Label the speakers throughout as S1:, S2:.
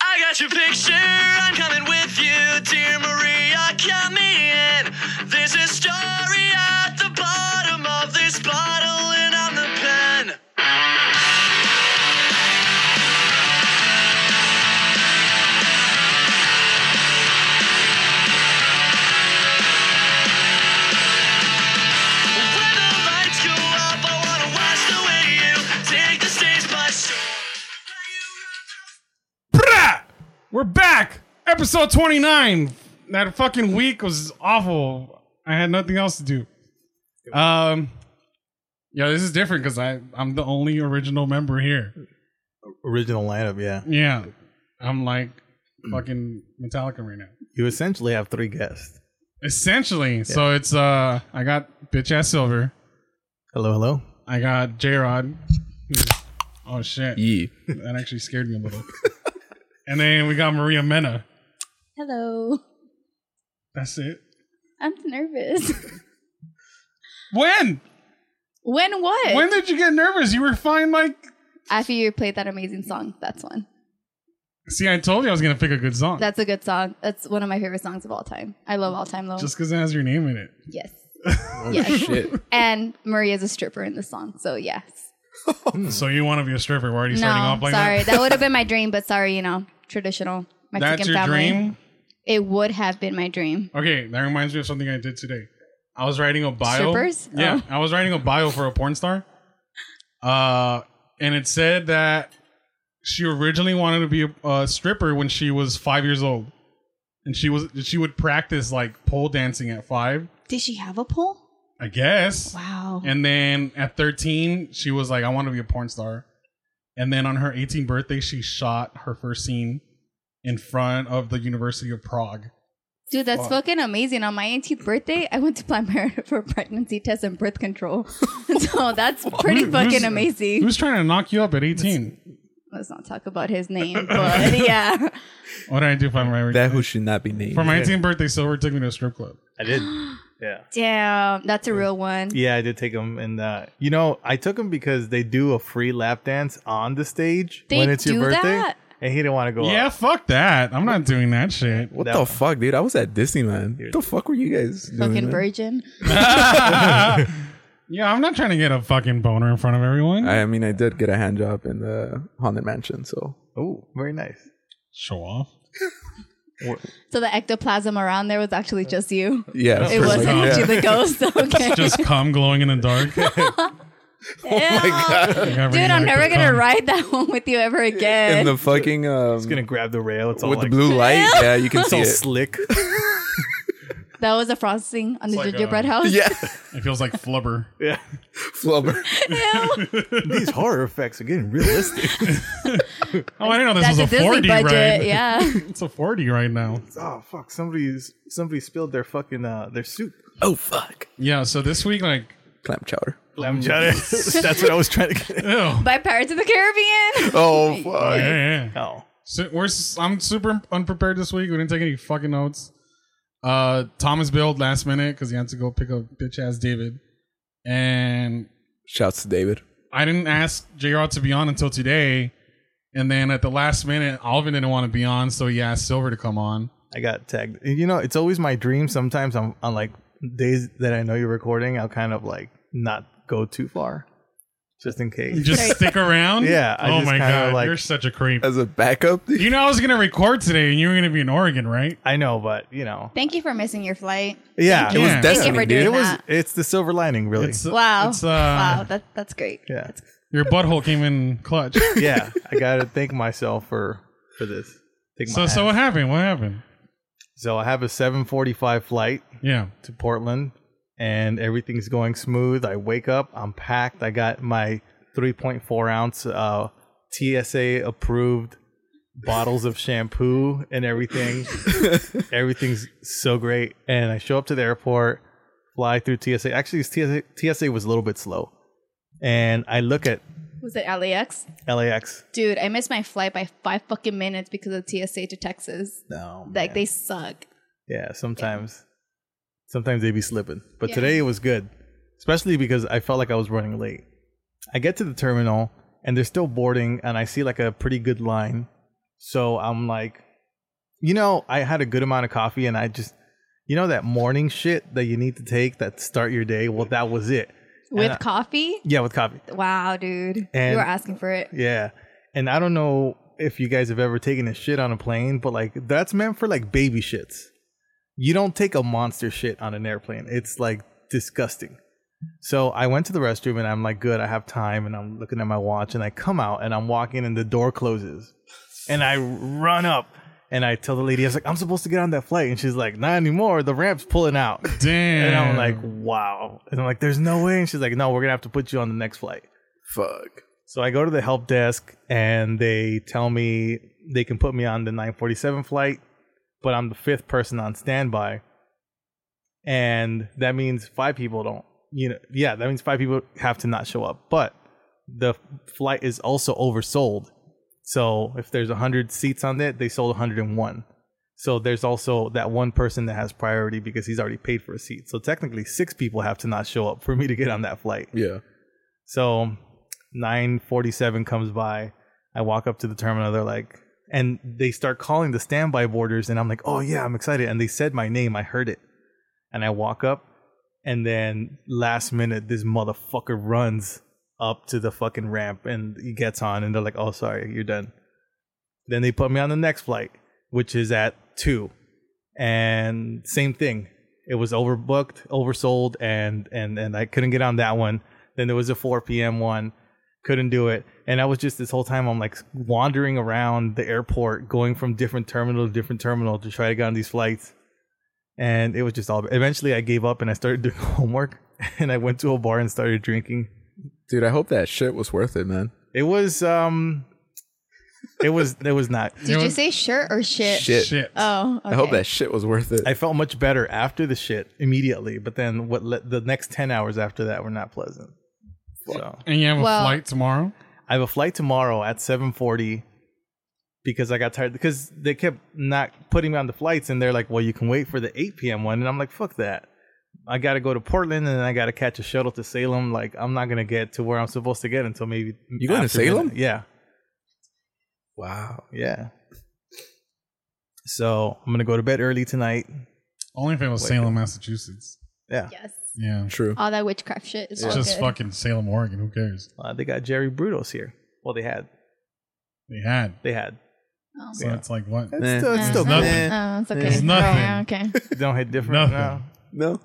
S1: I got your picture. I'm coming with you, dear Maria. Count me in. There's a story at the bottom of this bottle, and I'm the pen. When the lights go up, I wanna watch the way you take the stage by storm.
S2: Brah! We're back. Episode 29. That fucking week was awful. I had nothing else to do. Um Yeah, this is different cuz I I'm the only original member here.
S3: Original lineup, yeah.
S2: Yeah. I'm like fucking Metallica right now.
S3: You essentially have three guests.
S2: Essentially. So it's uh I got bitch ass silver.
S3: Hello, hello.
S2: I got J Rod. Oh shit.
S4: Yeah.
S2: That actually scared me a little. and then we got Maria Mena.
S5: Hello.
S2: That's it.
S5: I'm nervous.
S2: When?
S5: when what?
S2: When did you get nervous? You were fine like
S5: After you played that amazing song. That's one.
S2: See, I told you I was gonna pick a good song.
S5: That's a good song. That's one of my favorite songs of all time. I love All Time Low.
S2: just because it has your name in it.
S5: yes.
S4: Oh,
S5: Yes.
S4: shit.
S5: And Maria's a stripper in the song. So, yes.
S2: So you want to be a stripper? We're already
S5: No,
S2: starting off like
S5: sorry.
S2: that.
S5: That, would have been my dream, but sorry, you know, traditional Mexican
S2: That's your
S5: family.
S2: dream.
S5: It would have been my dream.
S2: Okay, that reminds me of something I did today. I was writing a bio.
S5: Strippers? Oh.
S2: Yeah, I was writing a bio for a porn star. Uh, and it said that she originally wanted to be a, a stripper when she was five years old, and she was she would practice like pole dancing at five,
S5: Did she have a pole?
S2: I guess.
S5: Wow.
S2: And then at 13, she was like, I want to be a porn star. And then on her 18th birthday, she shot her first scene in front of the University of Prague.
S5: Dude, that's fucking amazing. On my 18th birthday, I went to Planned Parenthood for a pregnancy test and birth control. so that's pretty
S2: Who-
S5: fucking
S2: who's-
S5: amazing.
S2: Who's trying to knock you up at 18?
S5: Let's not talk about his name, but yeah.
S2: What did I do for my,
S4: That who should not be named.
S2: for my 18th birthday? Silver took me to a strip club.
S3: I did. yeah.
S5: Damn, that's a real one.
S3: Yeah, I did take them. And, uh, you know, I took them because they do a free lap dance on the stage
S5: They
S3: when it's your
S5: do
S3: birthday.
S5: that?
S3: And he didn't want to go
S2: Yeah,
S3: out.
S2: fuck that. I'm not doing that shit.
S4: What
S3: That
S4: the
S3: one.
S4: fuck, dude? I was at Disneyland. What the fuck were you guys doing?
S5: Fucking
S4: man?
S5: virgin.
S2: Yeah, I'm not trying to get a fucking boner in front of everyone.
S4: I mean, I did get a hand job in the haunted mansion, so
S3: Oh, very nice.
S2: Show off.
S5: So the ectoplasm around there was actually just you.
S4: yeah,
S5: It
S4: pretty
S5: wasn't
S4: much,
S2: dumb.
S5: actually the ghost. Okay.
S2: Just cum glowing in the dark.
S5: Ew. Dude, I'm never gonna
S2: ride.
S5: ride that one with you ever again.
S4: in the fucking um,
S3: Just going to grab the rail. It's all
S4: with
S3: like,
S4: the blue light. Yeah, you can
S3: It's
S4: see
S3: all
S4: it.
S3: slick.
S5: that was a frosting on the
S2: like,
S5: gingerbread
S2: um,
S5: house.
S4: Yeah,
S2: It feels like flubber.
S3: yeah.
S4: flubber.
S5: Ew.
S3: These horror effects are getting realistic.
S2: Oh, I didn't know this
S5: That's a
S2: was a,
S5: Disney
S2: 4D
S5: budget.
S2: ride.
S5: Yeah.
S2: It's a 4D right now.
S3: oh, fuck. Somebody's, somebody spilled their fucking, uh, their soup.
S4: Oh fuck,
S2: Yeah, so this week, like,
S4: clam chowder.
S3: Lamb chowder. That's what I was trying to get.
S2: ew. Yeah,
S5: By Pirates of the Caribbean.
S4: Oh fuck.
S2: yeah. yeah.
S3: Oh.
S2: So we're, s- I'm super unprepared this week. We didn't take any fucking notes. Uh, Thomas bailed last minute because he had to go pick up bitch ass David. And
S4: Shouts to David.
S2: I didn't ask JR to be on until today. And then at the last minute, Alvin didn't want to be on, so he asked Silver to come on.
S3: I got tagged. You know, it's always my dream. Sometimes I'm on like days that I know you're recording, I'll kind of like not go too far just in
S2: You
S3: case.
S2: just stick around?
S3: Yeah, I
S2: oh
S3: just
S2: my
S3: kinda,
S2: God.
S3: like-
S2: you're such a creep.
S4: As a backup, dude.
S2: You know, I was going to record today and you were going to be in Oregon, right?
S3: I know, but you know,
S5: Thank you for missing your flight.
S3: yeah,
S2: you.
S3: it was,
S2: Yeah.
S5: Thank you
S4: destiny,
S5: for
S4: dude.
S5: doing
S3: it was-
S5: that.
S3: it's the silver lining, really.
S2: It's,
S5: Wow.
S2: It's, uh,
S5: wow, that, that's great.
S3: yeah,
S2: Your butthole came in clutch.
S3: yeah. I gotta thank myself for for this. Thank
S2: so
S3: my
S2: so
S3: ass.
S2: what happened? What happened?
S3: so I have a 7:45 flight
S2: Yeah.
S3: to Portland, and everything's going smooth. I wake up, I'm packed. I got my 3.4 ounce uh, TSA approved bottles of shampoo and everything. Everything's so great. And I show up to the airport, fly through TSA. Actually, it's TSA, TSA was a little bit slow. And I look at
S5: Was it LAX?
S3: LAX.
S5: Dude, I missed my flight by five fucking minutes because of TSA to Texas.
S3: No.
S5: Like they suck.
S3: Yeah, sometimes. Sometimes they be slipping. But
S5: Yeah.
S3: today it was good. Especially because I felt like I was running late. I get to the terminal and they're still boarding and I see like a pretty good line. So I'm like, you know, I had a good amount of coffee and I just, you know, that morning shit that you need to take that start your day. Well, that was it.
S5: with
S3: And I-
S5: coffee.
S3: yeah, with coffee.
S5: Wow, dude,
S3: And-
S5: you were asking for it.
S3: Yeah. And I don't know if you guys have ever taken a shit on a plane, but like that's meant for like baby shits. You don't take a monster shit on an airplane. It's like disgusting. So I went to the restroom and I'm like, good, I have time. And I'm looking at my watch and I come out and I'm walking and the door closes. And I run up and I tell the lady, I was like, I'm supposed to get on that flight. And she's like, not anymore. The ramp's pulling out.
S2: Damn.
S3: And I'm like, wow. And I'm like, there's no way. And she's like, no, we're going to have to put you on the next flight.
S4: Fuck.
S3: So I go to the help desk and they tell me they can put me on the 947 flight, but I'm the fifth person on standby. And that means five people don't, you know, yeah, that means five people have to not show up. But the flight is also oversold. So if there's 100 seats on it, they sold 101. So there's also that one person that has priority because he's already paid for a seat. So technically, six people have to not show up for me to get on that flight.
S4: Yeah.
S3: So 947 comes by. I walk up to the terminal. They're like, and they start calling the standby boarders. And I'm like, oh, yeah, I'm excited. And they said my name. I heard it. And I walk up. And then last minute, this motherfucker runs up to the fucking ramp and he gets on. And they're like, oh, sorry, you're done. Then they put me on the next flight, which is at two. And same thing. It was overbooked, oversold, and and and I couldn't get on that one. Then there was a 4 p.m. one, couldn't do it. And I was just this whole time I'm like wandering around the airport, going from different terminal to different terminal to try to get on these flights. And it was just all. Eventually, I gave up and I started doing homework. And I went to a bar and started drinking.
S4: Dude, I hope that shit was worth it, man.
S3: It was um, it was it was not.
S5: Did you say shirt or shit?
S4: Shit.
S2: shit.
S5: Oh,
S4: I hope
S5: okay.
S4: that shit was worth it.
S3: I felt much better after the shit immediately, but then what? Le- the next ten hours after that were not pleasant. So
S2: and you have a
S5: Well-
S2: flight tomorrow?
S3: I have a flight tomorrow at seven forty because I got tired because they kept not putting me on the flights, and they're like, "Well, you can wait for the eight p.m. one," and I'm like, "Fuck that." I got to go to Portland and I got to catch a shuttle to Salem. Like, I'm not going to get to where I'm supposed to get until maybe.
S4: You going to
S3: after
S4: Salem?
S3: midnight. Yeah.
S4: wow.
S3: Yeah. So I'm going to go to bed early tonight.
S2: Only if it was Salem, Massachusetts.
S3: Yeah.
S5: Yes.
S2: Yeah.
S4: True.
S5: All that witchcraft shit is
S2: It's
S5: all
S2: just
S5: good.
S2: fucking Salem, Oregon. Who cares?
S3: Uh, they got Jerry Brutos here. Well, they had.
S2: They had.
S3: They had.
S5: Oh.
S2: So
S3: Yeah.
S2: it's like, what?
S3: It's
S4: Nah.
S3: still, it's
S5: Uh,
S3: still
S2: Nothing.
S3: good.
S5: Oh, it's okay.
S4: It's
S2: nothing.
S5: Oh, okay.
S3: Don't hit different. No.
S2: Nothing.
S4: No.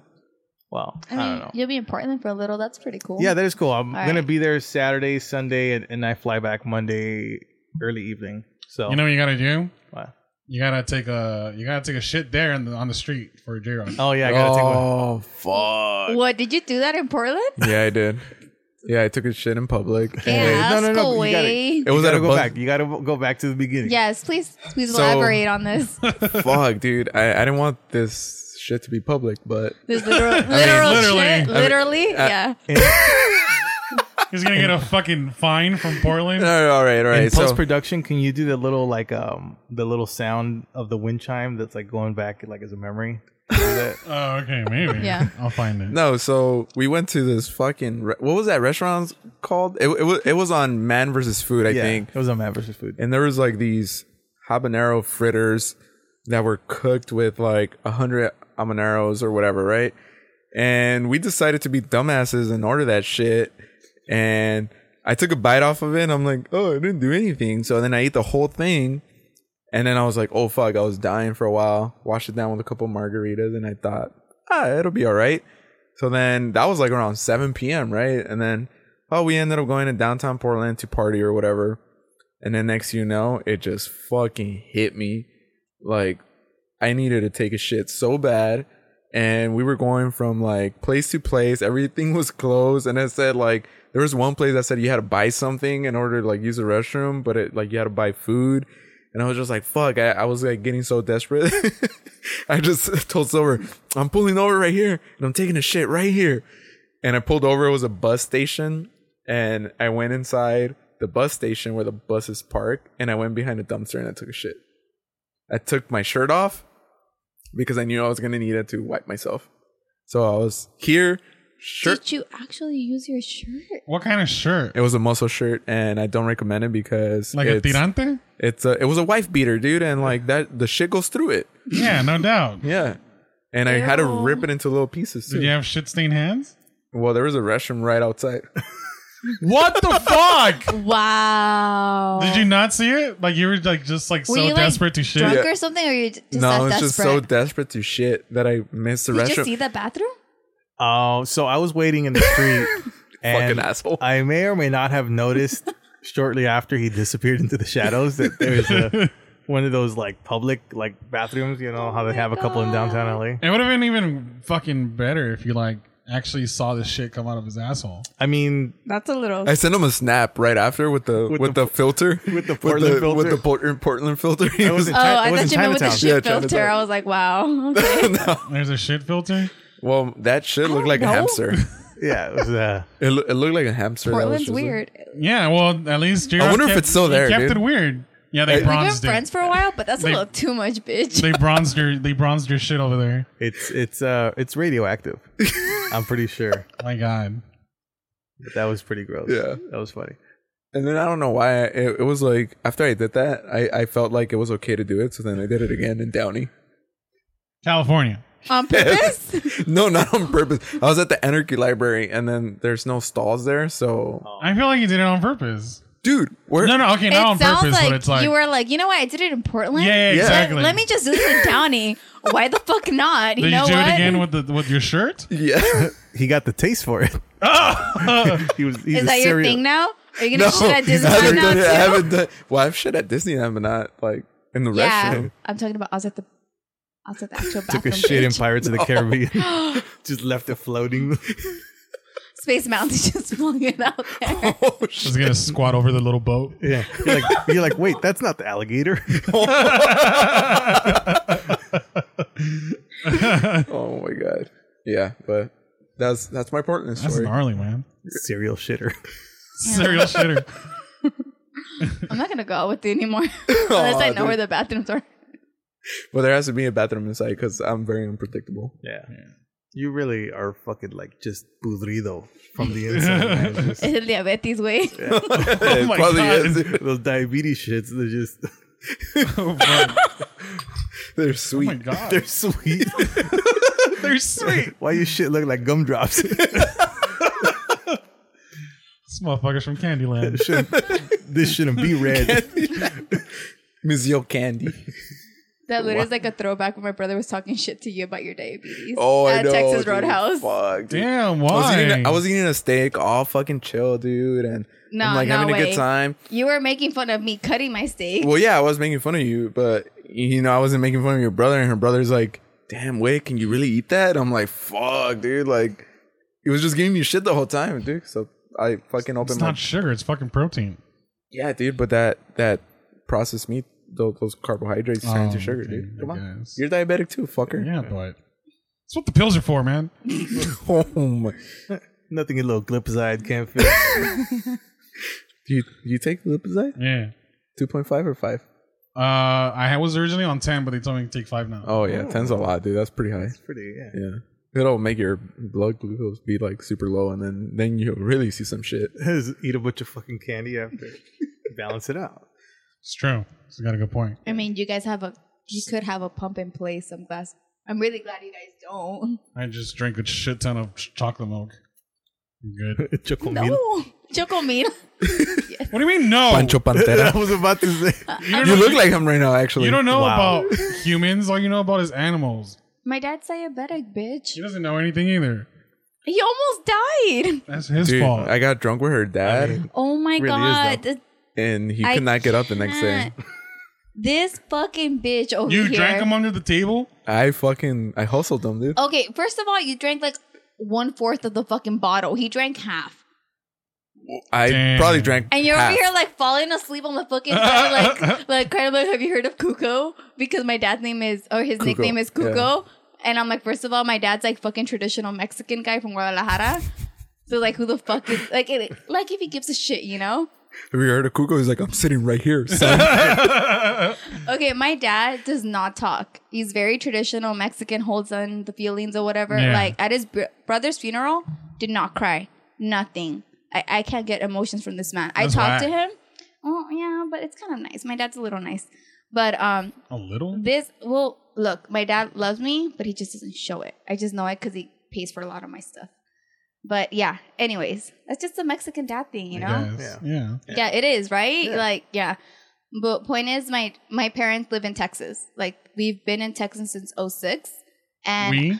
S3: Well, I,
S5: I mean,
S3: don't know.
S5: you'll be in Portland for a little. That's pretty cool.
S3: Yeah, that is cool. I'm
S5: All
S3: gonna
S5: right.
S3: be there Saturday, Sunday, and, and I fly back Monday early evening. So
S2: You know what you gotta do?
S3: What?
S2: You gotta take a you gotta take a shit there in the, on the street for J Rock.
S3: oh yeah, I gotta take one.
S4: oh, fuck.
S5: What did you do that in Portland?
S4: yeah, I did. Yeah, I took a shit in public.
S5: Yeah,
S3: Wait, no,
S5: that's
S3: no, no,
S5: cool,
S3: you gotta-
S5: way.
S4: It was
S3: you
S4: at
S3: gotta
S4: a
S3: go
S4: bus-
S3: back. You gotta go back to the beginning.
S5: Yes, please, please
S4: So-
S5: elaborate on this.
S4: Fuck, dude. I, I didn't want this shit to be public, but
S5: This literal, literal
S2: literally.
S5: shit.
S2: I mean,
S5: Literally, yeah.
S2: He's gonna get a fucking fine from Portland.
S4: No, all right, all
S3: In
S4: right.
S3: post
S4: So
S3: production, can you do the little like um the little sound of the wind chime that's like going back like as a memory? Do that.
S2: Oh, okay, maybe.
S5: Yeah.
S2: I'll find it.
S4: no, so we went to this fucking re- what was that restaurant called? It it was it was on Man versus Food, I
S3: yeah,
S4: think.
S3: it was on Matt versus Food.
S4: and there was like these habanero fritters that were cooked with like a hundred habaneros or whatever, right? And we decided to be dumbasses and order that shit. And I took a bite off of it and I'm like, oh, I didn't do anything. So then I ate the whole thing. And then I was like, oh fuck, I was dying for a while. Washed it down with a couple margaritas and I thought, ah, it'll be all right. So then that was like around 7 p.m., right? And then, oh, we ended up going to downtown Portland to party or whatever. And then next you know, it just fucking hit me. Like I needed to take a shit so bad. And we were going from like place to place. Everything was closed. And it said like there was one place that said you had to buy something in order to like use the restroom, but it like you had to buy food. And I was just like, fuck, I, I was like getting so desperate. I just told Silver, I'm pulling over right here and I'm taking a shit right here and I pulled over. It was a bus station, and I went inside the bus station where the buses park, and I went behind a dumpster and I took a shit. I took my shirt off because I knew I was gonna need it to wipe myself. So I was here, shirt.
S5: Did you actually use your shirt?
S2: What kind of shirt?
S4: It was a muscle shirt, and I don't recommend it because
S2: Like a
S4: it's,
S2: tirante?
S4: it's a, it was a wife beater, dude, and like that the shit goes through it.
S2: Yeah, no doubt.
S4: Yeah, and I had to
S5: Ew.
S4: rip it into little pieces too.
S2: Did you have shit stained hands?
S4: Well, there was a restroom right outside.
S2: What the fuck?
S5: Wow.
S2: Did you not see it? Like you were like just like
S5: Were
S2: so
S5: you, like,
S2: desperate to shit.
S5: drunk
S4: Yeah.
S5: or something? Or you just
S4: no, I
S5: that
S4: was
S5: desperate?
S4: just so desperate to shit that I missed the
S5: Did you
S4: restroom.
S5: see the bathroom?
S3: Oh, so I was waiting in the street. and
S4: Fucking asshole.
S3: I may or may not have noticed shortly after he disappeared into the shadows that there was a, one of those like public like bathrooms. You know how they have a couple in downtown LA.
S2: It would have been even fucking better if you like actually saw this shit come out of his asshole.
S3: I mean,
S5: That's a little.
S4: I sent him a snap right after with the with, the, filter with
S3: the Portland filter.
S4: with the Portland, Portland filter. He was
S5: oh,
S3: Chi- it
S5: I
S3: was
S5: thought
S3: in
S5: you meant with the
S3: Chinatown.
S5: shit
S4: Yeah,
S5: filter.
S4: Chinatown.
S5: I was like, wow. Okay.
S2: There's a shit filter.
S4: well, that shit looked
S5: don't
S4: like a
S5: know.
S4: hamster.
S3: yeah, it was uh,
S4: It, loo- it looked like a hamster. that was
S5: Portland's
S4: just a-
S5: weird.
S2: Yeah, well, at least J-Rock
S4: I wonder if
S2: kept-
S4: it's still
S2: he
S4: there,
S2: Kept
S4: dude.
S2: it weird. Yeah, they
S4: We've been
S5: We've been
S2: bronzed
S5: friends
S2: it.
S5: for a while, but that's a
S2: They-
S5: little too much, bitch.
S2: They bronzed your they bronzed your shit over there.
S3: it's it's uh it's radioactive. I'm pretty sure
S2: My God,
S3: But that was pretty gross.
S4: Yeah.
S3: that was funny.
S4: And then I don't know why I, it, it was like after I did that, I, I felt like it was okay to do it. So then I did it again in Downey.
S2: California.
S5: On purpose?
S4: No, not on purpose. I was at the Anarchy Library, and then there's no stalls there. So,
S2: I feel like you did it on purpose.
S4: dude, where?
S2: Oh. No, no, okay,
S5: it
S2: not on
S5: sounds
S2: purpose,
S5: like,
S2: but it's like
S5: you were like, you know what? I did it in Portland.
S2: yeah, yeah,
S4: Yeah.
S2: exactly.
S5: Let me just do this in Downey. Why the fuck not? You
S2: Did you,
S5: know
S2: do
S5: what?
S2: it again with the with your shirt?
S4: Yeah,
S3: He got the taste for it.
S4: Oh!
S3: he was. He's
S5: Is
S3: a
S5: that your
S3: serial-
S5: thing now? Are you
S4: no,
S5: gonna shit at
S4: I haven't
S5: Disneyland now
S4: done it. I
S5: too?
S4: haven't done. Well, I've shit at Disneyland, but not like in the
S5: Yeah,
S4: restroom.
S5: I'm talking about outside the outside the actual bathroom.
S3: Took a shit in
S5: bitch.
S3: Pirates of the Caribbean. Just left it floating.
S5: Space Mountain just flung it out there.
S4: Oh
S2: Just
S4: shit!
S2: gonna squat over the little boat.
S3: Yeah, you're like, you're like, wait, that's not the alligator.
S4: Oh my god. Yeah, but that's that's my Portland
S2: That's
S4: story.
S2: gnarly, man.
S3: Serial shitter.
S2: Serial shitter.
S5: I'm not gonna go out with you anymore unless I know
S4: dude.
S5: where the bathrooms are.
S4: Well, there has to be a bathroom inside because I'm very unpredictable.
S3: Yeah. You really are fucking like just pudrido from the inside. man. Just-
S5: It's the diabetes way.
S4: It
S2: Oh, my
S4: probably
S2: God.
S4: is.
S3: those diabetes shits, they're just
S2: Oh, fuck.
S4: They're
S2: Oh
S4: sweet.
S2: my god.
S3: they're sweet.
S2: they're sweet.
S3: Why your shit look like gumdrops?
S2: This motherfucker's from Candyland.
S3: This shouldn't- this shouldn't be red.
S4: Monsieur Candy.
S5: That literally is like a throwback when my brother was talking shit to you about your diabetes
S4: Oh,
S5: at
S4: I know.
S5: Texas
S4: dude.
S5: Roadhouse.
S4: Fuck, dude.
S2: Damn,
S4: I was, eating
S2: why?
S4: a, I was eating a steak, all fucking chill, dude, and
S5: No,
S4: I'm like
S5: no
S4: having a
S5: way.
S4: good time.
S5: You were making fun of me cutting my steak.
S4: Well, yeah, I was making fun of you, but you know, I wasn't making fun of your brother, and her brother's like, "Damn, wait, can you really eat that?" I'm like, "Fuck, dude!" Like, he was just giving me shit the whole time, dude. So I fucking
S2: It's
S4: opened my
S2: not sugar. It's fucking protein.
S4: yeah, dude. But that that processed meat, those, those carbohydrates turn into
S2: Oh,
S4: sugar,
S2: okay,
S4: dude.
S2: I
S4: Come on,
S2: guess.
S4: you're diabetic too, fucker.
S2: Yeah, but that's what the pills are for, man.
S4: Oh my.
S3: Nothing a little glipizide can't fix.
S4: Do you you take Lipizide?
S2: Yeah.
S4: Two point five or five?
S2: Uh, I ha- was originally on ten, but they told me to take five now.
S4: Oh yeah, ten's a lot, dude. That's pretty high.
S3: Pretty, yeah.
S4: Yeah. It'll make your blood glucose be like super low, and then then you'll really see some shit.
S3: Just eat a bunch of fucking candy after. Balance it out.
S2: It's true. It's got a good point.
S5: I mean, you guys have a, you could have a pump in place. I'm glad. I'm really glad you guys don't.
S2: I just drank a shit ton of ch- chocolate milk. I'm good.
S3: Chocomil.
S5: No, Chocomil.
S2: What do you mean no?
S4: Pancho
S3: I
S4: Pantera.
S3: was about to say.
S5: Uh.
S2: you, don't
S4: you
S2: know,
S4: look like him right now, actually.
S2: you don't know
S3: Wow.
S2: about humans. All you know about is animals.
S5: My dad's diabetic, bitch.
S2: She doesn't know anything either.
S5: He almost died.
S2: That's his
S4: Dude,
S2: fault.
S4: I got drunk with her dad,
S5: Oh my
S3: Really is,
S5: god.
S3: though.
S5: Th-
S4: and he
S5: I
S4: could not get up the next day.
S5: can't. This fucking bitch over
S2: you
S5: here.
S2: drank them under the table.
S4: I fucking I hustled him, dude.
S5: okay, first of all, you drank like one fourth of the fucking bottle. He drank half.
S4: I
S2: Damn.
S4: probably drank.
S5: And you're
S4: half.
S5: over here like falling asleep on the fucking bed, like like kind of like, have you heard of Cuco? Because my dad's name is or his nickname is Cuco. And I'm like, first of all, my dad's like fucking traditional Mexican guy from Guadalajara. So like who the fuck is like it, like if he gives a shit, you know?
S4: Have you heard of Cuco? He's like, I'm sitting right here. son."
S5: Okay, my dad does not talk. He's very traditional Mexican, holds on the feelings or whatever.
S2: Yeah.
S5: Like at his br- brother's funeral, did not cry. Nothing. I, I can't get emotions from this man.
S2: That's
S5: I
S2: whack.
S5: talked to him. Oh yeah, but it's kind of nice. My dad's a little nice. But um
S2: A little?
S5: this well look, my dad loves me, but he just doesn't show it. I just know it because he pays for a lot of my stuff. But yeah, anyways, that's just the Mexican dad thing, you know?
S2: I guess. Yeah.
S5: yeah it is right like yeah but point is my my parents live in texas like we've been in texas since 06 and
S2: We?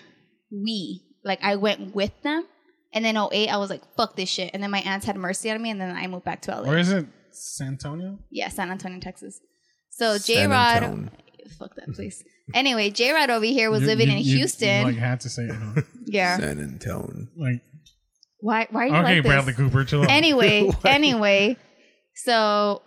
S5: we like i went with them and then 08 i was like fuck this shit and then my aunts had mercy on me and then i moved back to la
S2: Where is it? San Antonio?
S5: yeah san antonio texas so j
S4: San
S5: rod
S4: Antone.
S5: fuck that place anyway j rod over here was living in houston
S2: like, had to say it. huh?
S5: yeah
S4: San Antone.
S2: Like,
S5: why why are you
S2: okay,
S5: like this?
S2: Bradley Cooper, chill out.
S5: anyway, anyway, so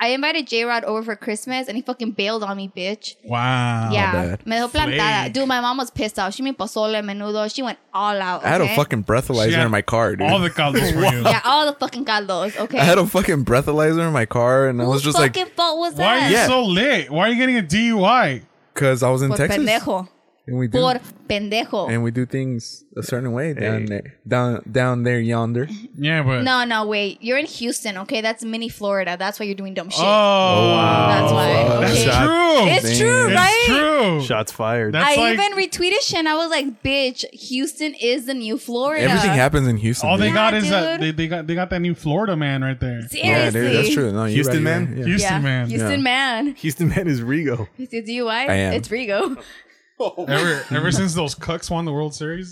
S5: I invited J Rod over for Christmas and he fucking bailed on me, bitch.
S2: wow.
S5: yeah.
S4: Oh, bad.
S5: Me dejó plantada.
S2: Flake.
S5: Dude, my mom was pissed off. She made pozole, menudo. She went all out.
S4: I had a
S5: okay?
S4: fucking breathalyzer
S2: She had
S4: in my car, dude.
S2: All the colors for you.
S5: Yeah, all the fucking caldos, okay?
S4: I had a fucking breathalyzer in my car, and I was just like,
S5: fucking fault was
S2: Why are
S5: that?
S2: you
S4: Yeah.
S2: so lit? Why are you getting a DUI?
S4: because I was in
S5: Por
S4: Texas,
S5: pendejo.
S4: and we do,
S5: Por pendejo.
S4: and we do things a certain way down
S3: Hey.
S4: there, down down there yonder.
S2: Yeah, but.
S5: no, no, wait. You're in Houston, okay? That's mini Florida. That's why you're doing dumb shit.
S2: Oh, wow.
S5: That's why.
S2: That's
S5: Okay.
S3: Shot.
S2: true.
S5: It's
S4: Damn.
S5: true,
S2: It's
S5: right?
S2: true.
S3: Shots fired.
S2: That's
S5: I
S2: like-
S5: even retweeted shit and I was like, bitch, Houston is the new Florida.
S4: Everything happens in Houston.
S2: All they
S4: dude.
S5: Yeah,
S2: got is that
S5: dude.
S2: they, they got they got that new Florida man right there.
S4: yeah,
S5: Seriously.
S4: dude, that's true. No, you're
S3: Houston
S4: right, you're
S3: man?
S4: right, yeah.
S2: Houston
S5: yeah.
S2: man.
S5: Houston
S4: Yeah.
S5: man.
S3: Houston man is Rigo.
S5: It's a DUI.
S4: I am.
S5: It's Rigo.
S2: Ever ever since those cucks won the World Series.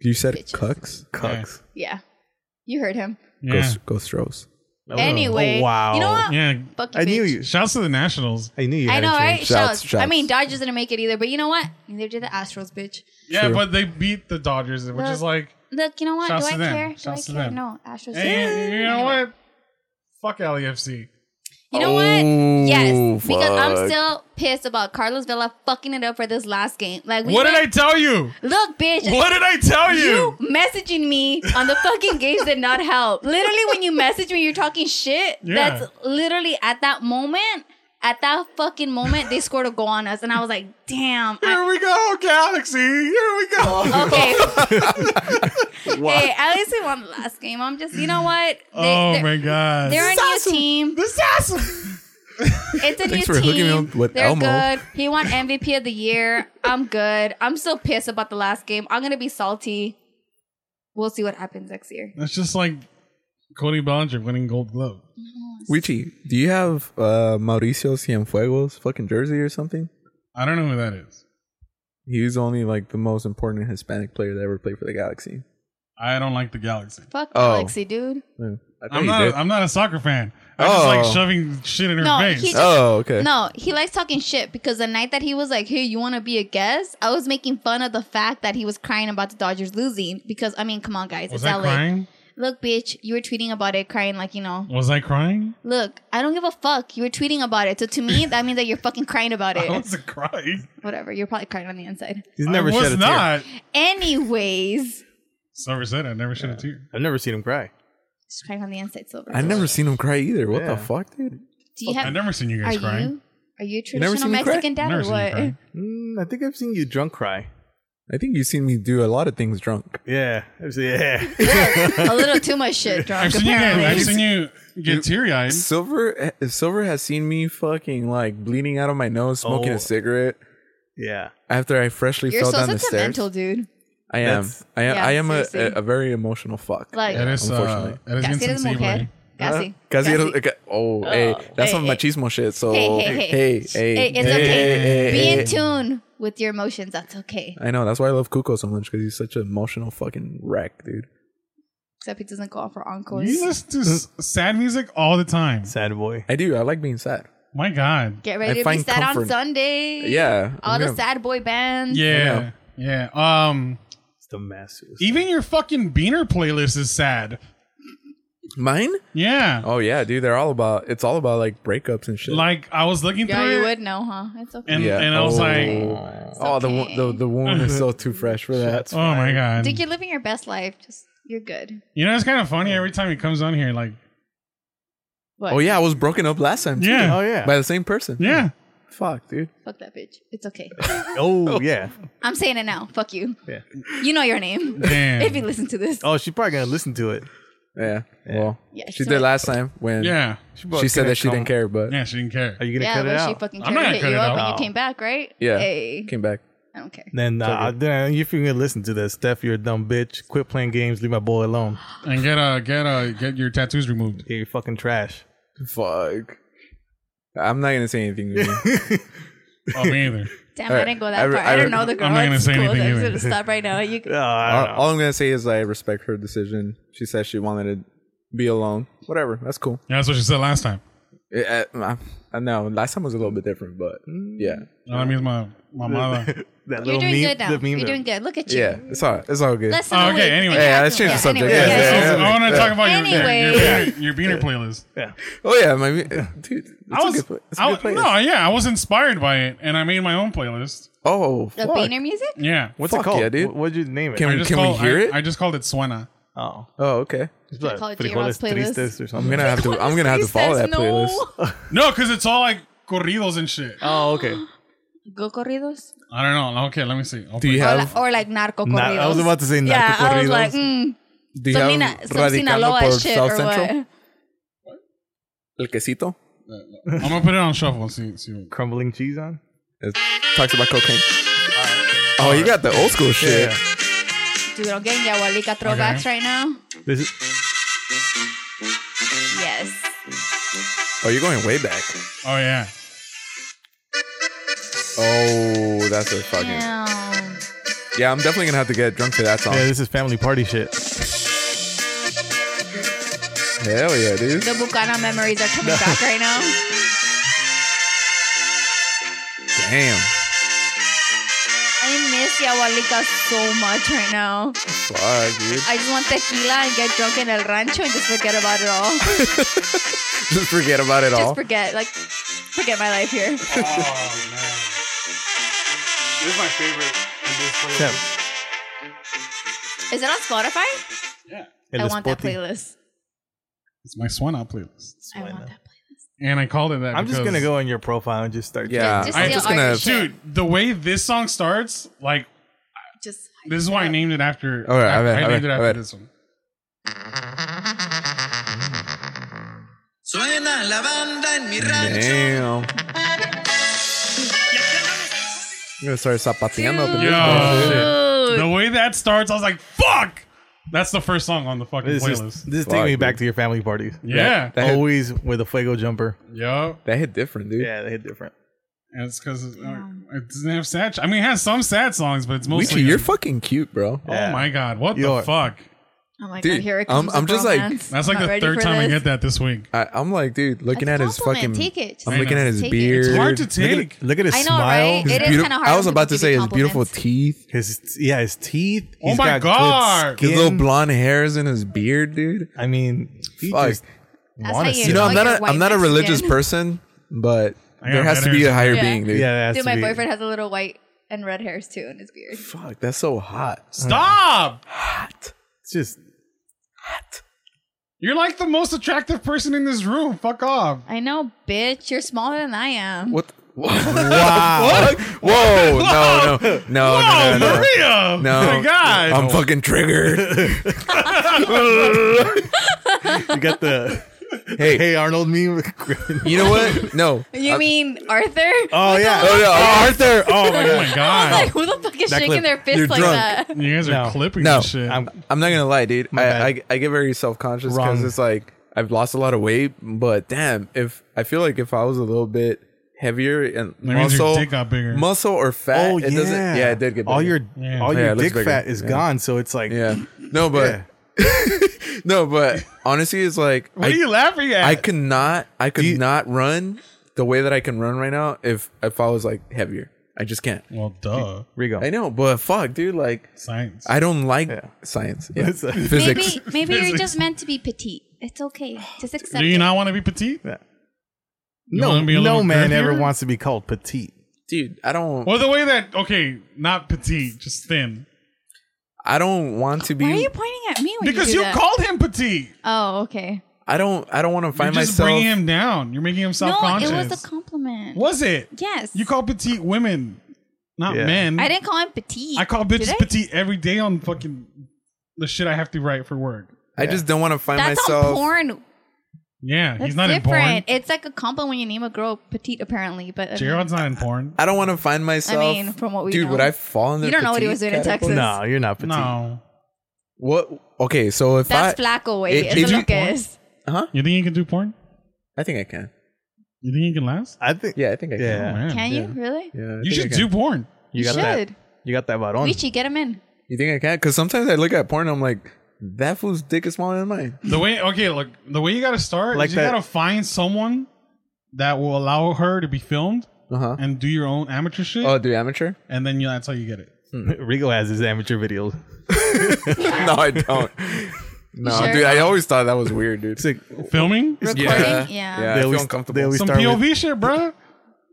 S4: You said
S5: Bitches.
S4: cucks.
S3: Cucks.
S5: Yeah. You heard him.
S2: Yeah.
S4: Go, s- go Stros.
S5: Anyway.
S3: Oh, wow.
S5: You know what?
S2: yeah.
S5: Fuck you,
S3: I knew
S5: bitch.
S3: you.
S2: Shouts to the Nationals.
S3: I knew you.
S5: I
S3: Had
S5: know,
S3: a
S5: right?
S3: chance.
S5: Shouts.
S4: Shouts,
S5: I
S4: shouts.
S5: mean, Dodgers didn't make it either, but you know what? Neither did the Astros, bitch.
S2: Yeah,
S4: True.
S2: but they beat the Dodgers, which is
S5: Look.
S2: like,
S5: Look, you know what?
S2: Shouts
S5: Do I
S2: to them.
S5: care? Do
S2: Shouts to
S5: I care?
S2: them.
S5: No, Astros.
S2: hey, you know
S5: Anyway.
S2: what? Fuck LAFC.
S5: You know what? Yes, because
S4: fuck.
S5: I'm still pissed about Carlos Vela fucking it up for this last game. Like, we
S2: what did I
S5: went-
S2: tell you?
S5: Look, bitch.
S2: What did I tell
S5: You
S2: you?
S5: messaging me on the fucking games did not help. Literally, when you message me, you're talking shit.
S2: Yeah.
S5: That's literally at that moment, at that fucking moment, they scored a goal on us, and I was like, "Damn." I-
S2: Here we go, Galaxy. Here we go.
S5: okay. Hey, at least we won the last game. I'm just, you know what? They,
S2: oh
S5: they're,
S2: my god.
S5: they're a new team.
S2: This is awesome.
S5: It's a
S4: Thanks
S5: new
S4: for
S5: team.
S4: hooking me up with
S5: They're
S4: Elmo.
S5: good. He won MVP of the year. I'm good. I'm still pissed about the last game. I'm gonna be salty. We'll see what happens next year.
S2: That's just like Cody Bellinger winning Gold Glove.
S4: Richie, do you have uh, Mauricio Cienfuegos fucking jersey or something?
S2: I don't know who that is.
S4: He's only like the most important Hispanic player that ever played for the Galaxy.
S2: I don't like the Galaxy.
S5: Fuck
S4: Oh.
S5: Galaxy, dude.
S4: Yeah, I thought
S2: I'm
S4: you
S2: not.
S4: did.
S2: I'm not a soccer fan. I just like
S4: Oh.
S2: shoving shit in her
S5: No,
S2: face.
S5: he just-
S4: oh, okay.
S5: No, he likes talking shit because the night that he was like, "Hey, you want to be a guest?" I was making fun of the fact that he was crying about the Dodgers losing because I mean, come on, guys,
S2: Oh, was
S5: it's
S2: I
S5: LA.
S2: crying?
S5: Look, bitch, you were tweeting about it, crying like you know.
S2: Was I crying?
S5: Look, I don't give a fuck. You were tweeting about it, so to me, that means that you're fucking crying about
S2: I
S5: it.
S2: wasn't crying.
S5: Whatever, you're probably crying on the inside.
S3: He's never
S2: I was
S3: shed a tear.
S2: not.
S5: Anyways,
S2: It's never said I never shed a tear.
S3: I've never seen him cry.
S5: just crying on the inside, Silver.
S4: I've never seen him cry either. What
S3: Yeah.
S4: the fuck, dude?
S5: Do you
S2: I've
S5: have?
S2: Oh, never seen you
S5: Are
S2: guys crying.
S5: you? Are you a
S4: You never
S5: traditional
S4: seen me cry?
S5: Mexican dad
S2: Never
S5: or
S2: seen you
S5: what?
S2: cry.
S3: Mm, I think I've seen you drunk cry.
S4: I think you've seen me do a lot of things drunk.
S3: Yeah. I've seen, yeah.
S5: a little too much shit
S2: I've
S5: drunk.
S2: seen you. Get,
S5: apparently.
S2: I've seen you
S4: You-
S2: get teary eyed.
S4: Silver, eh, Silver has seen me fucking like bleeding out of my nose, smoking
S3: Oh.
S4: a cigarette
S3: yeah.
S4: after I freshly
S5: You're
S4: fell
S5: so
S4: down the stairs.
S5: sentimental, dude.
S4: I am.
S3: That's-
S4: I am.
S5: Yeah,
S4: I am a, a,
S5: seriously.
S4: a very emotional fuck.
S5: Like,
S2: That is uh,
S4: Unfortunately.
S2: that is
S5: Casi eres
S2: insensible.
S5: mujer. Casi.
S4: Ah, Casi
S5: Casi.
S4: eres- okay, oh, hey, that's
S5: hey,
S4: some
S5: hey.
S4: machismo shit. So
S5: Hey, hey, hey.
S4: hey,
S5: Hey,
S4: hey,
S5: it's
S4: hey,
S5: okay.
S4: hey,
S5: Be
S4: hey, hey.
S5: in tune with your emotions. That's okay.
S4: I know that's why I love Kuko so much because he's such an emotional fucking wreck, dude.
S5: Except he doesn't go out for encores.
S2: You listen to s- sad music all the time.
S3: Sad boy.
S4: I do. I like being sad.
S2: My God.
S5: Get
S4: I
S5: ready to be
S4: find
S5: sad on
S4: comfort.
S5: Sunday.
S4: Yeah,
S5: All
S4: I'm
S5: the
S4: gonna-
S5: sad boy bands.
S2: Yeah. Yeah. Um.
S3: It's the mass. suicide.
S2: Even your fucking Beaner playlist is sad.
S4: Mine?
S2: Yeah.
S4: Oh yeah, dude. They're all about. It's all about like breakups and shit.
S2: Like I was looking
S5: Yeah,
S2: through
S5: you
S2: it,
S5: would know, huh? It's okay.
S2: and and I was
S4: Oh.
S2: like,
S4: oh, the
S5: okay.
S4: wo- the the woman is still too fresh for that.
S2: oh my God.
S5: Dude, you're living your best life. Just you're good.
S2: You know, it's kind of funny every time he comes on here. Like,
S5: What?
S4: Oh yeah, I was broken up last time. too,
S2: yeah,
S3: Oh yeah.
S4: by the same person.
S2: yeah.
S4: Fuck, dude.
S5: Fuck that bitch. It's okay.
S3: Oh yeah,
S5: I'm saying it now. Fuck you.
S3: yeah.
S5: You know your name.
S2: Damn.
S5: If you listen to this.
S3: Oh, she's probably gonna listen to it.
S4: Yeah. Well,
S5: Yeah,
S4: she
S5: so-
S4: did last time when
S2: yeah.
S4: she said
S3: Gonna
S4: that she
S3: come-
S4: didn't care, but
S2: Yeah, she didn't care.
S3: Are you gonna
S5: yeah,
S3: cut it
S5: but she
S3: out?
S5: fucking
S2: I'm
S5: tried
S2: not gonna
S5: to hit
S2: cut
S5: you
S2: it
S5: up
S2: out.
S5: and
S3: No.
S5: you came back, right?
S4: yeah,
S5: Hey.
S4: came back.
S5: I don't care.
S3: Then uh, then if you're gonna listen to this, Steph, you're a dumb bitch. Quit playing games. Leave my boy alone.
S2: And get uh get uh get your tattoos removed.
S3: Yeah, you're fucking trash.
S4: Fuck. I'm not gonna say anything. to you.
S2: Oh, me either.
S5: Damn, I
S4: Alright,
S5: didn't go
S4: I
S5: that
S4: re-
S5: far.
S4: I
S5: I,
S4: re-
S5: don't know the girl.
S2: I'm not gonna
S5: It's
S2: say
S5: cool.
S2: anything
S5: I'm just
S2: either.
S5: gonna stop right now. You,
S3: Uh, I
S4: all,
S3: don't know.
S4: all I'm gonna say is I respect her decision. She said she wanted to be alone. Whatever. That's cool.
S2: Yeah, that's what she said last time.
S4: Yeah, I, I- I know. Last time was a little bit different, but yeah,
S2: No, that means my my mother.
S3: that
S5: you're
S3: little
S5: doing
S3: meme,
S5: good now.
S3: the meme
S5: You're doing good. Look at you.
S4: yeah. It's all. It's all good.
S2: Oh,
S5: Lesson of the
S2: okay,
S5: week.
S2: anyway.
S5: And
S4: Yeah,
S5: you're not
S4: let's change the
S5: doing-
S4: subject.
S5: yeah,
S4: Yeah,
S5: anyway.
S4: yeah,
S2: So,
S4: yeah.
S2: I want to talk about your- your, your,
S5: Anyway.
S2: beer, your beer playlist.
S4: oh yeah, my, dude. It's
S2: I
S4: a
S2: was,
S4: good, pla- it's a
S2: I,
S4: good place.
S2: no, yeah, I was inspired by it, and I made my own playlist.
S4: oh,
S5: The
S4: fuck.
S5: Boehner music?
S2: Yeah,
S3: What's
S4: Fuck
S3: it called?
S4: yeah, dude.
S3: Wh- What'd you name it?
S4: Can
S2: I
S4: we
S2: just
S4: can
S2: called,
S4: we hear
S2: I,
S4: it?
S2: I just called it Suena.
S3: oh,
S4: oh, okay.
S3: it's like
S5: call it
S3: Frijoles
S5: JR's playlist.
S3: Tristes or something.
S4: I'm gonna have to. I'm gonna have to follow that
S5: No.
S4: playlist.
S2: No, because it's all like corridos and shit.
S3: Oh, okay.
S5: Go corridos?
S2: I don't know. Okay, let me see. I'll
S4: Do you
S2: put-
S5: Or,
S4: have?
S5: like- or like narco corridos.
S3: Nah, I was about to say
S5: Yeah, I was
S3: narcocorridos.
S5: like, mm,
S4: do you
S5: some,
S4: have
S5: Nina, some
S4: Radicando
S5: Sinaloa
S4: por
S5: shit
S4: South
S5: or
S4: Central?
S5: what?
S4: El quesito.
S2: I'm gonna put it on shuffle and see. see what-
S3: Crumbling cheese on.
S4: It talks about cocaine. Oh, you got the old school shit.
S5: Dude, I'm getting Yahualica throwbacks right now.
S3: This is,
S5: Yes.
S4: Oh, you're going way back.
S2: oh yeah,
S4: Oh, that's a fucking. Yeah,
S5: Damn.
S4: I'm definitely gonna have to get drunk to that song.
S3: yeah, this is family party shit.
S4: Hell yeah, dude.
S5: The Bucana memories are coming back right now.
S4: Damn.
S5: I miss Yahualica so much right now.
S4: Fuck, dude.
S5: I just want tequila and get drunk in El Rancho and just forget about it all.
S4: Just forget about it all.
S5: Just forget, like, forget my life here.
S2: this is my favorite. In
S3: Steph,
S5: Is it on Spotify?
S3: el
S5: I want that
S3: Spotty.
S5: playlist.
S2: It's my Suena playlist,
S5: I want
S3: Suena.
S5: that
S2: and I called it that.
S3: I'm just
S2: because-
S3: gonna go on your profile and just start.
S4: yeah,
S5: Just
S4: I'm
S5: the
S4: Ah, just
S5: art
S4: gonna.
S5: and shit.
S2: dude. The way this song starts, like
S5: playlist. Just
S2: this is why I named it after.
S4: All right,
S2: I,
S4: I bet,
S2: I
S4: I
S2: named
S4: bet,
S2: it
S4: I
S2: after
S4: bet.
S2: this one.
S1: Suena la banda en mi rancho.
S4: Damn. I'm gonna start zapateando up in this
S2: Yeah.
S4: motherfucker.
S5: Dude.
S2: The way that starts, I was like, "Fuck!" That's the first song on the fucking
S3: This
S2: playlist.
S3: is this is
S4: Fuck,
S3: taking me
S4: dude.
S3: back to your family parties.
S2: yeah,
S4: That hit,
S3: Always with a fuego jumper.
S2: yup.
S4: that hit different, dude.
S3: they hit different.
S2: And it's because it doesn't have sad. I mean, it has some sad songs, but it's mostly.
S4: Weechi, you're fucking cute, bro.
S2: oh
S3: Yeah.
S2: my god! What
S3: You
S2: the
S3: are.
S2: fuck?
S5: Oh my
S4: Dude,
S5: god, here it
S4: I'm-
S5: comes.
S4: I'm
S5: the
S4: just like-
S5: romance.
S2: That's like
S5: I'm not
S2: the
S5: ready
S2: third
S5: for
S2: time I
S5: this.
S2: get that this week.
S4: I, I'm like, dude, looking at
S5: That's a
S4: his fucking.
S5: compliment. Take it. Just
S4: I'm looking
S2: know.
S4: at his
S5: Take it.
S4: beard.
S5: It's
S2: It's hard to take.
S3: Look at his
S5: I know,
S3: smile.
S5: right?
S3: His,
S5: It is
S4: beauti-
S5: kinda hard
S4: I
S5: when
S4: was
S5: people
S4: about to
S5: give
S4: say
S5: you
S4: his beautiful
S5: compliments.
S4: teeth,
S3: his yeah, his teeth.
S2: Oh
S3: He's
S2: my
S3: got good
S2: God.
S4: his
S3: skin.
S4: little blonde hairs in his beard, dude.
S3: I mean, he
S4: Fuck.
S3: just
S5: That's
S3: wanna
S5: how you
S3: see
S4: You know,
S5: Oh,
S4: I'm not
S5: you're
S4: a
S5: white
S4: I'm not a
S5: Mexican.
S4: religious person, but
S2: I
S4: there
S2: got
S4: has to
S2: red
S4: be a
S2: hairs.
S4: higher
S5: Yeah.
S4: being, dude.
S3: yeah. it has
S5: Dude,
S3: to
S5: my
S3: be-
S5: boyfriend has a little white and red hairs too in his beard.
S4: Fuck, that's so hot.
S2: Stop!
S3: It's just
S2: You're like the most attractive person in this room. Fuck off.
S5: I know, bitch. You're smaller than I am.
S4: What? wow. Whoa. No. No. No.
S2: Oh,
S4: No. No. No.
S2: Maria!
S4: No.
S2: Oh My God.
S4: I'm fucking triggered.
S3: you got the
S4: Hey,
S3: hey Arnold meme.
S4: you know what? No.
S5: You mean Arthur?
S3: oh yeah.
S4: Uh, Oh no, Arthur.
S3: Oh my
S2: oh
S3: god.
S2: my
S5: like,
S2: God.
S5: who the fuck is
S3: That
S5: shaking
S3: clip.
S5: their fist
S4: You're
S5: like
S4: drunk.
S5: that?
S2: You guys are
S3: No.
S2: clipping
S4: No.
S2: this shit.
S3: I'm,
S4: I'm not gonna lie, dude.
S3: bad.
S4: I, I I get very self conscious because
S3: Wrong.
S4: it's like I've lost a lot of weight, but damn, if I feel like if I was a little bit heavier and
S2: means your
S4: muscle,
S2: dick got bigger.
S4: muscle or fat,
S3: oh
S4: it
S3: yeah.
S4: doesn't. Yeah, it did get bigger.
S3: all your
S2: Yeah.
S3: all
S4: Yeah, it
S3: your
S4: looks
S3: dick
S4: bigger.
S3: fat is
S4: Yeah.
S3: gone. So it's like
S4: yeah. No, but
S3: Yeah.
S4: no, but honestly, it's like
S2: what
S4: I,
S2: are you laughing at?
S4: I could not. I could
S3: you-
S4: not run the way that I can run right now if if I was like heavier. I just can't.
S2: well, duh.
S3: Rigo.
S4: I know, but fuck, dude. Like
S2: Science.
S4: I don't like
S3: Yeah.
S4: science, yeah.
S3: It's, uh,
S4: physics.
S5: Maybe, maybe you're just meant to be petite. It's okay. Just accept
S2: Do you
S5: it.
S2: not want to be petite? You
S3: no,
S2: wanna be a
S3: no
S2: little
S3: man
S2: girthier?
S3: ever wants to be called petite.
S4: Dude, I don't.
S2: Well, the way that okay, not petite, just thin.
S4: I don't want to be.
S5: Why are you pointing at me when
S2: Because
S5: you do
S2: you
S5: that?
S2: called him petite.
S5: Oh, okay.
S4: I don't. I don't want to
S2: You're
S4: find
S2: just
S4: myself.
S2: bringing him down. You're making him
S5: No,
S2: self-conscious.
S5: it was a compliment.
S2: Was it?
S5: Yes.
S2: You call petite women, not
S3: Yeah.
S2: men.
S5: I didn't call him petite.
S2: I call
S5: did
S2: bitches
S5: I?
S2: petite every day on fucking the shit I have to write for work.
S4: I just don't want to find
S5: That's on
S4: myself.
S5: porn.
S2: Yeah,
S5: That's
S2: he's not in porn.
S5: different. It's like a compliment when you name a girl petite, apparently. But uh, I mean,
S2: Gerald's not in porn.
S4: I don't want to find myself.
S5: mean, from what we
S4: dude,
S5: know.
S4: would I fall in the
S5: You don't know what he
S4: petite
S5: was doing in
S4: category?
S5: Texas.
S3: No, you're not petite.
S2: No.
S4: What? Okay, so if
S5: that's
S4: I,
S5: Flacco
S4: If-
S5: way. It's
S4: if
S5: a
S4: you-
S5: Lucas.
S2: You think you can do porn?
S4: I think I can.
S2: You think you can last?
S3: I think.
S4: Yeah, I think I
S2: Oh,
S3: Yeah.
S2: man.
S5: Can you really?
S4: can. Yeah, I
S2: You
S4: think I
S2: should
S4: can.
S2: do porn.
S3: You got that.
S5: should.
S3: You got that
S5: We
S3: varon.
S5: should get him in.
S4: You think I can? Because sometimes I look at porn, I'm like, that fool's dick is smaller than mine.
S2: The way okay, look, the way you gotta start
S3: Like
S2: is you
S3: that-
S2: gotta find someone that will allow her to be filmed
S4: Uh huh.
S2: and do your own amateur shit,
S4: Oh, do amateur?
S2: and then you, that's how you get it.
S3: Rigo has his amateur videos.
S4: no, I don't. No,
S5: sure?
S4: dude, I always thought that was weird, dude.
S3: It's like
S2: Filming
S4: Yeah,
S5: Recording? Yeah.
S4: yeah. I
S3: they
S4: feel
S3: always,
S4: uncomfortable.
S3: They always
S2: some
S3: start
S2: POV
S3: with,
S2: shit, bro.
S5: I don't
S4: Ah,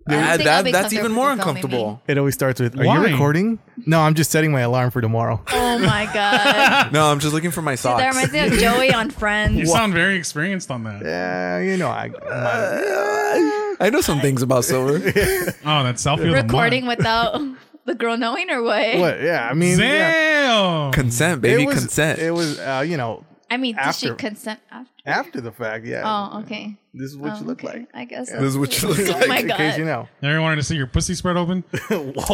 S5: think I'll
S4: that,
S5: be
S4: that's
S5: comfortable
S4: even more
S5: filming me.
S4: uncomfortable.
S3: it always starts with, "Are
S2: Why?
S3: you recording?" No, I'm just setting my alarm for tomorrow.
S5: Oh my god.
S4: No, I'm just looking for my
S5: Dude, that
S4: socks.
S5: reminds me of Joey on
S2: You
S5: Friends.
S2: sound very experienced on that.
S3: Yeah, you know, I,
S4: I know some things about silver.
S2: Oh, that selfie.
S5: Recording without the girl knowing or what?
S3: what? Yeah, I mean,
S2: Damn.
S3: yeah.
S4: consent,
S3: It
S4: baby,
S3: was-
S4: consent.
S3: It was, uh, you know,
S5: I mean, did she
S3: After.
S5: consent after?
S3: after the fact. Yeah.
S5: Oh, okay.
S3: This is what
S5: Oh,
S3: you look
S5: okay.
S3: like.
S5: I guess.
S4: This is what you look
S5: Oh my
S4: like.
S3: In case
S5: god.
S3: you know.
S2: Never wanted to see your pussy spread open.
S3: wow.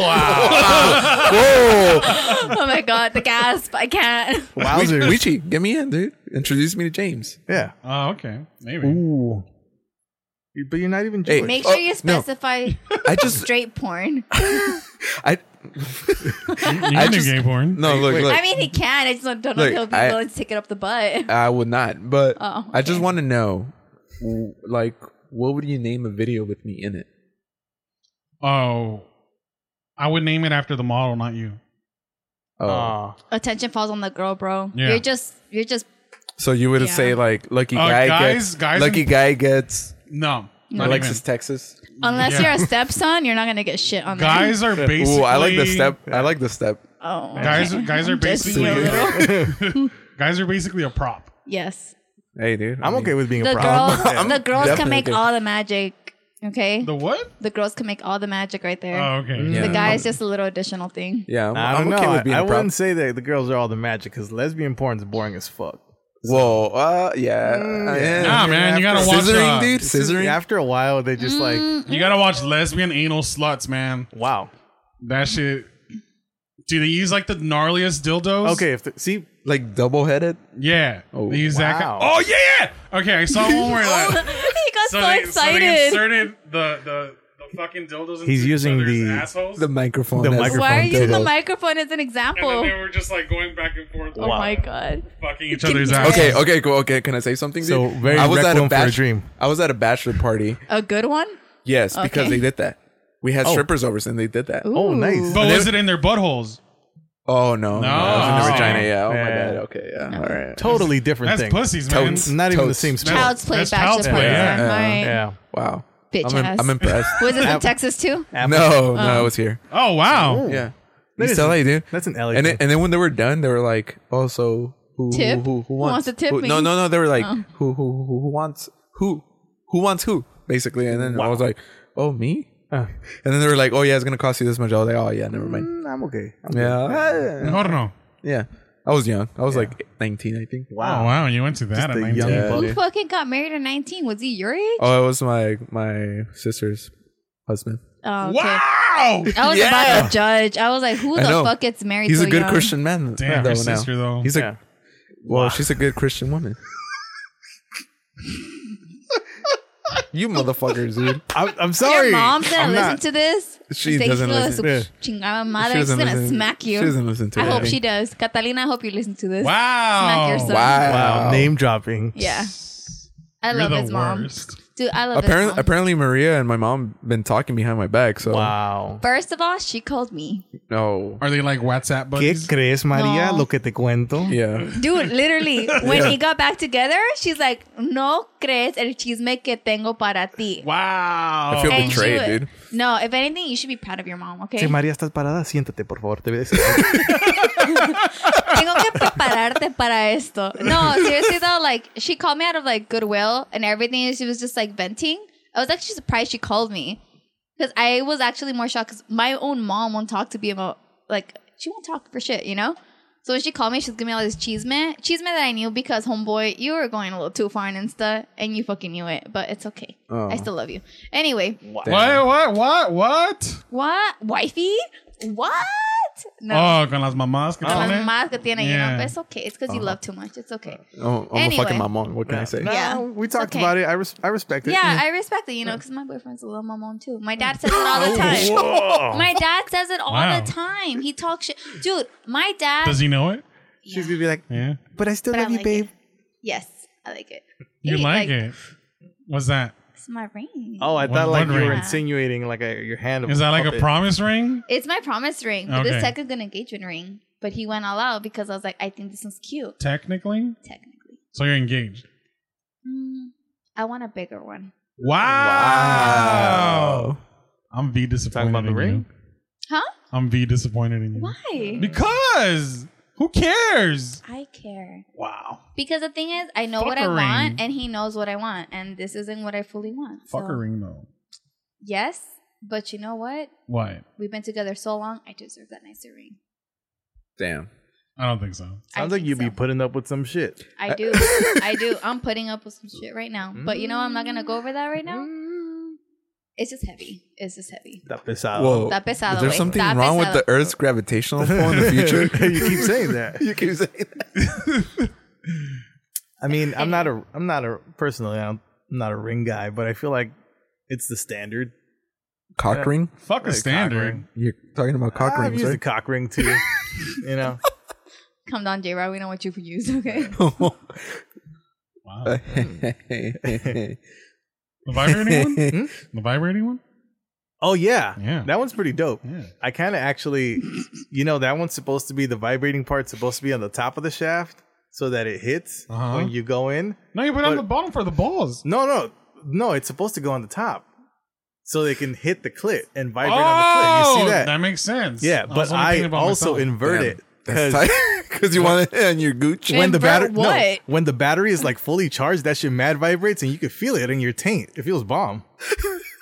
S5: Oh my god. The gasp. I can't.
S3: Wowzers.
S4: Weechi, get me in, dude. Introduce me to James.
S3: yeah.
S2: Oh, okay, maybe.
S3: Ooh. But you're not even
S4: Hey.
S3: Jewish.
S5: Make
S4: Oh,
S5: sure you
S4: no.
S5: specify
S4: I just,
S5: straight porn.
S4: I
S2: You can do
S4: just-
S2: gay porn.
S4: no look,
S3: wait.
S4: look.
S5: I mean, he can. I just don't know
S4: Look,
S5: if he'll be
S4: I-
S5: willing to take it up the butt.
S4: I would not, but
S5: Oh,
S4: I just
S5: okay.
S4: want to know, w- like, what would you name a video with me in it?
S2: Oh, I would name it after the model, not you.
S4: Oh,
S3: Aw.
S5: Attention falls on the girl, bro.
S2: Yeah.
S5: You're just, you're just.
S4: so you would
S5: yeah.
S4: say like, lucky
S2: Uh,
S4: guy
S2: guys-
S4: gets,
S2: guys
S4: lucky
S2: in-
S4: guy gets
S2: No, not
S4: Alexis,
S2: even.
S4: Texas.
S5: Unless
S2: Yeah.
S5: you're a stepson, you're not gonna get shit on that.
S2: Guys are basically.
S4: Ooh, I like the step. I like the step.
S5: Oh.
S2: Guys,
S5: okay.
S2: guys are
S5: I'm just
S2: basically.
S5: being a little-
S2: guys are basically a prop.
S5: yes.
S4: Hey, dude, I
S3: I'm
S4: mean,
S3: okay with being
S5: The
S3: a problem.
S5: girls, the girls can
S4: definitely
S5: make
S4: okay.
S5: all the magic. Okay.
S2: The
S5: The,
S2: what?
S5: girls can make all the magic right there.
S2: Oh, okay.
S4: Yeah.
S5: The guy is just a little additional thing.
S4: Yeah, I'm,
S3: I don't
S4: I'm
S3: know.
S4: okay with being
S3: I, I
S4: a prop.
S3: wouldn't say that the girls are all the magic because lesbian porn is boring as fuck.
S4: Whoa, uh, yeah, yeah.
S2: Nah, man, you gotta watch.
S4: Scissoring,
S2: uh,
S4: dude,
S3: It's just-
S4: scissoring.
S3: After a while, they just
S5: Mm.
S3: like,
S2: You gotta watch lesbian anal sluts, man.
S3: wow.
S2: That shit. Do they use like the gnarliest dildos?
S3: Okay, if the, see,
S4: like double headed.
S2: Yeah.
S4: Oh,
S2: they use that.
S3: wow.
S2: Kind oh yeah. Okay, I saw one where like,
S5: he got
S2: they, so
S5: so,
S2: they
S5: excited.
S2: inserted the the the fucking dildos. Into
S3: He's
S2: each
S3: using
S2: other's
S3: the-
S2: assholes.
S4: The microphone.
S3: The
S4: has
S3: microphone
S5: Why are you using the
S4: dildos.
S5: microphone as an
S2: and then
S5: example?
S2: they were just like going back and forth.
S5: Oh my god.
S2: Fucking each other's
S5: Okay,
S2: assholes.
S4: Okay, okay, cool. Okay, can I say something? Dude?
S3: So, very
S4: I was at
S3: Requiem
S4: a
S3: for a
S4: bachelor,
S3: Dream.
S4: I was at a bachelor party.
S5: A good one?
S4: Yes, because
S5: Okay.
S4: they did that. We
S2: Oh.
S4: had strippers over, and they did that.
S3: oh,
S5: Ooh.
S3: nice.
S2: But was it in their buttholes?
S4: Oh no, no, it was in the
S2: Oh.
S4: vagina. Yeah. Oh my
S3: Yeah.
S4: god. Okay. Yeah. All right.
S3: totally different
S2: That's
S3: thing.
S2: pussies, man.
S4: Totes.
S3: Not even the
S4: Totes.
S3: same sport.
S5: Child's play
S2: That's
S5: bachelor
S2: child's play,
S5: parties
S2: yeah.
S5: are mine.
S3: Yeah.
S4: Wow.
S5: Bitch
S4: I'm, im-
S5: ass.
S4: I'm impressed.
S5: Was this in Texas too?
S4: no, no, it was here.
S2: Oh wow.
S4: Yeah.
S3: That
S4: East
S3: is-
S4: LA, dude.
S3: that's an LA
S4: And then,
S3: thing.
S4: and then when they were done, they were like, "Oh, so who
S5: Tip?
S4: who, who, who
S5: Who
S4: wants
S5: wants to tip Oh.
S4: who,
S5: me?
S4: No, no, no. They were like, who, who who who wants who who wants who basically. And then I was like, "Oh, me."
S3: Uh,
S4: And then they were like, "Oh yeah, it's gonna cost you this much." I was like, "Oh yeah, never mind."
S3: mm, I'm okay. I'm good.
S4: Yeah.
S2: I don't know.
S4: Yeah. I was young. I was like 19, I think.
S2: Oh wow, you went to that at
S3: Ah. the
S2: 19.
S3: young
S4: Yeah,
S3: buck.
S5: Who
S4: dude.
S5: fucking got married at 19? Was he your age?
S4: Oh, it was my my sister's husband.
S5: Oh, okay.
S2: Wow.
S5: I was
S4: Yeah.
S5: about to judge. I was like, who
S4: I
S5: the
S4: know.
S5: fuck gets married
S4: He's
S5: so
S4: a good
S5: young?
S4: Christian man
S2: Damn,
S4: though
S2: your
S4: now.
S2: sister though.
S4: He's a
S3: Yeah.
S4: well, she's a good Christian woman. you motherfuckers, dude.
S3: I'm, I'm
S5: Your
S3: sorry.
S5: mom's gonna
S3: I'm
S5: listen
S3: not-
S5: to this.
S4: She
S5: Say,
S4: doesn't
S5: "Hijo de
S4: listen.
S5: su
S3: Yeah.
S5: Chingada madre.
S4: She
S5: She's
S4: doesn't
S5: gonna
S4: listen-
S5: smack you.
S4: She doesn't listen to
S5: I
S4: it.
S5: hope she does. Catalina, I hope you listen to this. Smack
S2: Wow.
S5: yourself.
S4: Wow.
S3: Wow, name dropping.
S5: Yeah. I
S2: You're
S5: love
S2: the
S5: his mom.
S2: worst.
S5: Dude, I love his
S4: Apparently,
S5: mom.
S4: apparently, Maria and my mom been talking behind my back. So
S3: Wow.
S5: First of all, she called me.
S4: no,
S2: Are they like WhatsApp
S3: ¿Qué
S2: buddies?
S3: crees, María?
S5: No.
S3: Lo que te cuento.
S4: yeah,
S5: Dude, literally, when he got back together, she's like, no crees el chisme que tengo para ti.
S2: Wow.
S4: I feel
S5: And she
S4: betrayed,
S5: would-
S4: dude.
S5: No, if anything, you should be proud of your mom, okay?
S3: Si María estás parada, siéntate, por favor. Te voy a decir.
S5: Tengo que prepararte para esto. No, seriously though, like she called me out of like goodwill and everything. and She was just like venting. I was actually surprised she called me because I was actually more shocked because my own mom won't talk to me about like she won't talk for shit, you know. So when she called me, she's giving me all this cheese man, cheese man that I knew because homeboy, you were going a little too far on Insta and you fucking knew it, but it's okay. I still love you. Anyway,
S2: What? What? What? What?
S5: what wifey? What? No.
S2: Oh, con las mamás que
S5: Las
S2: tiene.
S5: más que tiene, you
S2: Yeah.
S5: know, but it's okay. It's because you love too much. It's okay.
S4: Oh, I'm a
S5: Anyway.
S4: fucking mamon. What can I say?
S3: No,
S5: Yeah.
S3: we
S5: It's
S3: talked
S5: okay.
S3: about it. I, res- I respect it.
S5: Yeah, Oh. I respect it, you know, because my boyfriend's a little mamon too. My dad says it all the time.
S3: Whoa.
S5: My dad says it all
S2: Wow.
S5: the time. He talks shit. Dude, my dad.
S2: Does he know it?
S3: She's gonna be like,
S2: Yeah.
S3: but I still
S5: But I
S3: love you,
S5: like
S3: babe.
S5: it. yes, I like it.
S2: You
S5: He,
S2: like, it? What's that?
S5: It's my ring.
S3: Oh, I
S2: One
S3: thought like you
S2: wondering.
S3: were insinuating like a, your hand.
S2: Is that like a
S3: puppet.
S2: promise ring?
S5: It's my promise ring. But It
S2: Okay.
S5: is technically an engagement ring. But he went all out because I was like, I think this one's cute,
S2: Technically.
S5: technically.
S2: So you're engaged.
S5: Mm, I want a bigger one.
S2: Wow. I'm be disappointed.
S3: about the
S2: in
S3: ring?
S2: you.
S5: Huh?
S2: I'm be disappointed in you.
S5: Why?
S2: Because who cares?
S5: I care.
S2: Wow.
S5: Because the thing is, I know what I
S2: Fuckering.
S5: want, and he knows what I want, and this isn't what I fully want. so-
S2: Fuck a ring though.
S5: Yes, but you know what?
S2: Why?
S5: We've been together so long. I deserve that nicer ring.
S4: Damn.
S2: I don't think so.
S5: I
S3: Sounds like
S5: think
S3: you be
S5: so.
S3: putting up with some shit.
S5: I do. I do. I'm putting up with some shit right now. But you know, I'm not going to go over that right
S3: Mm-hmm.
S5: now.
S3: Mm.
S5: It's just heavy. It's just heavy.
S3: That pesado.
S4: Whoa.
S5: Está pesado,
S4: Is there
S5: güey.
S4: something
S5: Está
S4: wrong with
S5: pesado.
S4: the Earth's gravitational pull in the future?
S3: you keep saying that.
S4: you keep saying that.
S3: I mean, I'm not a, I'm not a personally, I'm not a ring guy, but I feel like it's the standard.
S4: Cock ring?
S2: Fuck a
S3: Like
S2: standard.
S3: cock
S4: You're talking about cock
S3: I've
S4: rings,
S3: used a
S4: right?
S3: cock ring too. you know,
S5: Come down, J Rod. We know what you've used, okay?
S2: Wow. The vibrating one? The vibrating one?
S3: Oh yeah,
S2: Yeah.
S3: That one's pretty dope.
S2: Yeah.
S3: I kind of actually, you know, that one's supposed to be the vibrating part's supposed to be on the top of the shaft so that it hits
S2: Uh-huh.
S3: when you go in.
S2: No, you put it on
S3: But-
S2: the bottom for the balls.
S3: No, no, no. It's supposed to go on the top so they can hit the clit and vibrate
S2: Oh,
S3: on the clit. You see that?
S2: makes sense.
S3: yeah,
S2: was
S3: but
S2: only
S3: I
S2: thinking about
S3: also
S2: myself.
S3: invert it because
S4: Because you want it on your gooch?
S3: when
S5: When-
S3: the
S5: Invert
S3: battery no,
S5: what?
S3: when the battery is like fully charged, that shit mad vibrates and you can feel it in your taint. It feels bomb.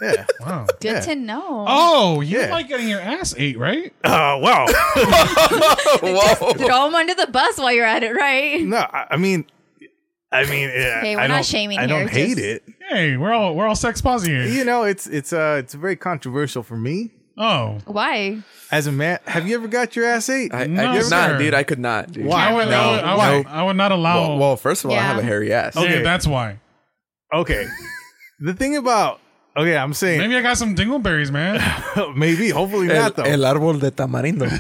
S3: Yeah.
S2: Wow.
S5: Good
S3: Yeah.
S5: to know.
S2: Oh, you
S3: Yeah.
S2: like getting your ass ate, right?
S3: Oh wow.
S4: Whoa.
S5: Throw him under the bus while you're at it, right?
S3: No, I, I mean, I mean, yeah,
S5: Hey, we're
S3: I
S5: not
S3: don't-
S5: shaming
S3: I
S5: here,
S3: don't hate
S5: just-
S3: it.
S2: Hey, we're all we're all sex positive. here.
S3: You know, it's it's uh it's very controversial for me
S2: Oh,
S5: Why?
S3: as a man. Have you ever got your ass ate?
S4: I,
S2: No,
S4: I could
S2: sir.
S4: not, dude. I could not. Dude.
S3: Why?
S2: I would, I,
S4: No,
S2: would, I,
S4: why?
S2: would, I would not allow.
S4: Well, well, first of all, I
S5: Yeah.
S4: have a hairy ass.
S2: yeah,
S3: okay.
S2: that's why.
S3: okay, the thing about okay, I'm saying
S2: Maybe I got some dingleberries, man.
S3: maybe, hopefully
S4: El,
S3: not though.
S4: el árbol de tamarindo.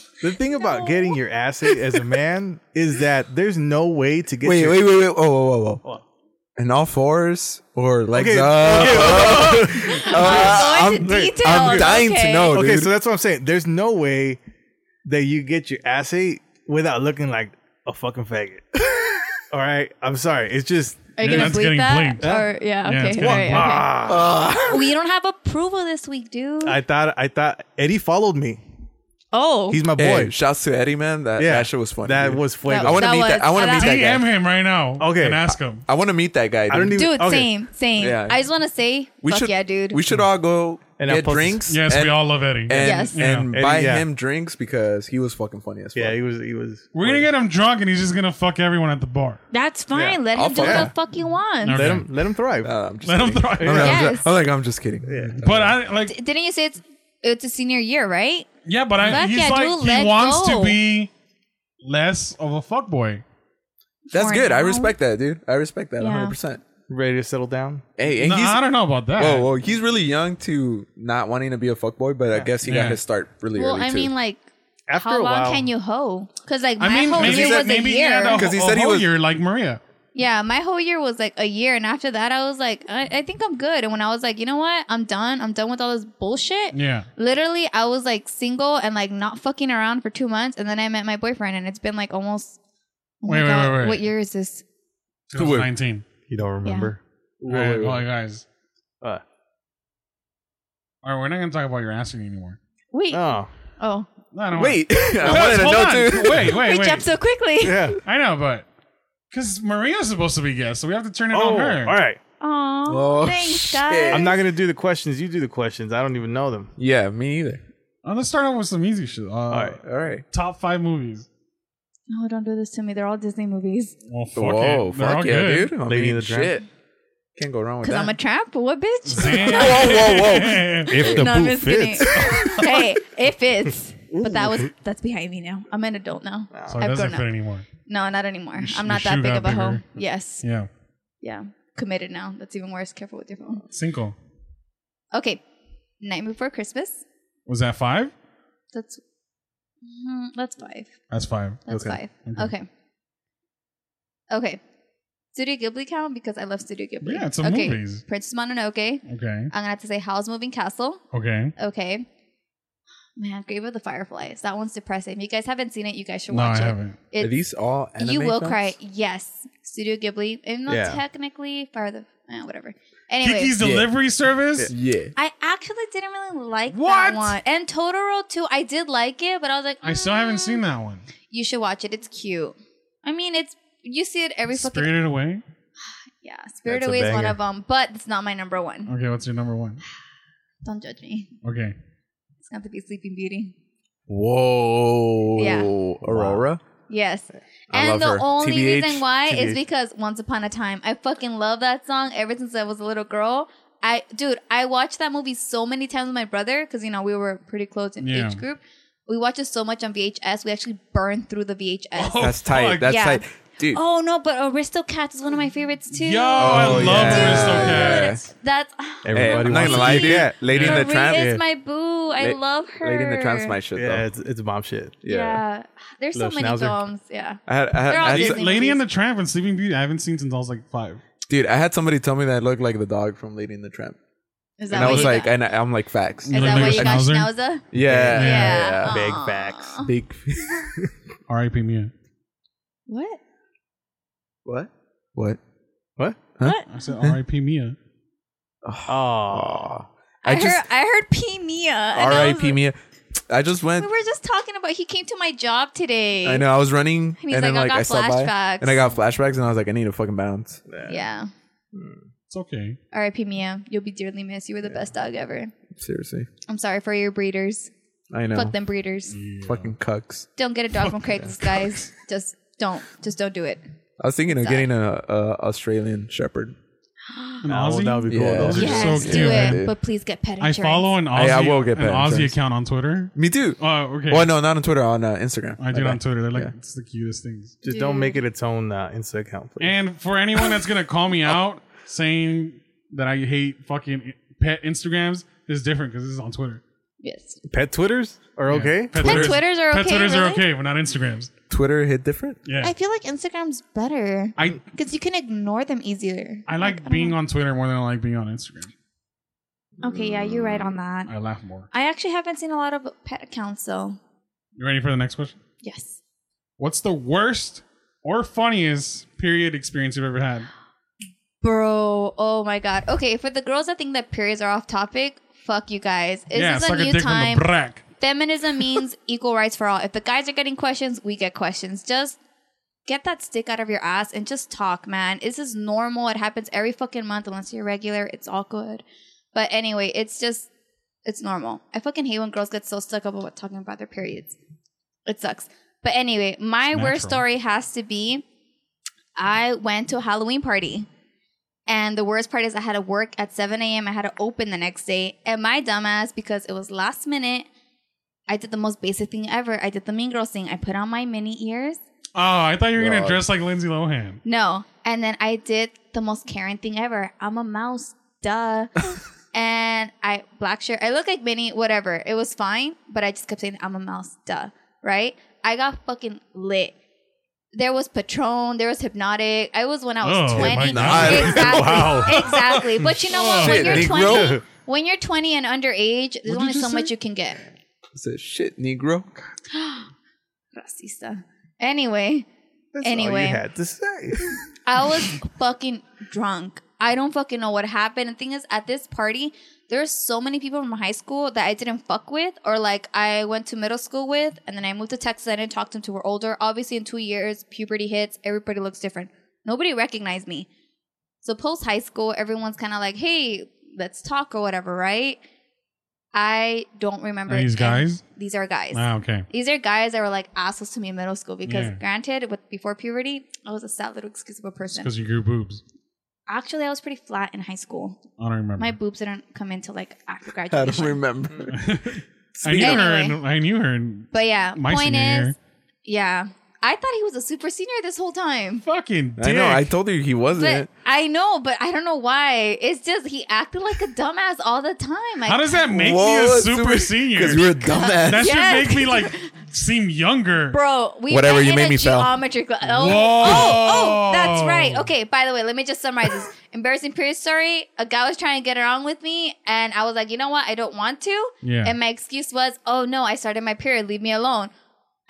S3: the thing about getting your ass ate as a man is that there's no way to get
S4: wait,
S3: your
S4: wait, wait, wait. Oh, whoa, whoa, whoa. And all fours or legs
S3: Okay,
S4: up?
S5: Go
S4: I'm,
S5: into details,
S4: I'm dying
S5: okay.
S4: to know, dude.
S3: Okay, so that's what I'm saying. There's no way that you get your ass ate without looking like a fucking faggot. All right, I'm sorry. It's just
S5: Are you
S2: Yeah,
S5: going
S2: that's
S5: to bleep
S2: getting
S5: that?
S2: bleeped.
S5: Or, yeah,
S2: Yeah, it's
S5: okay.
S2: getting
S5: all right, okay.
S3: ah,
S5: We don't have approval this week, dude.
S3: I thought I thought Eddie followed me.
S5: oh.
S3: He's my boy.
S4: Hey, shouts to Eddie, man. That,
S3: yeah,
S4: that shit was funny.
S3: That
S4: dude.
S3: was flavor.
S4: I want to
S5: That
S4: meet
S5: was-
S4: that. I want to
S5: that-
S4: meet that
S2: DM
S4: guy.
S2: him right now.
S3: Okay.
S2: and ask him.
S4: I want to meet that guy. Dude.
S3: I don't even.
S5: Dude,
S3: okay.
S5: same, same.
S4: Yeah.
S5: I just want to say,
S4: We
S5: fuck
S4: should.
S5: yeah, dude.
S4: We should all go
S3: And I'll
S4: get
S3: post-
S4: drinks.
S2: yes,
S4: and,
S2: we all love Eddie.
S4: And,
S5: Yes.
S4: and
S3: Yeah.
S4: buy
S3: Eddie, yeah.
S4: him drinks because he was fucking funny as fuck.
S3: Yeah, he was. He was.
S2: We're gonna get him drunk, and he's just gonna fuck everyone at the bar.
S5: That's fine.
S3: Yeah.
S5: Let him
S4: I'll
S5: do
S4: fuck
S5: what
S4: yeah.
S5: the fuck he wants.
S2: Okay.
S3: let him. Let him thrive.
S4: Uh, I'm just
S2: Let him
S4: kidding.
S2: throw it.
S4: I'm, I'm
S5: Yes.
S4: just, I'm like, I'm just kidding.
S2: But I like,
S5: D- Didn't you say it's it's a senior year, right?
S2: yeah, but I,
S5: Fuck
S2: he's
S5: yeah,
S2: like,
S5: dude,
S2: he
S5: let
S2: wants
S5: go.
S2: to be less of a fuck boy.
S4: That's
S5: For
S4: good. I
S5: now.
S4: respect that, dude. I respect that
S5: Yeah.
S4: 100%.
S3: Ready to settle down?
S4: Hey, and
S2: No,
S4: he's.
S2: I don't know about that.
S4: Whoa, whoa, he's really young to not wanting to be a fuckboy, but I guess he
S2: Yeah.
S4: got his start really
S5: Well,
S4: early
S5: I
S4: too.
S5: mean, like,
S3: After
S5: how
S3: a
S5: long
S3: while,
S5: can you hoe? Because like my
S2: I mean,
S5: whole
S2: maybe
S5: year
S2: that,
S5: was a
S2: maybe
S5: year.
S4: Because
S2: he said he was year like Maria.
S5: yeah, my whole year was like a year, and after that, I was like, I, I think I'm good. And when I was like, you know what, I'm done. I'm done with all this bullshit.
S2: Yeah.
S5: Literally, I was like single and like not fucking around for two months, and then I met my boyfriend, and it's been like almost. oh my
S2: Wait, wait,
S5: God,
S2: wait, wait.
S5: What year is this?
S2: I was 19.
S3: You don't remember.
S2: All right, well, guys.
S3: Uh,
S2: All right, we're not going to talk about your ass anymore.
S5: Wait.
S3: oh,
S5: oh.
S2: No, I don't
S4: Wait, I
S2: want-
S4: wanted to
S2: Hold
S4: know
S2: on.
S4: too.
S2: Wait, wait,
S5: We
S2: wait.
S5: jumped so quickly.
S3: yeah.
S2: I know, but because Maria's supposed to be guest, so we have to turn it
S3: Oh,
S2: on
S3: all
S2: her.
S3: right.
S5: Aw.
S4: Oh,
S5: thanks,
S4: shit.
S5: guys.
S3: I'm not gonna do the questions. You do the questions. I don't even know them.
S4: Yeah, me either.
S2: Uh, let's start off with some easy shit. Uh,
S3: All right.
S4: All right.
S2: Top five movies.
S5: No, don't do this to me. They're all Disney movies.
S2: Well, Oh, fuck
S4: Whoa,
S2: it. They're all
S4: fuck yeah,
S2: good.
S4: dude. I
S3: Lady
S4: mean,
S3: and the Tramp.
S4: shit. Can't go wrong with
S5: Because I'm a
S4: that.
S5: tramp. What, bitch?
S2: Damn.
S3: If
S5: no, I'm just kidding. hey, it fits. But that was that's behind me now. I'm an adult now.
S2: so it
S5: I've
S2: doesn't
S5: grown
S2: fit
S5: up.
S2: anymore.
S5: No, not anymore.
S2: sh-
S5: I'm
S2: you
S5: not that
S2: shoot
S5: big
S2: out
S5: of a hoe.
S2: bigger.
S5: Yes.
S2: Yeah.
S5: Yeah. Committed now. That's even worse. Careful with your phone.
S2: Cinco.
S5: Okay. Night Before Christmas.
S2: Was that five?
S5: That's mm, that's five.
S2: That's five.
S5: That's
S4: Okay.
S5: five. Okay. Okay. Studio Ghibli count because I love Studio Ghibli.
S2: Yeah, it's a
S5: okay.
S2: movies.
S5: Princess Mononoke.
S2: Okay.
S5: I'm gonna have to say Howl's Moving Castle.
S2: Okay.
S5: Okay. Man, Grave of the Fireflies. That onene's depressing. If you guys haven't seen it, you guys should
S2: No, I
S5: watch it.
S2: haven't.
S5: It's-
S4: Are these all anime
S5: you will
S4: films?
S5: cry. Yes. Studio Ghibli. And not
S3: Yeah.
S5: technically Fire the eh, whatever. Anyway.
S2: Kiki's
S4: Yeah.
S2: delivery service.
S4: Yeah.
S5: I actually didn't really like
S2: What?
S5: that one. And Totoro too. I did like it, but I was like,
S2: I still haven't seen
S5: mm,
S2: that one.
S5: You should watch it. It's cute. I mean, it's you see it every fucking
S2: Spirited Away.
S5: yeah. Spirit
S3: That's a
S5: Away is one
S3: banger.
S5: of them, but it's not my number one.
S2: Okay, what's your number one?
S5: Don't judge me.
S2: Okay.
S5: It's got to be Sleeping Beauty.
S4: Whoa.
S5: Yeah.
S4: Aurora.
S5: Yes.
S4: I
S5: and
S4: love
S5: the
S4: her.
S5: only
S4: TBH,
S5: reason why is
S4: TBH.
S5: because Once Upon a Time. I fucking love that song ever since I was a little girl. I dude, I watched that movie so many times with my brother because you know we were pretty close in
S2: Yeah.
S5: age group. We watched it so much on VHS. We actually burned through the VHS.
S2: Oh,
S4: That's tight.
S2: fuck.
S4: That's
S5: Yeah.
S4: tight. Dude.
S5: Oh no, but Aristocats is one of my favorites too.
S2: Yo, I
S4: Oh,
S2: love
S4: yeah.
S2: Aristocats.
S5: Dude, That's
S4: Hey,
S3: Everybody
S4: I'm not
S3: wants
S4: gonna
S3: to
S4: lie,
S3: be-
S4: dude.
S3: Yeah,
S4: Lady
S5: Marie
S4: in the Tramp.
S5: is
S3: yeah.
S5: my boo. I
S4: La-
S5: love her.
S4: Lady in the Tramp's my shit
S3: yeah,
S4: though.
S3: it's, it's mom shit.
S5: Yeah. There's so
S3: Little
S5: many
S3: schnauzer.
S5: films. Yeah.
S4: I had, I had,
S5: They're all
S4: I had
S5: Disney
S4: some-
S2: Lady
S5: movies.
S2: and the Tramp and Sleeping Beauty. I haven't seen since I was like five.
S4: dude, I had somebody tell me that I looked like the dog from Lady in the Tramp,
S5: Is that
S4: and I
S5: what
S4: was
S5: you
S4: like,
S5: got?
S4: and I, I'm like, facts.
S2: You
S5: is
S2: look
S5: that
S2: like
S5: why
S2: a
S5: you got
S2: schnauzer?
S5: Schnauzer?
S4: Yeah,
S5: Yeah.
S3: Big
S5: Aw.
S3: facts.
S4: Big.
S2: R.I.P. Mia.
S5: What?
S4: what? What?
S3: What?
S2: I said R.I.P. Mia.
S3: Oh,
S4: Aw.
S5: I,
S4: I
S5: heard
S4: just
S5: I heard P Mia. and I was
S4: R.I.P.
S5: like-
S4: Mia. I just went.
S5: We were just talking about he came to my job today.
S4: I know I was running,
S5: And he's
S4: and then
S5: like,
S4: like
S5: I
S4: I,
S5: got
S4: stopped by,
S5: flashbacks.
S4: and I got flashbacks, and I was like, I need to fucking bounce.
S5: Yeah.
S2: It's okay.
S5: R.I.P. Mia. You'll be dearly missed. You were the best dog ever.
S4: Seriously,
S5: I'm sorry for your breeders.
S4: I know.
S5: Fuck them breeders.
S2: Mm.
S4: Fucking cucks.
S5: Don't get a dog from Craigslist, guys. Just don't. Just don't do it.
S4: I was thinking of
S5: Sorry.
S4: getting a, a Australian Shepherd.
S2: An
S3: Oh,
S2: Aussie?
S3: that would be cool.
S4: Yeah.
S3: Those are
S2: Yeah.
S3: just-
S5: Yes,
S2: so
S5: do
S2: cute,
S5: it.
S4: dude.
S5: But please get pet
S2: I
S5: insurance.
S2: follow an Aussie,
S4: I- I will get
S2: an
S4: pet
S2: Aussie
S4: insurance.
S2: account on Twitter.
S4: Me too.
S2: Oh, okay.
S4: Well, no, not on Twitter, on uh, Instagram.
S2: I do it
S4: Okay.
S2: on Twitter. They're like,
S4: Yeah.
S2: it's the cutest things.
S3: just don't make it its own uh, Insta account, please.
S2: And for anyone that's gonna call me out saying that I hate fucking pet Instagrams, this is different because this is on Twitter.
S5: Yes.
S3: Pet Twitters are
S2: Yeah.
S3: okay.
S5: Pet Twitters are
S2: Pet
S5: okay,
S2: Twitters are
S5: really?
S2: okay, but not Instagrams.
S4: Twitter hit different.
S2: Yeah,
S5: I feel like Instagram's better
S2: I
S5: because you can ignore them easier.
S2: I like being on Twitter more than I like being on Instagram.
S5: Okay, yeah, you're right on that.
S2: I laugh more.
S5: I actually haven't seen a lot of pet accounts, so
S2: You ready for the next question?
S5: yes.
S2: What's the worst or funniest period experience you've ever had?
S5: Bro, oh my god. Okay, for the girls that think that periods are off topic, fuck you guys. This
S2: yeah,
S5: is a
S2: suck a
S5: new
S2: dick
S5: time.
S2: from the brack.
S5: Feminism means equal rights for all. If the guys are getting questions, we get questions. Just get that stick out of your ass and just talk, man. This is normal. It happens every fucking month unless you're regular. It's all good. But anyway, it's just it's normal. I fucking hate when girls get so stuck up about talking about their periods. It sucks. But anyway, my
S2: It's
S5: worst
S2: natural.
S5: story has to be I went to a Halloween party. And the worst part is I had to work at 7 a.m. I had to open the next day. And my dumbass, because it was last minute, I did the most basic thing ever. I did the Mean Girls thing. I put on my mini ears.
S2: Oh, I thought you were gonna
S4: God.
S2: dress like Lindsay Lohan.
S5: No. And then I did the most Karen thing ever. I'm a mouse, duh. and I black shirt. I look like Minnie, whatever. It was fine, but I just kept saying I'm a mouse, duh. Right? I got fucking lit. There was Patron. There was Hypnotic. I was when I was
S2: Oh, my
S5: 20.
S2: God.
S5: Exactly.
S3: Wow.
S5: Exactly. But you know what? When
S4: Shit,
S5: you're
S4: Negro.
S5: 20, when you're 20 and underage, there's only
S2: you
S5: so
S2: say?
S5: much you can get.
S4: It's a shit Negro.
S5: Racista. Anyway,
S3: That's all
S5: Anyway.
S3: you had to say.
S5: I was fucking drunk. I don't fucking know what happened. The thing is, at this party, there's so many people from high school that I didn't fuck with, or like I went to middle school with, and then I moved to Texas. I didn't talk to them till we're older. Obviously, in two years, puberty hits. Everybody looks different. Nobody recognized me. So post high school, everyone's kind of like, "Hey, let's talk" or whatever, right? I don't remember
S2: Are these
S5: any-
S2: guys?
S5: These are guys.
S2: Ah, okay.
S5: These are guys that were like assholes to me in middle school because,
S2: Yeah.
S5: granted, with before puberty, I was a sad little excuse of a person.
S2: Because you grew boobs.
S5: Actually, I was pretty flat in high school.
S2: I don't remember.
S5: My boobs didn't come into like after
S4: I
S5: graduation.
S4: don't remember.
S2: I knew her.
S5: Anyway.
S2: And, I knew her. And
S5: But yeah,
S2: My
S5: point
S2: senior
S5: is,
S2: year.
S5: yeah, I thought he was a super senior this whole time.
S2: fucking. Dick.
S4: I know. I told you he
S5: But
S4: wasn't.
S5: I know, but I don't know why. It's just he acted like a dumbass all the time. Like,
S2: How does that make me a super, senior?
S4: Because you're a dumbass.
S2: that
S5: Yes.
S2: should make me like seem younger.
S5: Bro, we
S4: Whatever,
S5: met
S4: you
S5: in
S4: made
S5: a
S4: me fail.
S5: geometry cla- Oh,
S2: Whoa.
S5: oh, oh, that's right. Okay, by the way, let me just summarize this. Embarrassing period story. A guy was trying to get along with me, and I was like, you know what? I don't want to.
S2: Yeah.
S5: And my excuse was, oh no, I started my period. Leave me alone.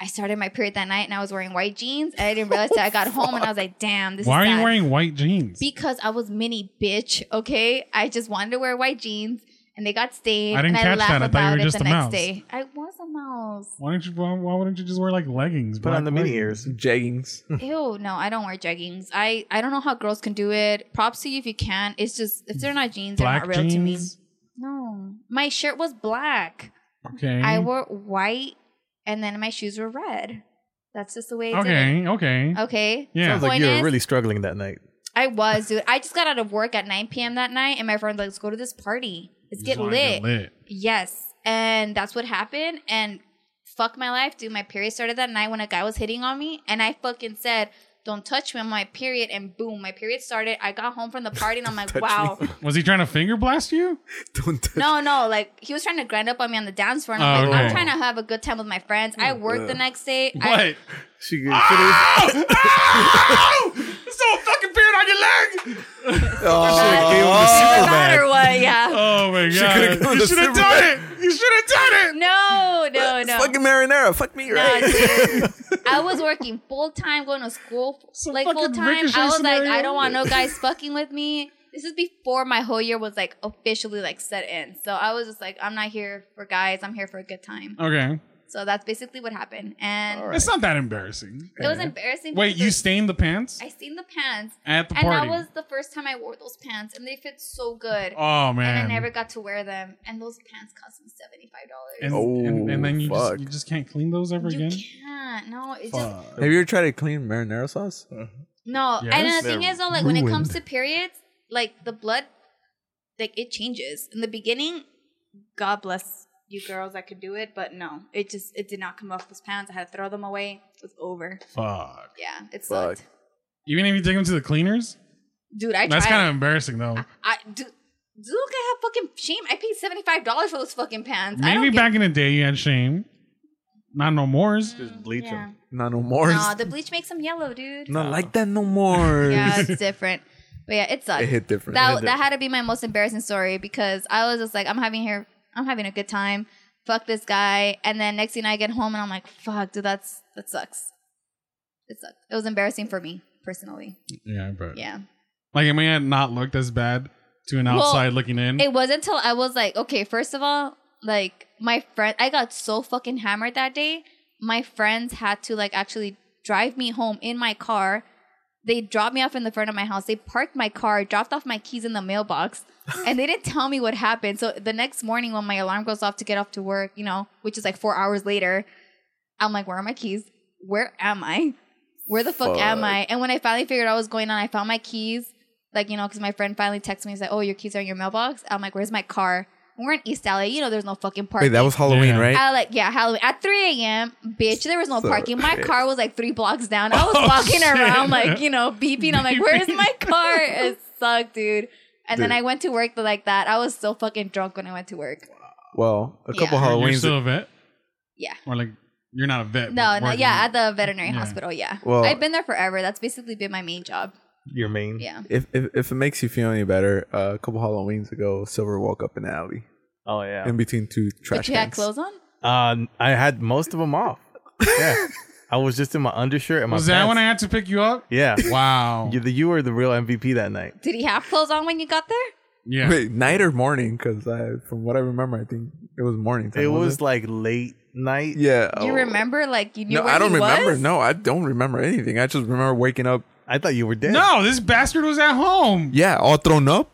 S5: I started my period that night, and I was wearing white jeans. And I didn't realize that I got home, and I was like, damn, this.
S2: Why
S5: is
S2: are you
S5: sad.
S2: wearing white jeans?
S5: Because I was mini bitch. Okay, I just wanted to wear white jeans, and they got stained.
S2: I didn't
S5: and I
S2: catch
S5: laughed
S2: that. I
S5: about
S2: thought you were
S5: it
S2: just a
S5: the next
S2: mouse.
S5: day. I was a mouse.
S2: why don't you? Why, why wouldn't you just wear like leggings?
S3: Put on the
S2: black
S3: mini
S2: leggings?
S3: ears.
S4: Jeggings.
S5: Ew, no, I don't wear jeggings. I I don't know how girls can do it. Props to you if you can. It's just if they're not jeans, they're
S2: Black
S5: not real to me.
S2: jeans.
S5: No, my shirt was black.
S2: Okay.
S5: I wore white, and then my shoes were red. That's just the way. I Did
S2: Okay. Okay.
S5: it. Okay.
S2: Yeah.
S3: Sounds like
S5: Point
S3: you
S5: is-
S3: were really struggling that night.
S5: I was, dude. I just got out of work at 9 p.m. that night, and my friend's like, "Let's go to this party. Let's
S2: You
S5: get
S2: just wanna
S5: lit.
S2: Get lit.
S5: Yes, and that's what happened. And fuck my life, dude. My period started that night when a guy was hitting on me, and I fucking said, "Don't touch me on my period." And boom, my period started. I got home from the party, and I'm like, "Wow."
S2: Was he trying to finger blast you?
S4: Don't touch.
S5: No, no, like he was trying to grind up on me on the dance floor. And I'm
S2: Oh,
S5: like, I'm
S2: okay.
S5: trying to have a good time with my friends. I worked the next day. I,
S2: What?
S3: She, she
S2: Ah! Ow! so fucking beard on your leg.
S5: no matter what, yeah.
S2: Oh my god!
S4: could've gone
S2: You
S4: to
S2: should have done
S4: Superman.
S2: it. You should have done it.
S5: No, no,
S4: It's
S5: no.
S4: fucking marinara. Fuck me,
S5: No,
S4: right?
S5: dude. I was working full time, going to school
S2: Some
S5: like
S2: fucking
S5: full time.
S2: Ricochet
S5: I was like,
S2: scenario.
S5: I don't want no guys fucking with me. This is before my whole year was like officially like set in. So I was just like, I'm not here for guys. I'm here for a good time.
S2: Okay.
S5: So that's basically what happened, and
S2: It's not that embarrassing.
S5: it was embarrassing.
S2: Wait,
S5: because
S2: you stained the pants
S5: I seen the pants,
S2: at the
S5: and
S2: party?
S5: that was the first time I wore those pants, and they fit so good.
S2: oh man!
S5: and I never got to wear them, and those pants cost me seventy five
S2: And,
S5: dollars.
S4: Oh,
S2: and, and then you
S4: fuck.
S2: just, you just can't clean those ever
S5: You
S2: again.
S5: can't. No, it just
S2: Fuck.
S4: Have you ever tried to clean marinara sauce?
S5: No,
S2: Yes?
S5: and the thing
S3: They're
S5: is though, like when it comes to periods, like the blood, like it changes in the beginning. God bless you girls that could do it, but no, it just it did not come off those pants. I had to throw them away. It was over.
S2: Fuck.
S5: Yeah, it
S4: Fuck.
S5: sucked,
S2: Even if you take them to the cleaners,
S5: dude. I tried.
S2: that's kind of embarrassing though.
S5: I do. Look, I have fucking shame. I paid seventy five dollars for those fucking pants. I
S2: Maybe
S5: don't
S2: back in the day you had shame. Not no mores.
S3: just bleach
S5: Yeah.
S3: them.
S4: Not no more.
S5: Get, no, the bleach makes them yellow, dude.
S4: Not like that no more.
S5: Yeah, it's different. But yeah, it sucked.
S4: It hit different.
S5: That
S4: It hit
S5: that had to be my most embarrassing story because I was just like, I'm having here, I'm having a good time. Fuck this guy. And then next thing I get home and I'm like, fuck, dude, that's that sucks. It sucked. It was embarrassing for me personally.
S2: Yeah, but
S5: Yeah.
S2: like it may have not looked as bad to an
S5: Well,
S2: outside looking in.
S5: It wasn't until I was like, okay, first of all, like my friend, I got so fucking hammered that day. My friends had to like actually drive me home in my car. They dropped me off in the front of my house. They parked my car, dropped off my keys in the mailbox, and they didn't tell me what happened. So the next morning, when my alarm goes off to get off to work, you know, which is like four hours later, I'm like, where are my keys? Where am I? Where the fuck, am
S4: Fuck.
S5: I? And when I finally figured out what was going on, I found my keys. Like, you know, because my friend finally texted me. He's like, oh, your keys are in your mailbox. I'm like, where's my car? And we're in East LA. You know, there's no fucking
S4: Wait,
S5: parking.
S4: that was Halloween,
S2: Yeah.
S4: right?
S5: I like, yeah, Halloween. At 3 a.m., bitch, there was no
S4: So-
S5: parking. My car was like three blocks down. I was
S2: Oh,
S5: walking
S2: shit.
S5: around, like, you know, beeping. I'm like, where's
S2: Beeping.
S5: my car? It sucked, dude. And then
S4: Dude.
S5: I went to work like that. I was so fucking drunk when I went to work.
S4: well, a couple
S5: Yeah.
S2: You're
S4: Halloweens.
S2: still a vet?
S5: Yeah.
S2: Or like you're not a vet.
S5: No,
S2: but
S5: no,
S2: working-
S5: yeah, at the veterinary
S2: Yeah.
S5: hospital, yeah.
S4: Well-
S5: I've been there forever. That's basically been my main job.
S3: Your main.
S5: Yeah.
S4: if, if if it makes you feel any better, uh, a couple Halloweens ago, Silver woke up in the alley
S3: Oh yeah.
S4: in between two trash
S5: But you had
S4: cans.
S5: clothes on?
S3: Uh, I had most of them off. Yeah. I was just in my undershirt and my
S2: Was that
S3: pants.
S2: when I had to pick you up?
S3: Yeah.
S2: Wow.
S3: You, you were the real MVP that night.
S5: Did he have clothes on when you got there?
S2: Yeah.
S4: Wait, night or morning? Because I, from what I remember, I think it was morning time.
S3: It was
S4: wasn't
S3: like late night.
S4: yeah.
S5: You
S4: oh.
S5: remember, like you knew.
S4: No,
S5: where
S4: I don't
S5: he
S4: remember.
S5: Was?
S4: No, I don't remember anything. I just remember waking up.
S3: I thought you were dead.
S2: No, this bastard was at home.
S4: Yeah, all thrown up.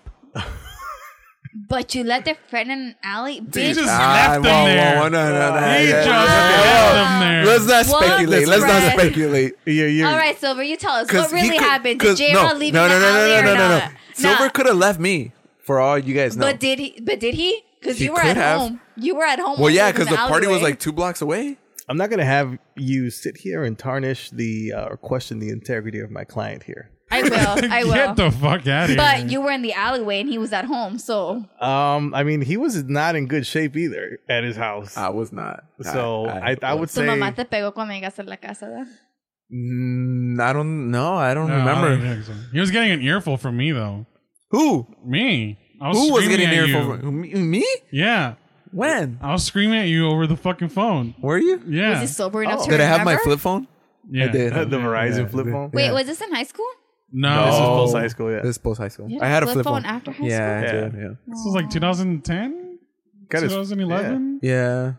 S5: But you let their friend in an alley, bitch.
S2: just-
S5: wow.
S2: left
S4: Ah,
S2: them
S4: whoa, whoa,
S2: there.
S4: whoa, no, no, no,
S2: He
S4: yeah,
S2: just
S4: yeah,
S2: left him there.
S4: Let's not
S5: What
S4: speculate. Let's not
S5: threat?
S4: speculate.
S3: Yeah, you
S5: All right, Silver, you tell us
S4: 'Cause
S5: what really
S4: he could-
S5: happened.
S4: 'cause-
S5: Did J Rod leave in the alley or not?
S4: Silver
S5: Nah,
S4: could have left me for all you guys know.
S5: But did he? But did he? Because
S4: He
S5: you were
S4: could
S5: at
S4: have.
S5: home. You were at home.
S4: well,
S5: when he
S4: yeah,
S5: in
S4: because the party was
S5: alleyway.
S4: like two blocks away.
S3: I'm not gonna have you sit here and tarnish the uh, or question the integrity of my client here.
S5: I will. I will.
S2: Get the fuck out of here.
S5: but you were in the alleyway and he was at home, so
S3: Um, I mean, he was not in good shape either at his house.
S4: I was not.
S3: so I, I, would
S5: tu
S3: say
S5: mamá te pegó cuando llegaste a la casa. ¿verdad?
S4: Mm, I don't know. I don't
S2: No, Oh, I don't
S4: remember.
S2: think so. He was getting an earful from me though.
S4: Who?
S2: Me. I was
S4: Who was
S2: screaming
S4: getting
S2: at
S4: there
S2: you.
S4: for me? me?
S2: Yeah.
S4: When?
S2: I was screaming at you over the fucking phone.
S4: Were you?
S2: Yeah.
S5: Was he sober enough to
S4: Oh. Did I have my
S5: remember?
S4: flip phone?
S2: yeah.
S4: I did.
S3: the Verizon flip phone.
S5: Wait, was this in high school?
S2: No.
S3: This is
S4: No.
S3: post high school. Yeah,
S4: This is post high school.
S5: You had
S4: I
S5: a
S4: had a
S5: flip
S4: flip
S5: phone
S4: phone
S5: after high
S4: yeah,
S3: school?
S4: I did. Yeah.
S2: This was like 2010,
S3: Got his-
S2: 2011.
S4: Yeah.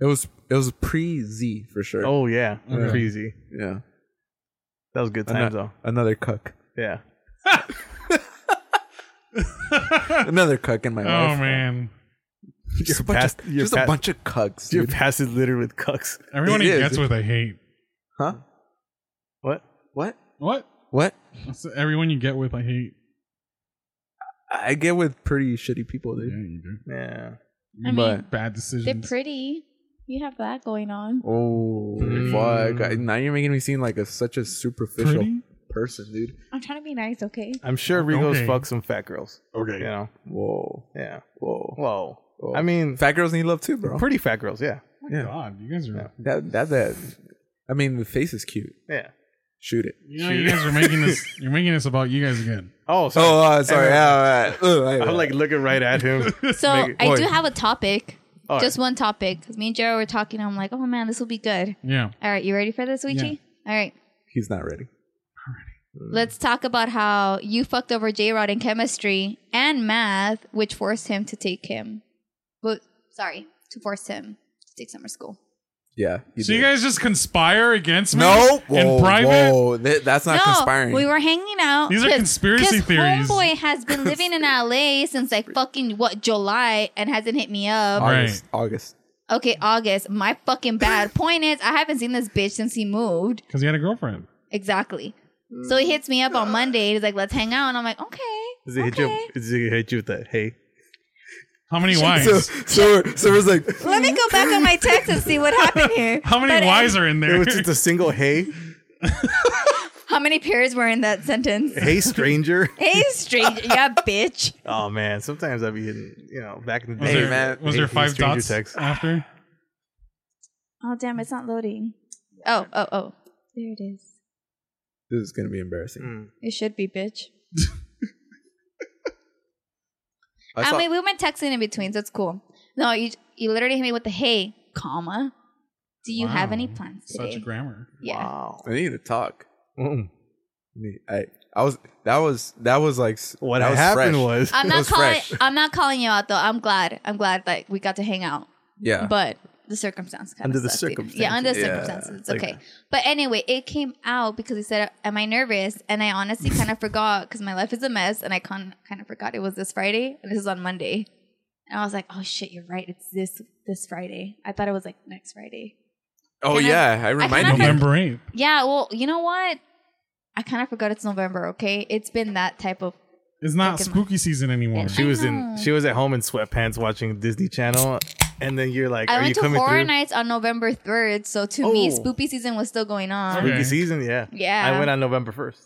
S4: It was it was pre Z for sure.
S3: yeah. Oh yeah,
S4: Yeah.
S3: crazy.
S4: yeah.
S3: That was good
S4: Ano-
S3: times though.
S4: Another cuck.
S3: Yeah.
S4: Another cuck in my
S2: Oh
S4: life.
S2: man,
S4: Just, a bunch,
S3: past-
S4: of,
S3: your
S4: just a
S3: past-
S4: bunch of cucks.
S3: Your
S4: dude.
S3: past is littered with cucks.
S2: everyone he
S4: It is.
S2: gets with I hate.
S4: Huh?
S3: What?
S4: What?
S2: What?
S4: What?
S2: That's everyone you get with I hate.
S4: I get with pretty shitty people,
S2: Yeah,
S3: Mm.
S4: dude.
S2: you do.
S3: Yeah.
S5: I mean,
S4: But
S2: Bad
S5: they're
S2: decisions.
S5: pretty. You have that going on.
S4: oh
S3: Mm.
S4: fuck! I- now you're making me seem like a such a superficial
S2: Pretty?
S4: person, dude.
S5: I'm trying to be nice, okay?
S3: I'm sure Rigo's
S2: Okay.
S3: fucked some fat girls. You know.
S4: Whoa,
S3: Yeah.
S4: whoa,
S3: Whoa.
S4: whoa.
S3: I mean,
S4: fat girls need love too, bro.
S3: pretty fat girls. Yeah.
S4: yeah.
S2: God, you guys are.
S4: That that that. I mean, the face is cute.
S3: Yeah.
S4: Shoot it.
S2: You know, you guys are making this. You're making this about you guys again.
S3: Oh, sorry.
S4: Oh, uh, sorry. Yeah, all right. Uh,
S3: I'm like looking right at him.
S5: So
S3: Make it-
S5: I do
S3: Oi.
S5: have a topic.
S3: All
S5: Just one topic. Because me and Jared were talking. I'm like, oh man, this will be good.
S2: Yeah.
S5: All right, you ready for this, Weechi? All right.
S4: he's not ready.
S5: Let's talk about how you fucked over J Rod in chemistry and math, which forced him to take him. But sorry, to force him to take summer school.
S4: Yeah. he
S2: So you
S4: did.
S2: guys just conspire against me?
S4: No.
S2: In
S4: Whoa,
S2: private?
S4: Whoa. Th- that's not conspiring.
S5: we were hanging out.
S2: These are
S5: 'cause-
S2: conspiracy
S5: 'cause
S2: theories.
S5: Homeboy has been living in LA since like fucking what July and hasn't hit me up.
S2: Right.
S4: August. August.
S5: Okay, August. My fucking bad. Point is, I haven't seen this bitch since he moved.
S2: Because he had a girlfriend.
S5: Exactly. So he hits me up on Monday. He's like, "Let's hang out," and I'm like, "Okay."
S3: Does it hit
S5: okay.
S3: you? Does it hit you with that? Hey,
S2: How many
S4: So,
S2: wives?
S4: so, so it was like,
S5: Let me go back on my text and see what happened here.
S2: How many
S5: But, uh,
S2: wives are in
S3: it
S2: there?
S3: was just a single hey,
S5: How many peers were in that sentence?
S3: hey stranger.
S5: Hey, stranger, yeah, bitch.
S3: Oh man, sometimes I'd be hitting. You know, back in the
S2: was
S3: day,
S2: there,
S4: man.
S2: was
S3: Hey,
S2: there
S3: hey,
S2: five
S3: stranger
S2: dots
S3: text.
S2: after?
S5: Oh damn, it's not loading. Oh, oh, oh. There it is.
S4: this is gonna be embarrassing.
S3: Mm.
S5: It should be, bitch.
S4: I
S5: I,
S4: saw-
S5: mean, we went texting in between, so it's cool. No, you you literally hit me with the hey, comma. Do you have
S2: Wow.
S5: any plans today?
S2: Such a grammar.
S5: yeah.
S3: Wow.
S4: I need to talk.
S3: Mm.
S4: I mean, I, I was, that was, that was like, s-
S3: What
S4: that was
S3: happened
S4: fresh.
S3: was,
S5: I'm
S4: It
S5: not
S4: was
S5: calling.
S4: fresh.
S5: I'm not calling you out though. I'm glad. I'm glad like we got to hang out.
S4: yeah,
S5: but the circumstance kind
S3: Under
S5: of
S3: the
S5: sucked, you know?
S3: circumstances.
S5: yeah under the
S4: Yeah.
S5: circumstances it's
S4: Like-
S5: okay but anyway it came out because he said am i nervous and i honestly kind of forgot because my life is a mess and i con- kind of forgot it was this friday and this is on monday and i was like oh shit you're right it's this this friday i thought it was like next friday
S4: oh
S5: and I-
S4: yeah, I,
S5: I
S4: remind
S5: kinda
S4: you.
S2: November 8th.
S5: yeah well you know what i kind of forgot it's november okay it's been that type of
S2: It's not
S5: Fucking-
S2: spooky season anymore.
S5: And
S3: she was
S5: know.
S3: in. She was at home in sweatpants watching Disney Channel, and then you're like,
S5: i
S3: "Are you
S5: went to
S3: coming
S5: horror
S3: through?"
S5: nights on november 3rd so to me
S3: Oh.
S5: spooky season was still going on
S2: Okay.
S3: Spooky season, yeah.
S5: Yeah.
S3: I went on November first.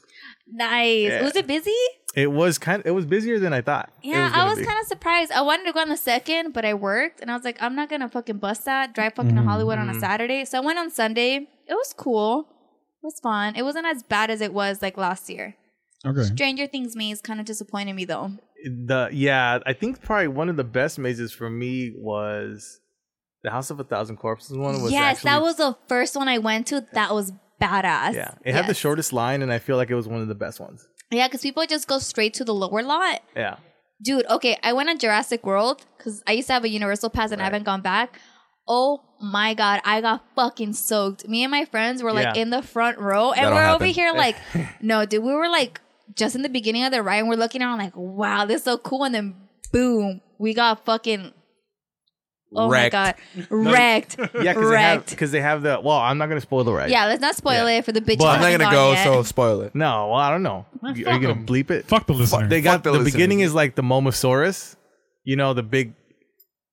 S5: nice
S3: Yeah.
S5: was it busy
S3: It was kind. it was busier than I thought. it
S5: Yeah, I
S3: gonna
S5: was
S3: be.
S5: kind of surprised. I wanted to go on the second, but I worked, and I was like, I'm not gonna fucking bust that drive fucking to Hollywood
S3: Mm.
S5: on a Saturday. So I went on Sunday. It was cool. It was fun. It wasn't as bad as it was like last year.
S2: Okay.
S5: Stranger Things maze kind of disappointed me though.
S3: the yeah i think probably one of the best mazes for me was The House of a Thousand Corpses one was
S5: yes,
S3: actually,
S5: that was the first one I went to. That was badass.
S3: yeah. It had the
S5: Yes.
S3: shortest line, and I feel like it was one of the best ones.
S5: Yeah, because people just go straight to the lower lot.
S3: Yeah,
S5: Dude, okay, I went on Jurassic World because I used to have a Universal Pass and I haven't gone back. Oh my God, I got fucking soaked. Me and my friends were like
S3: Yeah.
S5: in the front row and
S4: That'll
S5: we're over
S4: happen.
S5: here like, no, dude, we were like just in the beginning of the ride and we're looking around like, wow, this is so cool. And then boom, we got fucking, oh
S4: Wrecked.
S5: my God, wrecked.
S3: yeah, because they have
S5: Wrecked.
S3: because they have the. Well, I'm not gonna spoil the ride.
S5: yeah, let's not spoil
S3: Yeah.
S5: it for the bitch.
S3: Well,
S4: I'm not gonna go, so spoil it.
S3: No, well, I don't know.
S2: Man,
S3: Are you
S2: fuck
S3: gonna
S2: 'em.
S3: bleep it?
S2: Fuck the listener.
S3: They got
S4: Fuck the
S3: the
S4: listeners.
S3: beginning is like the Momosaurus, you know, the big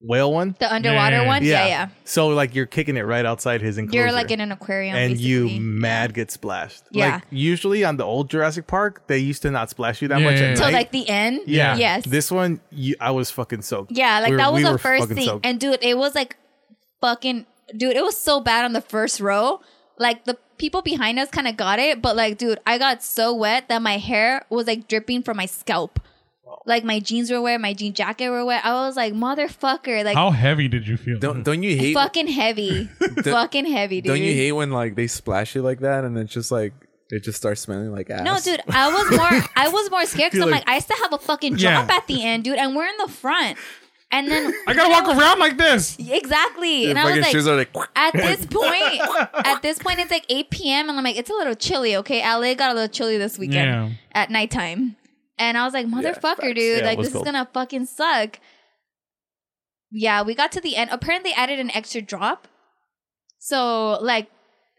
S3: whale one.
S5: the underwater
S2: Yeah.
S5: one. Yeah, yeah.
S3: So like you're kicking it right outside his enclosure.
S5: You're like in an aquarium,
S3: and
S5: basically.
S3: you mad get splashed.
S5: Yeah.
S3: Like usually on the old Jurassic Park, they used to not splash you that
S2: Yeah,
S3: much.
S2: yeah,
S3: at
S2: yeah.
S5: till
S3: night.
S5: like the end.
S3: yeah.
S5: Yes.
S3: This one, you, I was fucking soaked.
S5: yeah, like
S3: We were-
S5: that was
S3: we
S5: the
S3: were
S5: first
S3: fucking
S5: thing.
S3: soaked.
S5: And dude, it was like fucking dude, it was so bad on the first row. Like the people behind us kind of got it, but like dude, I got so wet that my hair was like dripping from my scalp. Like my jeans were wet, my jean jacket were wet. I was like, motherfucker, like
S2: How heavy did you feel?
S4: Don't don't you hate
S5: fucking heavy, fucking heavy, dude.
S4: don't you hate when like they splash you like that and it's just like it just starts smelling like ass?
S5: No, dude, I was more I was more scared because
S3: You're
S5: I'm
S3: like-
S5: like, I still have a fucking
S2: Yeah.
S5: job at the end, dude, and we're in the front. And then
S2: I gotta walk around like this.
S5: exactly.
S4: Your
S5: and I was
S4: fucking
S5: like,
S4: shoes are like
S5: at this point, at this point, it's like 8 p.m. and I'm like, it's a little chilly, okay? LA got a little chilly this weekend
S2: Yeah.
S5: at nighttime, and I was like, motherfucker,
S4: facts.
S5: dude,
S3: Yeah, it
S5: like
S3: was
S5: this
S3: cold.
S5: is gonna fucking suck. Yeah, we got to the end. Apparently, they added an extra drop, so like,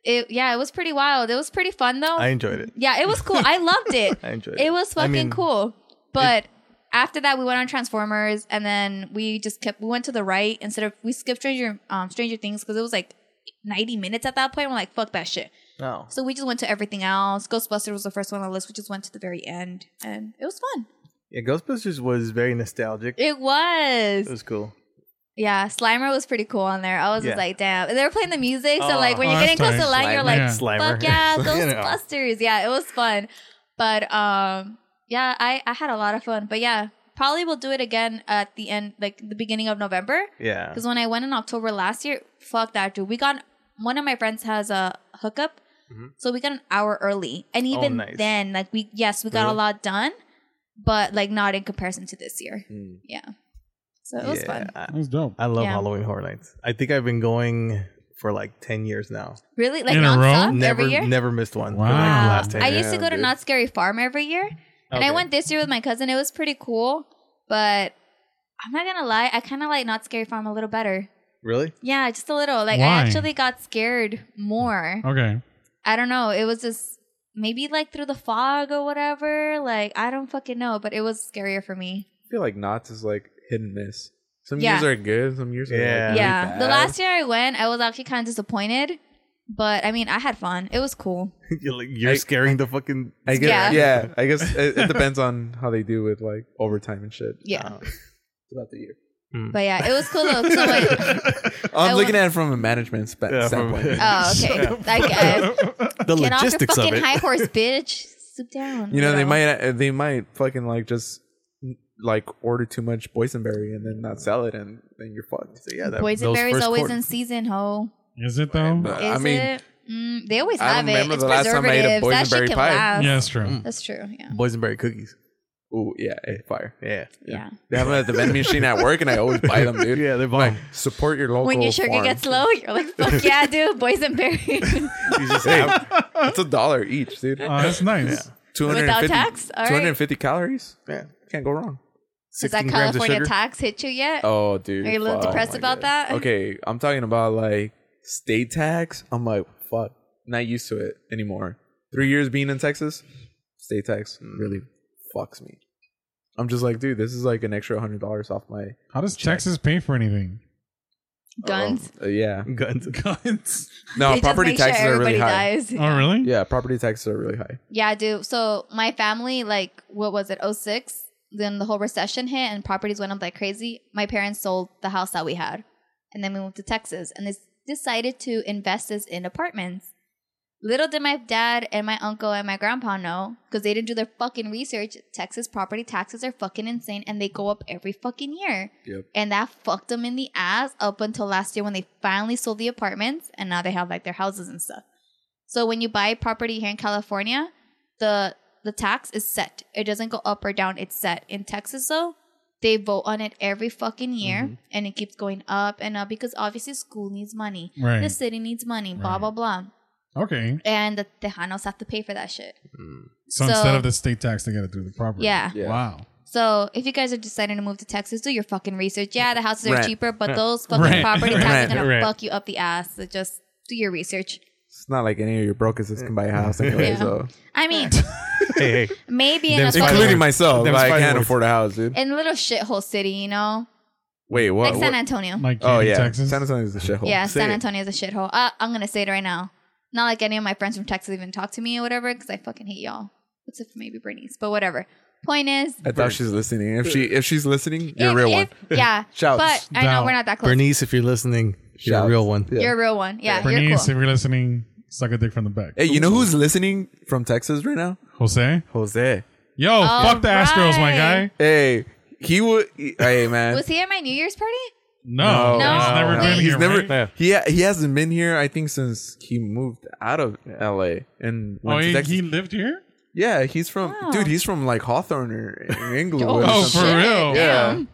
S5: it yeah, it was pretty wild. It was pretty fun though.
S3: I enjoyed it.
S5: yeah, it was cool. I loved it.
S3: I enjoyed it.
S5: It was
S3: I
S5: fucking
S3: mean,
S5: cool. But after that, we went on Transformers, and then we just kept. We went to the right instead of we skipped Stranger um, Stranger Things because it was like ninety minutes at that point. We're like, fuck that shit.
S2: Oh.
S3: No.
S5: So we just went to everything else. Ghostbusters was the first one on the list. We just went to the very end, and it was fun.
S3: Yeah, Ghostbusters was very nostalgic. It,
S5: It was,
S3: was cool.
S5: yeah. Slimer was pretty cool on there. I was
S3: Yeah.
S5: just like, damn. And they were playing the music,
S3: Oh.
S5: so like when
S2: Oh,
S5: you're
S2: that's
S5: getting close to the
S2: tight.
S5: line,
S3: Slimer.
S5: you're like,
S2: Yeah.
S3: Slimer.
S5: Fuck yeah,
S3: You know.
S5: Ghostbusters. Yeah, it was fun. But um, yeah, I, I had a lot of fun. But yeah, probably we'll do it again at the end, like the beginning of November.
S3: Yeah.
S5: Because when I went in October last year, fuck that, dude. We got one of my friends has a hookup, so we got an hour early. And even
S3: Mm-hmm. Oh, nice.
S5: then, like we yes, we got a
S3: Really?
S5: lot done, but like not in comparison to this year. Yeah, so it was
S3: Hmm. yeah.
S5: fun.
S3: I,
S2: That was dope.
S3: I love
S5: Yeah.
S3: Halloween Horror Nights. I think I've been going for like ten years now.
S5: Really, like
S2: In a row?
S5: nonstop
S3: Never,
S5: every year.
S3: never missed one. for,
S2: Wow.
S3: like, the
S5: Wow.
S3: last ten
S5: I
S3: years.
S5: used to go to
S4: dude.
S5: Not Scary Farm every year, and I
S3: Okay.
S5: went this year with my cousin. It was pretty cool, but I'm not gonna lie, I kind of like Not Scary Farm a little better.
S3: Really?
S5: Yeah, just a little. Like
S2: Why? Oh.
S5: I actually got scared more.
S2: Okay.
S5: I don't know. It was just maybe like through the fog or whatever. Like I don't fucking know, but it was scarier for me.
S4: I feel like knots is like hit and miss. Some
S5: Yeah.
S4: years are good, some years are like,
S3: Yeah.
S4: really
S5: yeah, the
S4: bad.
S5: last year I went, I was actually kind of disappointed, but I mean, I had fun. It was cool.
S3: you're like, you're
S4: I-
S3: scaring the fucking.
S4: I guess,
S5: Yeah.
S4: yeah. I guess it, it depends on how they do with like overtime and shit
S5: Yeah,
S3: Oh.
S4: throughout the year.
S5: but yeah, it was cool though. So wait,
S4: I'm
S5: I
S4: looking
S5: wa-
S4: at it from a management sp-
S3: Yeah, from-
S4: standpoint.
S5: oh okay, I guess.
S3: the
S5: Get off your
S3: logistics of
S5: fucking
S3: it.
S5: high horse, bitch. Stoop down.
S4: you know, they might uh, they might fucking like just mm, like order too much boysenberry and then not sell it, and then you're fucked. So, yeah, that,
S5: Boysenberry's always
S3: in.
S5: in season, ho.
S2: Is it though?
S4: Uh,
S5: Is
S4: I mean,
S5: it? Mm, they always
S4: I
S5: have it.
S4: remember
S5: It's
S4: the last time I ate a
S5: preservatives. That shit
S4: boysenberry
S5: can
S4: pie.
S5: last.
S2: Yeah, that's
S4: Mm.
S2: true.
S5: That's true. Yeah.
S3: boysenberry cookies.
S4: ooh, yeah, eh, fire.
S3: Yeah,
S5: Yeah.
S4: They have them at the vending machine at work, and I always buy them, dude.
S3: yeah, they're bomb.
S4: Support your local.
S5: When your sugar
S4: farm.
S5: gets low, you're like, fuck yeah, dude, boysenberry.
S3: You just
S4: Hey,
S3: have-
S4: it's a dollar each, dude.
S2: Oh, that's nice.
S4: Two hundred
S5: Without
S4: fifty
S5: tax? All right.
S4: 250 calories.
S3: yeah,
S4: Can't go wrong.
S5: Has that
S3: 16 grams of
S5: California
S3: sugar.
S5: tax hit you yet?
S4: Oh, dude.
S5: Are you a little
S4: fuck.
S5: depressed
S4: my
S5: about
S4: God.
S5: that?
S4: Okay, I'm talking about like state tax. I'm like, fuck, not used to it anymore. Three years being in Texas, state tax really fucks me. I'm just like, dude, this is like an extra hundred dollars off my
S2: How does Texas pay for anything?
S5: Guns.
S4: Uh, yeah,
S3: Guns.
S2: Guns.
S4: no,
S5: They just
S4: property
S5: make sure
S4: taxes are really
S5: everybody
S4: high.
S5: dies.
S2: Oh, really?
S4: Yeah, property taxes are really high.
S5: Yeah, dude. So my family, like, what was it, 06? Then the whole recession hit and properties went up like crazy. My parents sold the house that we had. And then we moved to Texas and they s- decided to invest this in apartments. Little did my dad and my uncle and my grandpa know, because they didn't do their fucking research. Texas property taxes are fucking insane, and they go up every fucking year.
S4: Yep.
S5: And that fucked them in the ass up until last year when they finally sold the apartments, and now they have like their houses and stuff. So when you buy property here in California, the the tax is set. It doesn't go up or down. It's set. In Texas though, they vote on it every fucking year
S2: Mm-hmm.
S5: and it keeps going up and up because obviously school needs money.
S2: Right.
S5: The city needs money, blah
S2: Right.
S5: blah blah.
S2: Okay.
S5: And the Tejanos have to pay for that shit.
S2: So,
S5: So-
S2: instead of the state tax, they got to do the property.
S5: Yeah.
S4: Yeah.
S2: Wow.
S5: So if you guys are deciding to move to Texas, do your fucking research. Yeah, the houses are
S4: Rent.
S5: cheaper, but those fucking
S2: Rent.
S5: property taxes
S4: Rent.
S5: are gonna
S3: Rent.
S5: fuck you up the ass. So just do your research.
S4: It's not like any of your brokers can buy a house anyway,
S5: Yeah.
S4: so
S5: I mean,
S3: hey, hey,
S5: maybe in a
S3: There's five
S5: fucking
S4: including myself,
S3: Them
S4: like, I
S3: spider
S4: can't
S3: words.
S4: afford a house, dude.
S5: in a little shithole city, you know,
S4: Wait, what?
S5: like
S4: what-
S5: San Antonio.
S2: Like
S4: Oh yeah,
S2: Texas.
S4: San Antonio's a shithole.
S5: Yeah,
S3: Say
S5: San
S3: it.
S5: Antonio is a shithole. Uh, I'm gonna say it right now. Not like any of my friends from Texas even talk to me or whatever, because I fucking hate y'all. Except for maybe Bernice, but whatever. Point is,
S4: I thought she's listening. If she if she's listening, you're
S5: if-
S4: a real one.
S5: if- Yeah,
S4: Shouts
S5: but I know
S2: down.
S5: we're not that close.
S3: Bernice, if you're listening, you're
S4: Shouts.
S3: a real one.
S4: Yeah.
S5: You're a real one. Yeah, you're
S2: Bernice,
S5: cool.
S2: if you're listening, suck a dick from the back.
S4: Hey, you know who's listening from Texas right now?
S2: Jose?
S4: Jose.
S2: Yo, fuck the Astros, my guy.
S5: right.
S4: Hey, he would. he- Hey, man.
S5: Was he at my New Year's party?
S2: No.
S4: No.
S2: He's never
S5: No.
S2: been
S5: He's
S2: here.
S4: never-
S2: right? Oh,
S3: Yeah.
S4: He he hasn't been here. I think since he moved out of L.A. and went
S2: Oh,
S4: to
S2: he,
S4: Texas.
S2: he lived here?
S4: yeah, he's from
S5: Wow.
S4: dude. He's from like Hawthorne or in England.
S5: Oh,
S4: or
S2: Oh, for
S4: something.
S5: shit,
S2: real?
S4: yeah,
S5: damn.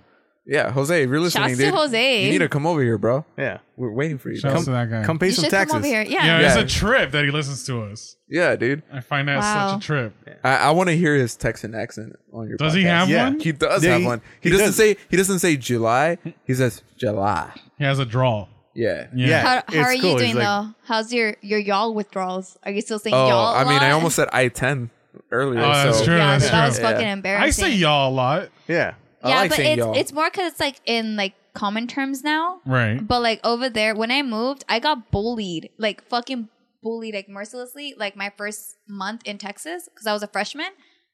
S4: yeah. Jose, if you're listening,
S5: Shouts to
S4: dude,
S5: Jose.
S4: you need to come over here, bro.
S3: Yeah.
S4: We're waiting for you.
S2: Shout out to
S4: Come,
S2: that guy.
S3: Come pay
S5: You
S3: some
S5: should
S3: taxes.
S5: come over here. Yeah.
S2: yeah,
S4: Yeah.
S2: it's a trip that he listens to us.
S4: yeah, dude.
S2: I find that
S5: Wow.
S2: such a trip.
S4: I, I want to hear his Texan accent on your.
S2: Does he
S4: podcast.
S2: have
S3: Yeah.
S2: one?
S4: He does
S3: Yeah,
S4: have
S3: he-
S4: one.
S3: he
S4: He, doesn't
S3: does.
S4: say he doesn't say July. He says July.
S2: He has a draw.
S4: Yeah.
S2: Yeah.
S3: Yeah.
S5: How, how
S3: It's
S5: are
S3: cool.
S5: you
S3: He's
S5: doing
S3: like-
S5: though? How's your your y'all withdrawals? Are you still saying
S4: Oh,
S5: y'all?
S4: I mean, I
S5: a lot?
S4: almost said I ten earlier.
S2: Oh, that's
S4: so.
S2: true.
S5: Yeah,
S2: that's
S5: that was
S2: true.
S5: fucking
S4: Yeah.
S5: embarrassing.
S2: I say y'all a lot.
S3: Yeah.
S4: I
S5: yeah,
S4: like
S5: but
S4: saying
S5: it's
S4: y'all.
S5: it's more because it's like in like common terms now.
S2: Right.
S5: But like over there, when I moved, I got bullied, like fucking bullied, like mercilessly, like my first month in Texas because I was a freshman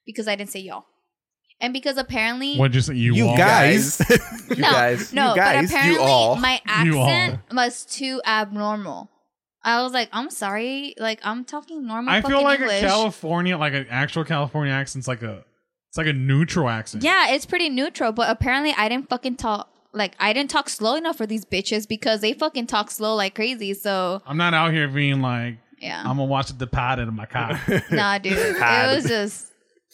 S5: because I didn't say y'all, and because apparently
S2: What'd you say? You,
S3: You
S2: all?
S3: guys.
S4: you
S5: no,
S4: guys.
S5: no,
S3: You guys,
S5: but
S3: you
S5: apparently
S4: all.
S5: my
S2: You all.
S5: accent was too abnormal. I was like, I'm sorry, like I'm talking normal.
S2: I
S5: fucking
S2: feel like
S5: English.
S2: a California, like an actual California accent's like a, it's like a neutral accent.
S5: Yeah, it's pretty neutral, but apparently I didn't fucking talk like I didn't talk slow enough for these bitches because they fucking talk slow like crazy. So
S2: I'm not out here being like,
S5: yeah,
S2: I'm gonna watch the Departed in my car.
S5: nah, dude, it
S3: Bad.
S5: was just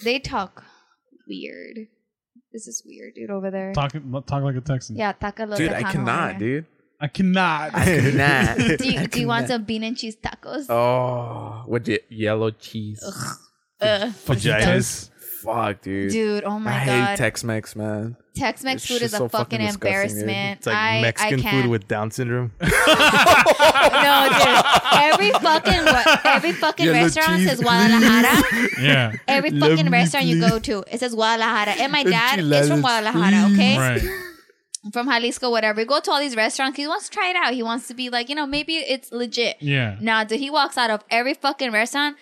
S5: they talk weird. This is weird, dude, over there.
S2: talk, talk like a Texan.
S5: yeah, taca los
S4: Dude,
S5: de
S4: I
S5: Tejano
S4: cannot,
S5: over
S4: dude.
S2: I cannot.
S4: Cannot.
S5: there. Do you, do you want some bean and cheese tacos?
S4: oh, with the yellow cheese.
S5: Ugh,
S3: Vaginas.
S4: Fuck, dude.
S5: dude, oh
S4: I
S5: my
S4: hate
S5: god,
S4: Tex-Mex, man.
S5: Tex-Mex
S4: it's
S5: food is
S4: just
S5: a
S4: so fucking
S5: fucking,
S4: disgusting, dude.
S5: embarrassment.
S3: It's like
S5: I,
S3: Mexican
S5: I can't.
S3: food with Down syndrome.
S5: no, dude. Every fucking wa- every fucking
S4: Yellow
S5: restaurant
S4: cheese,
S5: says Guadalajara.
S2: Yeah.
S5: Every
S4: Love
S5: fucking
S4: me,
S5: restaurant you go
S4: please.
S5: to, it says Guadalajara. And my dad
S4: Enchiladas,
S5: is from Guadalajara, okay?
S2: Right.
S5: From Jalisco, whatever. We go to all these restaurants. He wants to try it out. He wants to be like, you know, maybe it's legit.
S2: Yeah.
S5: Now, dude, he walks out of every fucking restaurant.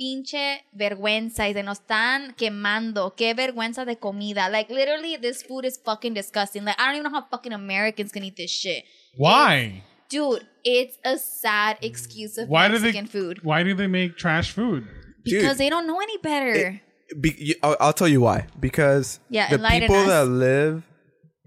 S5: Pinche vergüenza. Y se nos están quemando. Qué vergüenza de comida. Like, literally, this food is fucking disgusting. Like, I don't even know how fucking Americans can eat this shit.
S2: Why?
S5: Dude, it's a sad excuse of
S2: Why do
S5: Mexican
S2: they?
S5: food.
S2: Why do they make trash food?
S5: Because
S4: Dude.
S5: they don't know any better.
S4: Be- you- I'll, I'll tell you why. Because
S5: Yeah,
S4: the
S5: enlighten
S4: people
S5: us.
S4: that live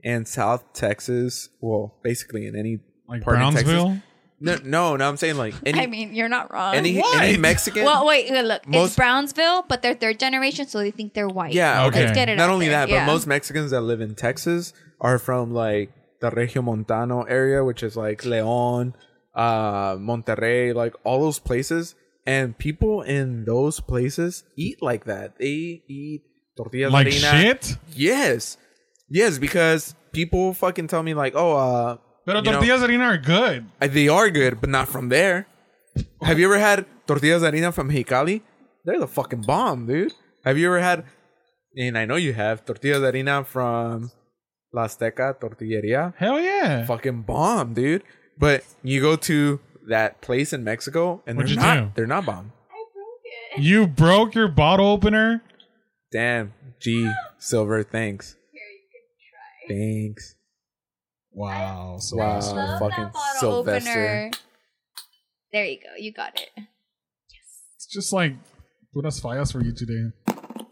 S4: in South Texas, well, basically in any
S2: Like
S4: part
S2: Brownsville.
S4: of Texas. No, no, no. I'm saying like any
S5: I mean, you're not wrong.
S4: any, any Mexican.
S5: Well, wait, here, look. it's
S4: Most-
S5: Brownsville, but they're third generation, so they think they're white.
S4: yeah,
S2: Okay.
S4: okay.
S5: Let's get it
S4: Not
S5: out
S4: only
S5: there,
S4: that,
S5: yeah.
S4: but most Mexicans that live in Texas are from like the Regio Montano area, which is like Leon, uh, Monterrey, like all those places. And people in those places eat like that. They eat tortillas
S2: Like
S4: de harina.
S2: shit.
S4: Yes, yes, because people fucking tell me like, oh, uh,
S2: Pero
S4: you know,
S2: tortillas de harina are good.
S4: they are good, but not from there. Have you ever had tortillas de harina from Hikali? They're the fucking bomb, dude. Have you ever had, and I know you have, tortillas de harina from La Azteca Tortilleria?
S2: Hell yeah.
S4: Fucking bomb, dude. But you go to that place in Mexico and
S2: What'd
S4: they're
S2: you
S4: not,
S2: do?
S4: they're not bomb.
S2: You broke your bottle opener.
S4: Damn, G Silver, thanks. Thanks.
S2: Wow. So
S4: Wow.
S5: Love
S4: fucking
S5: that bottle
S4: Sylvester.
S5: opener. There you go. You got it.
S2: just like Buenos Fallas for you today.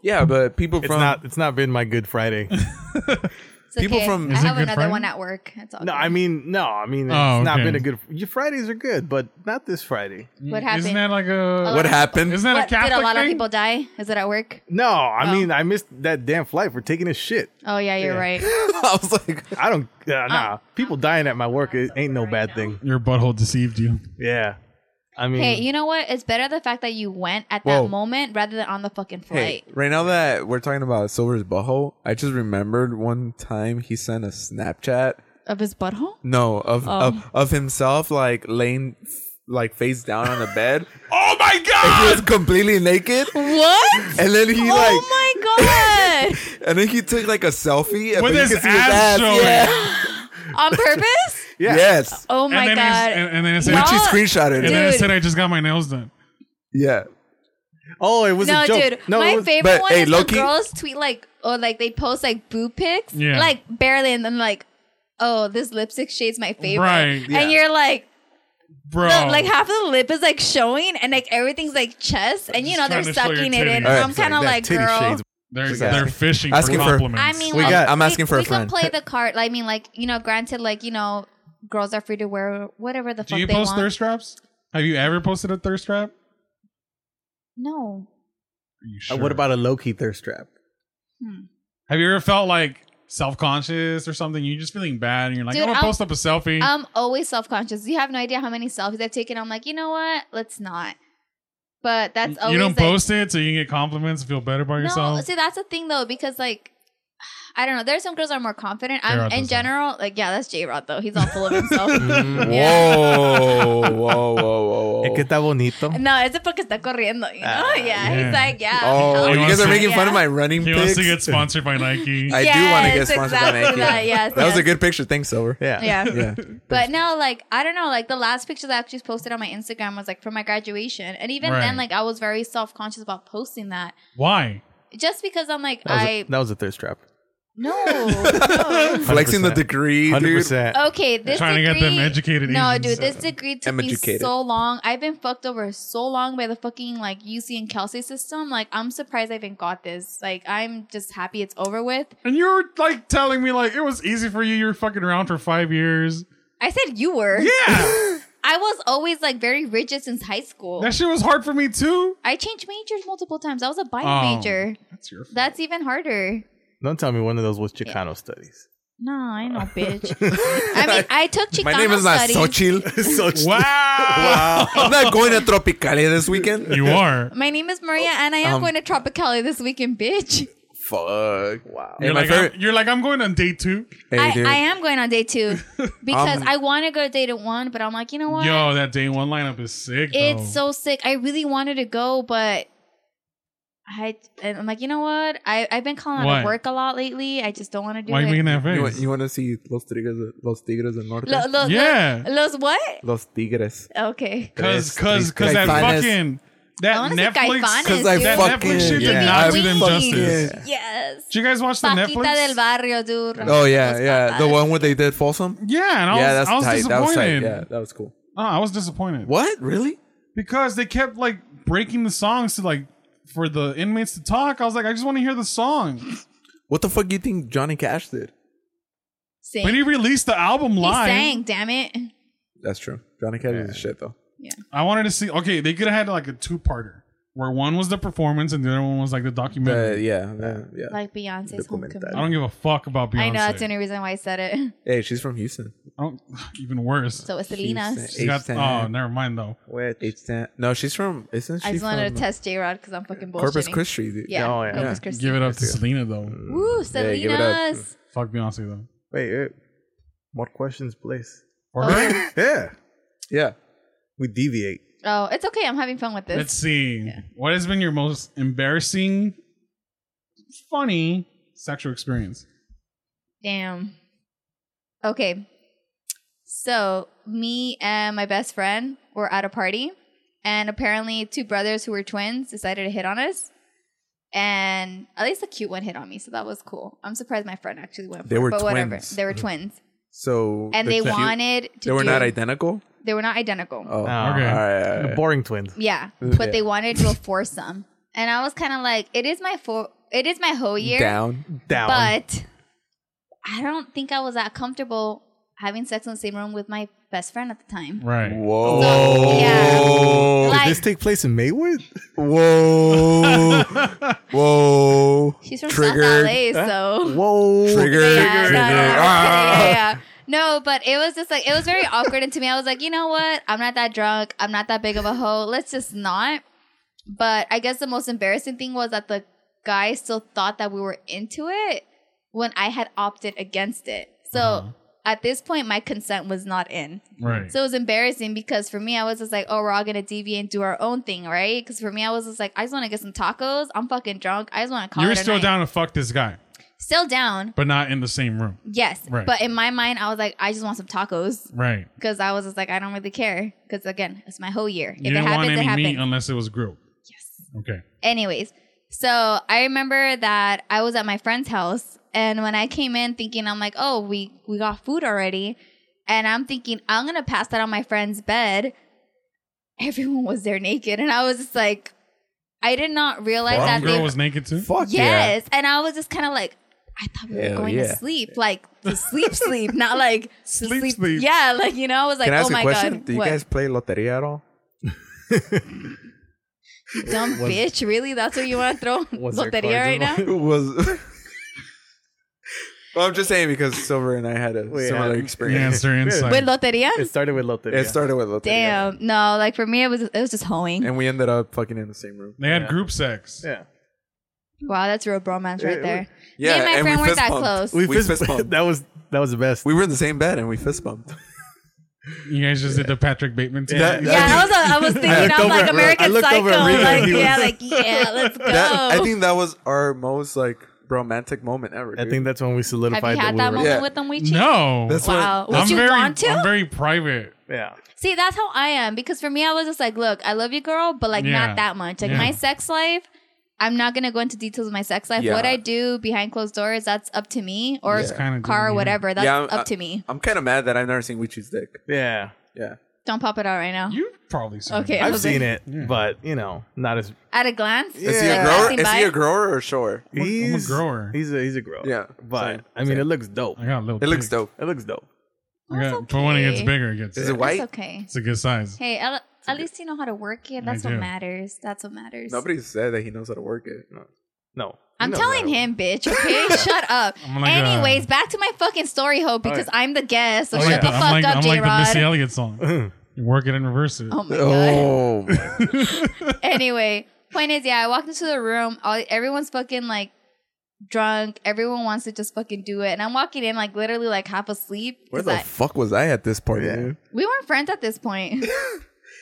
S4: Yeah, but people
S3: It's
S4: from
S3: not. It's not been my Good Friday.
S5: It's
S4: People
S5: okay.
S4: from-
S5: I
S2: Is it
S5: have
S2: Good
S5: another
S2: Friday?
S5: one at work. That's all.
S3: No,
S5: good.
S3: I mean, no, I mean, it's
S2: Oh,
S3: not
S2: okay.
S3: been a good. Your Fridays are good, but not this Friday.
S5: what
S2: Isn't
S5: happened? Uh,
S2: that like a
S4: what happened.
S2: Isn't that
S5: What,
S2: a
S5: did
S2: Catholic
S5: a lot
S2: thing?
S5: of people die? Is it at work?
S3: No, I
S5: Oh.
S3: mean, I missed that damn flight for taking a shit.
S5: Oh yeah, you're
S3: Yeah.
S5: right.
S4: I was like,
S3: I don't.
S5: Oh.
S3: Uh, nah, people dying at my work it ain't no bad thing.
S2: Your butthole deceived you.
S3: Yeah, I mean,
S5: Hey, you know what? It's better the fact that you went at
S4: Whoa.
S5: that moment rather than on the fucking
S4: hey,
S5: flight.
S4: right now that we're talking about Silver's butthole, I just remembered one time he sent a Snapchat.
S5: Of his butthole?
S4: No, of
S5: Oh.
S4: of, of himself like laying f- like face down on the bed.
S2: Oh my
S4: he
S2: god!
S4: was completely naked,
S5: What?
S4: and then he like,
S5: oh my
S4: and then he took like a selfie and
S2: With
S4: but you
S2: his
S4: could see
S2: ass showing.
S4: Yeah.
S5: god! on purpose?
S3: Yeah.
S4: Yes,
S5: Oh my
S2: and then
S5: god!
S2: He, and, and then I said,
S5: Y'all-
S4: which he screenshotted.
S2: and
S4: it.
S2: then I
S5: Dude.
S2: said I just got my nails done.
S4: Yeah,
S3: oh, it was
S5: no,
S3: a joke.
S5: dude.
S3: no,
S5: my
S3: it was,
S5: favorite
S4: but,
S5: one
S4: hey,
S5: is
S4: low-key-
S5: when girls tweet like, or like they post like boob pics,
S2: Yeah.
S5: like barely, and then like, oh, this lipstick shade's my favorite,
S2: Right,
S5: And you're like,
S2: Bro.
S5: the- like half of the lip is like showing, and like everything's like chest, and you
S2: Just
S5: know they're
S2: trying to show your
S5: sucking it
S2: titties.
S5: in. And
S4: Alright,
S5: I'm
S4: sorry,
S5: kind of
S3: that
S5: like,
S3: titty
S5: girl.
S3: shades.
S2: they're,
S4: Just
S2: they're
S4: asking.
S2: fishing
S4: Asking
S2: for
S4: for-
S2: compliments.
S5: I mean,
S4: We
S5: like,
S4: got- I'm asking
S5: we,
S4: for a
S5: we
S4: friend.
S5: can play the card. I mean, like you know, granted, like you know, girls are free to wear whatever the
S2: Do
S5: fuck
S2: you
S5: they
S2: post
S5: want.
S2: thirst traps? Have you ever posted a thirst trap? Are
S5: no,
S2: you
S3: Uh,
S2: sure?
S3: What about a low key thirst trap?
S2: Have you ever felt like self conscious or something? You're just feeling bad and you're like,
S5: Dude,
S2: I'm gonna
S5: I'll-
S2: post up a selfie.
S5: I'm always self conscious. You have no idea how many selfies I've taken. I'm like, you know what? Let's not. But that's always
S2: you don't
S5: like,
S2: post it so you can get compliments and feel better about
S5: no.
S2: yourself.
S5: See, that's the thing though, because like. I don't know. There's some girls that are more confident.
S2: J-Rod Mm-hmm.
S5: I'm in
S2: doesn't.
S5: general, like yeah, that's J Rod though. He's all full of himself. Mm.
S4: Whoa, whoa, whoa, whoa,
S3: Es que
S4: whoa.
S3: está bonito.
S5: no, it's porque está corriendo, you know?
S3: Ah,
S5: yeah,
S2: yeah.
S5: he's like yeah.
S4: Oh,
S5: I'll-
S4: you guys are making fun of
S5: Yeah.
S4: my running
S2: He wants
S4: pics.
S2: to get sponsored by Nike.
S4: I do want to get
S5: Yes,
S4: sponsored
S5: exactly
S4: by Nike.
S5: that, yes,
S4: that was a
S5: yes.
S4: good picture. Thanks, Silver.
S3: Yeah.
S5: Yeah.
S4: Yeah.
S5: But no, like I don't know, like the last picture that I actually posted on my Instagram was like for my graduation, and even
S2: Right.
S5: then, like I was very self conscious about posting that,
S2: Why?
S5: just because I'm like
S3: That was, a,
S5: I
S3: that was a thirst trap.
S5: no,
S4: Flexing the
S3: 100%.
S4: degree,
S3: Hundred
S4: dude.
S3: percent.
S5: no. okay, this
S2: Trying to
S5: degree,
S2: get them educated
S5: No,
S2: Asians.
S5: dude, this degree took
S4: I'm
S5: me
S4: educated.
S5: so long. I've been fucked over so long by the fucking like UC and Kelsey system. Like I'm surprised I even got this. Like I'm just happy it's over with.
S2: And you were like telling me like it was easy for you. You were fucking around for five years.
S5: I said you were.
S2: Yeah,
S5: I was always like very rigid since high school.
S2: that shit was hard for me too.
S5: I changed majors multiple times. I was a bio
S2: Oh.
S5: major.
S2: That's your fault.
S5: That's even harder.
S3: Don't tell me one of those was Chicano studies.
S5: No, I know, bitch. I mean, I took Chicano
S4: My name is not
S5: studies.
S4: Sochil.
S3: so
S2: wow.
S4: I'm not going to Tropicalia this weekend.
S2: you are.
S5: My name is Maria, and I
S4: Um,
S5: am going to Tropicalia this weekend, bitch.
S4: Fuck. Wow. Hey,
S2: You're
S4: my
S2: like,
S4: favorite-
S2: I'm, you're like, I'm going on day two.
S4: Hey,
S5: I,
S4: dude.
S5: I am going on day two because
S4: Um,
S5: I want to go to day to one, but I'm like, you know what?
S2: Yo, that day one lineup is sick.
S5: it's so sick. I really wanted to go, but I and I'm like, you know what? I I've been calling out
S2: What?
S5: of work a lot lately. I just don't want to do
S2: Why are
S5: it.
S2: you making that face?
S4: You want, you want to see Los Tigres, Los Tigres del Norte?
S5: Lo- lo- lo-
S2: Yeah.
S5: Los what?
S4: Los Tigres.
S5: Okay.
S2: Cause, cause,
S4: Tres, tres,
S2: cause that
S4: Caifanes.
S2: fucking
S5: I
S2: that
S5: wanna say
S2: Netflix.
S5: Caifanes,
S4: Cause I
S5: dude.
S2: That
S4: fucking
S2: Netflix shit
S4: yeah.
S2: did not
S4: I
S2: do them
S5: fucking-
S2: justice.
S5: Yes.
S2: Did you guys watch the
S5: Paquita
S2: Netflix?
S5: del barrio, dude.
S4: Oh yeah,
S5: Los
S4: yeah. The
S5: papas.
S4: one where they did Folsom.
S2: yeah, and I was,
S4: yeah, that's
S2: I was
S4: tight. That was tight.
S2: disappointed.
S4: Yeah, that was cool.
S2: Oh, I was disappointed
S4: What? Really?
S2: because they kept like breaking the songs to like for the inmates to talk. I was like, I just want to hear the song.
S4: What the fuck do you think Johnny Cash did?
S5: Sing.
S2: When he released the album
S5: He
S2: live,
S5: sang, damn it.
S4: That's true. Johnny Cash is shit though.
S2: I wanted to see. Okay, they could have had like a two-parter where one was the performance and the other one was like the
S3: Mm-hmm.
S4: But
S2: documentary.
S4: Uh, yeah, yeah, yeah.
S5: Like Beyonce's homecoming.
S2: I don't give a fuck about Beyonce.
S5: I know that's the only reason why I said it.
S4: Hey, she's from Houston.
S2: I don't- even worse.
S5: So it's Selena.
S4: She's
S2: She got,
S4: H10.
S2: oh, never mind though.
S4: Which? H10. No, she's from. Isn't she
S5: I just wanted
S4: from
S5: to test J Rod because I'm fucking bullshitting.
S4: Corpus Christi? Dude.
S5: Yeah.
S3: Oh, yeah.
S5: Corpus Christi.
S2: Give it up to Selena though.
S5: Woo,
S4: Yeah, give it up.
S5: Selena's.
S2: Fuck Beyonce though.
S3: Wait, wait. More questions, please.
S2: For her?
S3: Yeah.
S4: Yeah.
S3: We deviate.
S5: oh, it's okay. I'm having fun with this.
S2: Let's see. What has been your most embarrassing, funny sexual experience?
S5: Damn. Okay. So, me and my best friend were at a party, and apparently, two brothers who were twins decided to hit on us. And at least the cute one hit on me, so that was cool. I'm surprised my friend actually went. For
S4: They
S5: it,
S4: were
S5: but whatever.
S4: twins.
S5: They were twins,
S4: So
S5: and
S4: the
S5: they
S4: cute-
S5: wanted to.
S4: They were
S5: do-
S4: not identical.
S5: They were not identical.
S4: Oh,
S3: Oh,
S4: all
S2: Okay.
S4: right, all
S3: the
S4: right.
S3: boring twins.
S5: Yeah, but they wanted to do a foursome, and I was kind of like, it is my four, it is my whole year,
S4: Down.
S3: Down.
S5: but I don't think I was that comfortable having sex in the same room with my best friend at the time.
S2: Right.
S4: Whoa.
S5: So, yeah.
S4: Whoa.
S5: Like-
S3: Did Oh. this take place in Maywood?
S4: Whoa. Whoa.
S5: She's from
S4: Triggered.
S5: South LA, so
S3: Whoa.
S4: Trigger.
S5: yeah,
S4: Trigger.
S5: no, no, no,
S4: Ah.
S5: yeah, yeah. No, but it was just like it was very awkward, and to me, I was like, you know what? I'm not that drunk. I'm not that big of a hoe. Let's just not. But I guess the most embarrassing thing was that the guy still thought that we were into it when I had opted against it. So at this point, my consent was not in.
S2: Uh-huh. Right.
S5: So it was embarrassing because for me, I was just like, oh, we're all gonna deviate and do our own thing, right? Because for me, I was just like, I just want to get some tacos. I'm fucking drunk. I just want to call.
S2: you were
S5: it a
S2: still
S5: night.
S2: down to fuck this guy,
S5: Still down.
S2: but not in the same room.
S5: Yes,
S2: Right.
S5: but in my mind, I was like, I just want some tacos
S2: Right.
S5: because I was just like, I don't really care because again, it's my whole year. If
S2: you
S5: it
S2: didn't want
S5: happens, it
S2: any meat
S5: happens.
S2: unless it was grilled.
S5: yes.
S2: Okay.
S5: Anyways, so I remember that I was at my friend's house, and when I came in, thinking I'm like, oh, we we got food already, and I'm thinking I'm gonna pass that on my friend's bed. Everyone was there naked, and I was just like, I did not realize
S4: Fuck.
S5: that
S2: Some
S5: they
S2: girl was naked too.
S4: Fuck yeah.
S5: Yes. And I was just kind of like, I thought we were
S4: Hell
S5: going
S4: yeah.
S5: to sleep, like to sleep, sleep, not like to
S2: Sleep, sleep.
S5: Yeah, like you know, I was like,
S4: Can I
S5: oh
S4: ask
S5: my
S4: a question?
S5: god,
S4: Do you
S5: what
S4: guys play Loteria at all?
S5: dumb bitch? Really? That's what you want to throw
S3: Was there
S5: loteria
S3: cards
S5: right now?
S3: involved?
S4: was. well, I'm just saying because Silver and I had a
S3: We
S4: similar
S3: had-
S4: experience.
S2: Answer
S5: With
S2: inside.
S5: loteria?
S3: It started with Loteria.
S4: It started with Loteria.
S5: Damn, no, like for me, it was it was just hoeing.
S4: And we ended up fucking in the same room.
S2: They had group sex.
S3: Yeah.
S5: Wow, that's real bromance
S3: It-
S5: right there.
S4: Uh, Yeah,
S5: me and my
S4: and we
S5: friend weren't
S4: fist
S5: that
S4: bumped.
S5: close.
S4: We
S3: fist-
S4: fist bumped.
S3: that was that was the best.
S4: We were in the same bed and we fist bumped.
S2: You guys just did the Patrick Bateman. Thing.
S3: That-
S5: yeah, I was I was thinking
S3: looked
S5: I'm
S3: over at- I
S5: like American
S3: looked
S5: Psycho,
S3: over at Rita and
S5: like
S3: he was-
S5: yeah, like yeah, let's go.
S4: That- I think that was our most like romantic moment ever.
S3: I
S4: dude.
S3: think that's when we
S5: Have you
S3: solidified
S5: had
S3: we
S5: that
S3: were.
S5: moment
S4: Yeah.
S5: with them, Weechi?
S2: no.
S4: That's what-
S5: Wow, would
S2: I'm
S5: you
S2: very,
S5: want to?
S2: I'm very private.
S3: Yeah.
S5: See, that's how I am because for me, I was just like, look, I love you, girl, but like
S2: Yeah.
S5: not that much. Like
S2: Yeah.
S5: my sex life, I'm not gonna go into details of my sex life.
S4: Yeah.
S5: What I do behind closed doors, that's up to me, or
S4: It's
S2: kinda
S5: car,
S2: doing, yeah.
S5: whatever, that's
S4: Yeah, I'm- uh,
S5: up to me.
S4: I'm kind of mad that I've never seen Wichi's dick.
S3: Yeah.
S4: Yeah.
S5: Don't pop it out right now.
S2: You probably seen
S5: Okay.
S2: It.
S5: I
S3: I've
S5: was
S3: seen
S5: like-
S3: it, but you know, not as
S5: At a glance,
S4: Is he a
S5: like,
S4: grower?
S5: passing
S4: Is
S5: by.
S4: he a grower or a shower?
S2: I'm a grower.
S3: He's a he's a grower.
S4: Yeah,
S3: But
S4: same,
S3: I mean it looks dope.
S2: I got a little.
S4: It looks
S2: dick.
S4: dope.
S3: It looks dope.
S2: I got-
S5: That's
S2: But when it gets
S5: okay.
S2: bigger, it gets.
S4: Is it
S5: That's
S4: white?
S5: okay.
S2: It's a good size.
S5: Hey, at, at least you know how to work it. That's
S2: I
S5: what
S2: do.
S5: matters. That's what matters.
S4: Nobody said that he knows how to work it. No.
S3: No.
S5: I'm
S3: No,
S5: telling
S3: no.
S5: him, bitch. Okay, shut up.
S2: I'm like, uh,
S5: Anyways, back to my fucking story, hope, because I'm the guest. So
S2: Oh, I'm
S5: shut
S2: like
S5: the
S2: the-
S5: fuck
S2: I'm like,
S5: up,
S2: I'm
S5: J
S2: like the Missy
S5: Rod.
S2: Elliott song. you work it and reverse it.
S5: Oh my god.
S4: Oh,
S5: anyway, point is, yeah, I walked into the room. All everyone's fucking like drunk. Everyone wants to just fucking do it, and I'm walking in like literally like half asleep.
S4: where
S5: 'cause
S4: the
S5: I-
S4: fuck was I at this party?
S3: Yeah.
S4: Dude?
S5: we weren't friends at this point.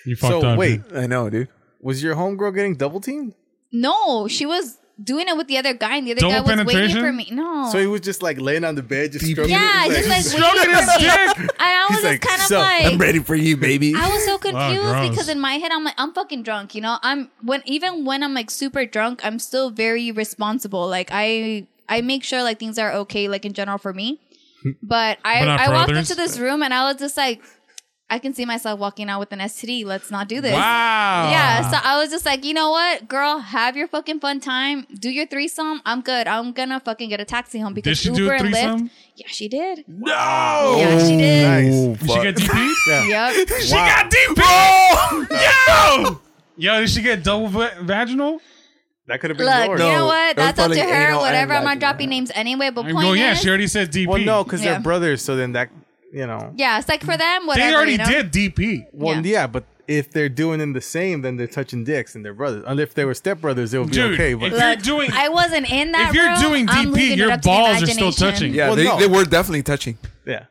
S2: You fucked
S3: So
S2: up.
S3: wait,
S2: dude.
S4: I know, dude.
S3: was your homegirl getting double teamed?
S5: no, she was doing it with the other guy, and the other
S2: Double
S5: guy was waiting
S2: penetration?
S5: for me. No,
S3: So he was just like laying on the bed, just
S4: Deep-
S3: stroking
S5: yeah,
S3: it.
S5: just like
S2: Stroking
S5: waiting
S2: his
S5: for me.
S2: dick.
S5: And I was
S3: He's
S5: just
S3: like,
S5: kind of
S3: "So,
S5: like,
S4: I'm ready for you, baby.
S5: I was so confused
S2: gross.
S5: because in my head I'm like I'm fucking drunk, you know. I'm when even when I'm like super drunk, I'm still very responsible. Like I I make sure like things are okay like in general for me. But I
S2: But not
S5: I
S2: for
S5: walked
S2: others?
S5: into this room and I was just like I can see myself walking out with an STD. Let's not do this.
S2: Wow.
S5: Yeah, so I was just like, you know what, girl, have your fucking fun time. Do your threesome. I'm good. I'm gonna fucking get a taxi home because
S2: she do
S5: Uber
S2: a
S5: and Lyft.
S2: threesome?
S5: Yeah, she did.
S4: no.
S5: Yeah, she did.
S4: Nice.
S2: Did she get DP?
S5: Yep.
S2: She got DP. Yo. Yo, did she get double va- vaginal?
S3: that could have been
S5: Look,
S3: yours.
S5: you know
S4: No,
S5: what?
S4: it was
S5: That's up to
S4: probably
S5: her.
S4: anal
S5: Whatever.
S4: and
S5: I'm not
S4: vaginal.
S5: dropping names anyway. But
S2: I'm
S5: point
S2: going. Yeah,
S5: is,
S2: she already said DP.
S3: Well, no, because
S5: Yeah.
S3: they're brothers. So then that you know.
S5: yeah, it's like for them. Whatever.
S2: they
S5: you
S2: already
S5: know?
S2: did DP.
S3: Well,
S5: Yeah.
S3: yeah. but if they're doing in the same, then they're touching dicks and they're brothers. And if they were stepbrothers, it would be
S2: Dude,
S3: okay. But
S2: if you're doing-
S5: I wasn't in that.
S2: If you're
S5: room,
S2: doing
S5: I'm
S2: DP,
S5: leaving it
S2: your
S5: up to the
S2: balls are still
S5: imagination.
S2: touching.
S4: Yeah,
S3: Well,
S4: they,
S3: no.
S4: they were definitely touching.
S3: yeah,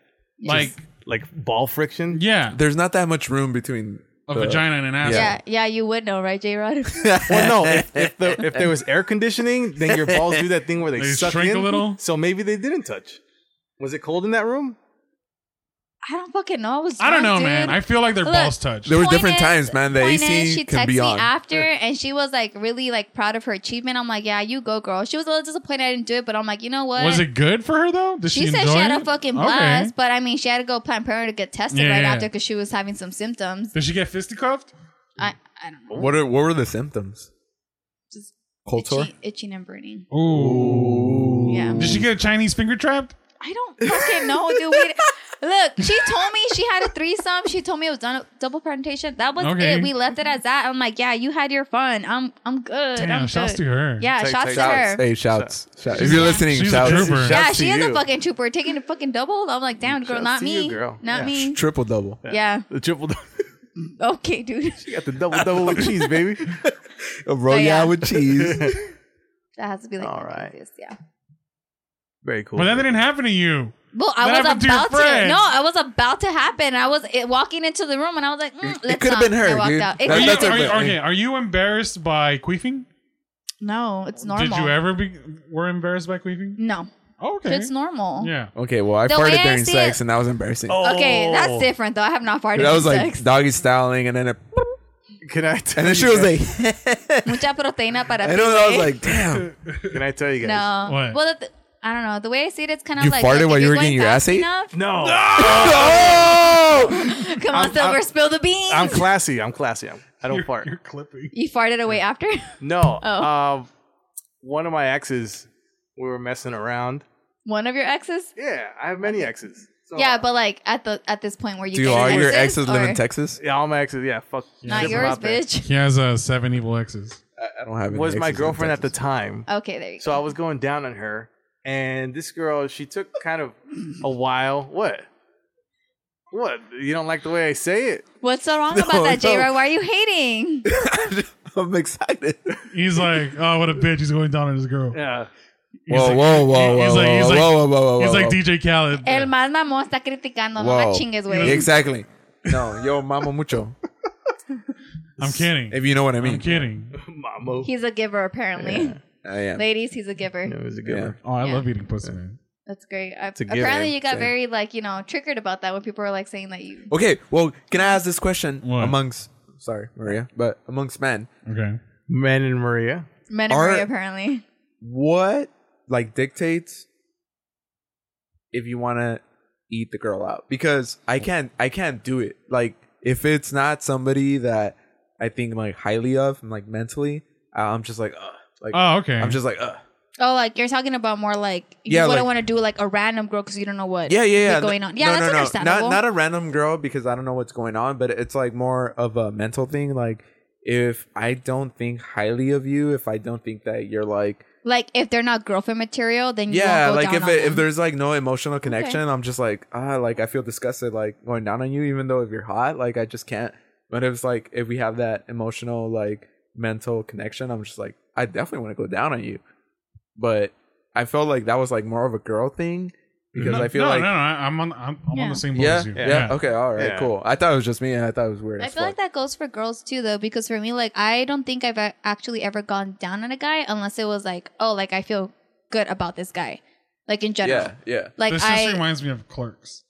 S2: Like
S3: like ball friction.
S2: yeah,
S4: There's not that much room between
S2: a
S4: the-
S2: vagina and an ass.
S5: Yeah, yeah, you would know, right, J. Rod?
S3: Well, no, if, if, the, if there was air conditioning, then your balls do that thing where they,
S2: They
S3: suck
S2: shrink
S3: in.
S2: a little?
S3: So maybe they didn't touch. Was it cold in that room?
S5: I don't fucking know. I was.
S2: I don't know,
S5: drunk,
S2: man.
S5: dude.
S2: I feel like their
S5: Look.
S2: balls touched.
S4: There were
S5: Point
S4: different
S5: is-
S4: times, man. The
S5: point
S4: AC
S5: is, she
S4: can
S5: texted
S4: be
S5: me
S4: on.
S5: after, and she was like really like proud of her achievement. I'm like, yeah, you go, girl. She was a little disappointed I didn't do it, but I'm like, you know what?
S2: Was it good for her though? Did she,
S5: She said
S2: enjoy
S5: she had
S2: it?
S5: a fucking
S2: Okay.
S5: blast, but I mean, she had to go Planned Parenthood to get tested
S2: Yeah,
S5: right
S2: yeah.
S5: after because she was having some symptoms.
S2: Did she get fisticuffed? Mm.
S5: I, I don't know.
S4: What are, what were the symptoms?
S5: Just
S4: Cold sore.
S5: itchy, itching and burning.
S2: Ooh.
S5: Yeah.
S2: Did she get a Chinese finger trapped?
S5: I don't fucking know, dude. We, look, she told me she had a threesome. She told me it was done, double presentation. That was
S2: Okay.
S5: it. We left it as that. I'm like, yeah, you had your fun. I'm I'm good.
S2: Damn,
S5: I'm
S2: shouts
S5: good.
S2: to her.
S5: Yeah,
S3: Take-
S5: shouts
S3: take
S5: to her.
S4: Hey, shouts! Shouts. If you're listening,
S2: She's a
S4: shouts.
S2: trooper.
S4: Shouts
S5: Yeah,
S3: to
S5: she is
S3: you.
S5: a fucking trooper taking a fucking double. I'm like, damn, girl,
S3: Shouts
S5: not
S3: to you,
S5: me,
S3: girl.
S5: not
S3: Yeah.
S5: me.
S4: Triple double.
S5: Yeah.
S3: The triple double.
S5: Okay, dude,
S3: you got the double double with cheese, baby.
S4: A royale
S5: Oh, yeah.
S4: with cheese.
S5: that has to be like
S3: All
S5: the
S3: right.
S5: easiest, Yeah.
S3: Very cool.
S2: But that didn't happen to you.
S5: Well, I
S2: That
S5: was
S2: happened to your
S5: about to,
S2: friends.
S5: No, I was about to happen. I was it, walking into the room and I was like, mm, let's
S4: could've
S5: not.
S4: been her,
S5: I walked
S4: dude.
S5: out. It
S2: Are
S4: That-
S5: could've-
S2: you,
S4: that's a
S2: are you-
S4: bit-
S2: okay, are you embarrassed by queefing?
S5: no, it's normal.
S2: Did you ever be were embarrassed by queefing?
S5: No,
S2: Okay.
S5: it's normal.
S2: Yeah.
S4: okay, well, I
S5: The way
S4: farted
S5: I
S4: during
S5: see
S4: sex,
S5: it-
S4: and that was embarrassing.
S5: Okay, that's
S3: Oh.
S5: different though. I have not farted.
S4: that was like
S5: sex.
S4: doggy styling, and then it,
S3: Can I? Tell
S4: and
S3: you
S4: then she was
S3: guys-
S4: like,
S5: mucha proteína para
S4: I know.
S5: pibe.
S4: and I was like, damn.
S3: Can I tell you guys?
S5: no.
S2: What?
S5: Well, the, I don't know. The way I see it, it's kind of
S4: You
S5: like
S4: farted
S5: if
S4: while you
S5: you're
S4: were
S5: going
S4: getting your
S5: fast
S4: ass ate?
S5: enough-
S3: No.
S4: oh!
S5: Come on,
S3: I'm-
S5: Silver,
S3: I'm-
S5: spill the beans.
S3: I'm classy. I'm classy. I'm, I don't fart.
S2: You're clipping.
S5: you farted away after.
S3: No.
S5: Oh.
S3: Um, one of my exes, we were messing around.
S5: One of your exes.
S3: Yeah, I have many exes. So,
S5: Yeah, but like at the at this point where you
S4: Oh. Do
S5: get
S4: all
S5: an
S4: your
S5: exes
S4: exes live
S5: or-
S4: in Texas?
S3: yeah, all my exes. Yeah, fuck.
S5: Not
S3: ship 'em
S5: yours,
S3: out there.
S5: bitch.
S2: He has uh, seven evil exes.
S4: I, I don't have. any
S3: Was my
S4: exes in
S3: girlfriend at the
S4: Texas.
S3: time.
S5: Okay, there you go.
S3: So I was going down on her, and this girl, she took kind of a while. What? What? You don't like the way I say it?
S5: What's so wrong
S4: No,
S5: about that,
S4: no.
S5: J. Roy? Why are you hating?
S4: I'm excited.
S2: He's like, oh, what a bitch. He's going down on his girl.
S3: Yeah.
S2: He's
S4: whoa,
S2: like-
S4: whoa, whoa,
S2: he-
S4: whoa,
S2: he's like- he's
S4: whoa,
S2: like-
S4: whoa, whoa, whoa, whoa,
S2: He's like
S4: whoa.
S2: DJ Khaled.
S5: El más mamón está criticando. No
S4: Whoa.
S5: la chingues, güey.
S4: Exactly. No, yo, mama mucho.
S2: I'm kidding.
S4: If you know what I mean.
S2: I'm kidding.
S3: Mamo.
S5: He's a giver, apparently.
S4: I am.
S5: Ladies, he's a giver.
S3: It was a good
S4: Yeah.
S3: one.
S2: Oh, I
S5: Yeah.
S2: love eating pussy, man.
S5: That's great. I,
S3: a giver,
S5: apparently, you got
S4: same.
S5: very like you know triggered about that when people were like saying that you.
S4: Okay, well, can I ask this question
S2: What?
S4: amongst? Sorry, Maria, but amongst men,
S2: Okay.
S3: Men and Maria.
S5: Men are
S4: Are-
S5: free, apparently.
S4: what like dictates if you want to eat the girl out because i can't i can't do it like if it's not somebody that i think like highly of and like mentally I- i'm just like Ugh. like
S2: Oh, okay.
S4: i'm just like Ugh.
S5: Oh, like you're talking about more like you
S4: Yeah,
S5: wouldn't
S4: like-
S5: want to do like a random girl because you don't know what.
S4: yeah yeah
S5: is
S4: yeah
S5: Going on. Yeah,
S4: No,
S5: that's
S4: no, no.
S5: understandable.
S4: not not a random girl because i don't know what's going on but it's like more of a mental thing like if i don't think highly of you if i don't think that you're like
S5: like if they're not girlfriend material, then you
S4: yeah
S5: won't go
S4: like
S5: down
S4: if
S5: on
S4: it, if
S5: them.
S4: there's like no emotional connection i'm just like ah like i feel disgusted like going down on you even though if you're hot like i just can't but if it's like if we have that emotional like mental connection i'm just like i definitely want to go down on you but i felt like that was like more of a girl thing because
S2: no,
S4: i feel
S2: no,
S4: like
S2: no, no, I- I'm on, I'm, I'm on
S5: Yeah.
S2: the same boat
S4: yeah,
S2: as you.
S4: yeah
S2: Yeah.
S4: okay all right
S3: Yeah.
S4: cool i thought it was just me and i thought it was weird
S5: I
S4: as
S5: feel like
S4: fuck.
S5: that goes for girls too, though, because for me, like I don't think I've a- actually ever gone down on a guy unless it was like, oh, like I feel good about this guy, like in general.
S4: yeah yeah
S5: Like
S2: This
S5: I,
S2: just reminds me of Clerks.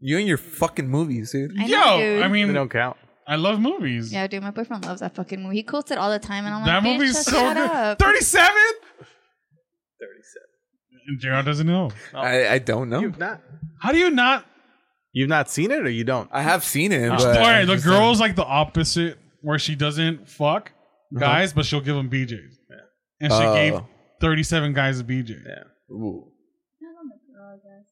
S4: you and your fucking movies dude
S5: I know,
S2: Yo,
S5: dude.
S2: I
S3: They
S2: mean,
S3: don't count.
S2: I love movies.
S5: yeah, dude, my boyfriend loves that fucking movie. He quotes it all the time, and I'm
S2: that
S5: like,
S2: movie's
S5: Bitch,
S2: so
S5: shut
S2: good.
S5: Up.
S2: Thirty-seven.
S3: 37.
S2: And Gerard doesn't know.
S4: I, I don't know
S3: You've not.
S2: How do you not?
S3: You've not seen it or you don't?
S4: i have seen it
S2: All
S4: but
S2: right,
S4: I'm
S2: the
S4: just
S2: girl's like the opposite, where she doesn't fuck guys, but she'll give them BJ's. And she
S4: Uh-huh. Oh.
S2: gave thirty-seven guys a BJ.
S3: Yeah.
S4: like, ooh.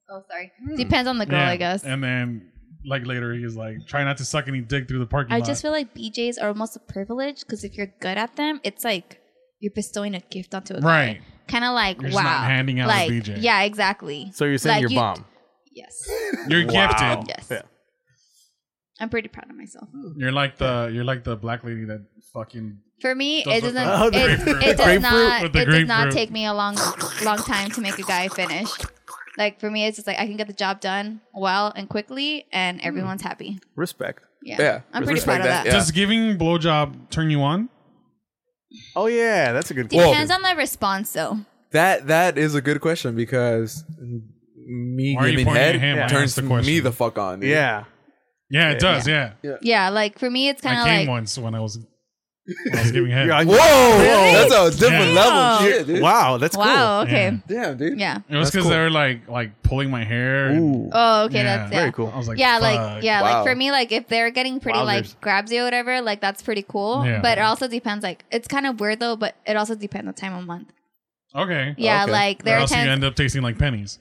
S5: Oh, sorry. Depends on the girl,
S2: Yeah.
S5: I guess.
S2: And then, like later, he's like, "Try not to suck any dick through the parking
S5: I
S2: lot."
S5: just feel like BJ's are almost a privilege because if you're good at them, it's like you're bestowing a gift onto a guy.
S2: Right.
S5: Kind of like
S2: You're
S5: wow,
S2: just not handing out a
S5: like,
S2: BJ.
S5: Yeah, exactly.
S3: So you're saying
S5: Like,
S3: you're
S5: you-
S3: bomb.
S5: Yes,
S2: You're
S3: Wow.
S2: gifted.
S5: Yes.
S3: Yeah.
S5: I'm pretty proud of myself.
S2: You're like the you're like the black lady that fucking
S5: For me,
S2: Those
S5: it
S2: with
S5: doesn't.
S2: the-
S3: Oh, the
S5: it,
S2: grapefruit.
S5: it does
S2: Grapefruit
S5: not.
S2: with
S5: It
S2: the
S5: does not
S2: grapefruit.
S5: take me a long, long time to make a guy finish. Like for me, it's just like I can get the job done well and quickly, and everyone's happy.
S3: Respect.
S5: Yeah,
S4: Yeah,
S5: I'm pretty proud
S4: respect
S5: of
S4: that,
S5: that.
S4: yeah.
S2: does giving blowjob turn you on?
S3: Oh yeah, that's a good
S4: Whoa.
S5: Depends on the response, though.
S4: That that is a good question because me
S2: Why are you
S4: giving
S2: pointing
S4: head
S2: at him? I
S4: turns
S2: asked the question.
S4: me the fuck on. dude.
S3: Yeah.
S2: Yeah, it does. Yeah,
S5: Yeah, like for me, it's kind
S2: I
S5: of
S2: came
S5: like
S2: once when I was when I was giving head.
S3: You're like,
S4: Whoa, that's a different
S2: Yeah.
S4: level. Shit, dude.
S3: wow, that's
S5: wow,
S2: cool.
S5: okay,
S4: Damn, dude.
S5: yeah.
S2: it was
S4: that's
S2: because
S4: cool.
S2: they were like like pulling my hair. and-
S4: Ooh.
S5: Oh, okay,
S2: Yeah.
S5: that's yeah.
S3: Very cool.
S2: I was like,
S5: yeah,
S2: "Fuck."
S5: like yeah,
S4: Wow.
S5: like for me, like if they're getting pretty
S3: Wowzers.
S5: like grabsy or whatever, like that's pretty cool.
S2: Yeah.
S5: But it also depends. Like it's kind of weird though, but it also depends on time of month.
S2: Okay.
S5: Yeah,
S4: Okay.
S5: like
S2: Or
S5: there are
S2: else you
S5: times.
S2: end up tasting like pennies.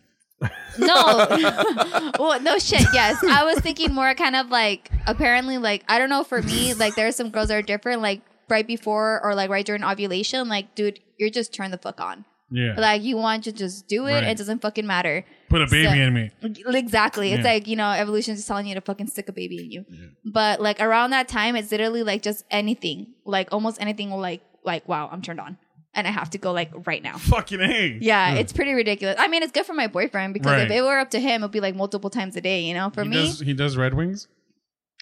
S5: No, well, no shit. Yes, I was thinking more kind of like apparently like I don't know. For me, like there are some girls that are different. Like right before or like right during ovulation, like dude, you're just turned the fuck on.
S2: Yeah.
S5: Like you want to just do it.
S2: Right.
S5: It doesn't fucking matter.
S2: Put a baby
S5: so-
S2: in me.
S5: Exactly. It's
S2: Yeah.
S5: like, you know, evolution's just telling you to fucking stick a baby in you. But like around that time, it's literally like just anything, like almost anything will like, like, wow, I'm turned on and I have to go like right now.
S2: Fucking a.
S5: Yeah, it's pretty ridiculous. I mean, it's good for my boyfriend because if
S2: Hmm. Right.
S5: it were up to him, it'd be like multiple times a day, you know, for
S2: he
S5: me.
S2: does, he does Red Wings.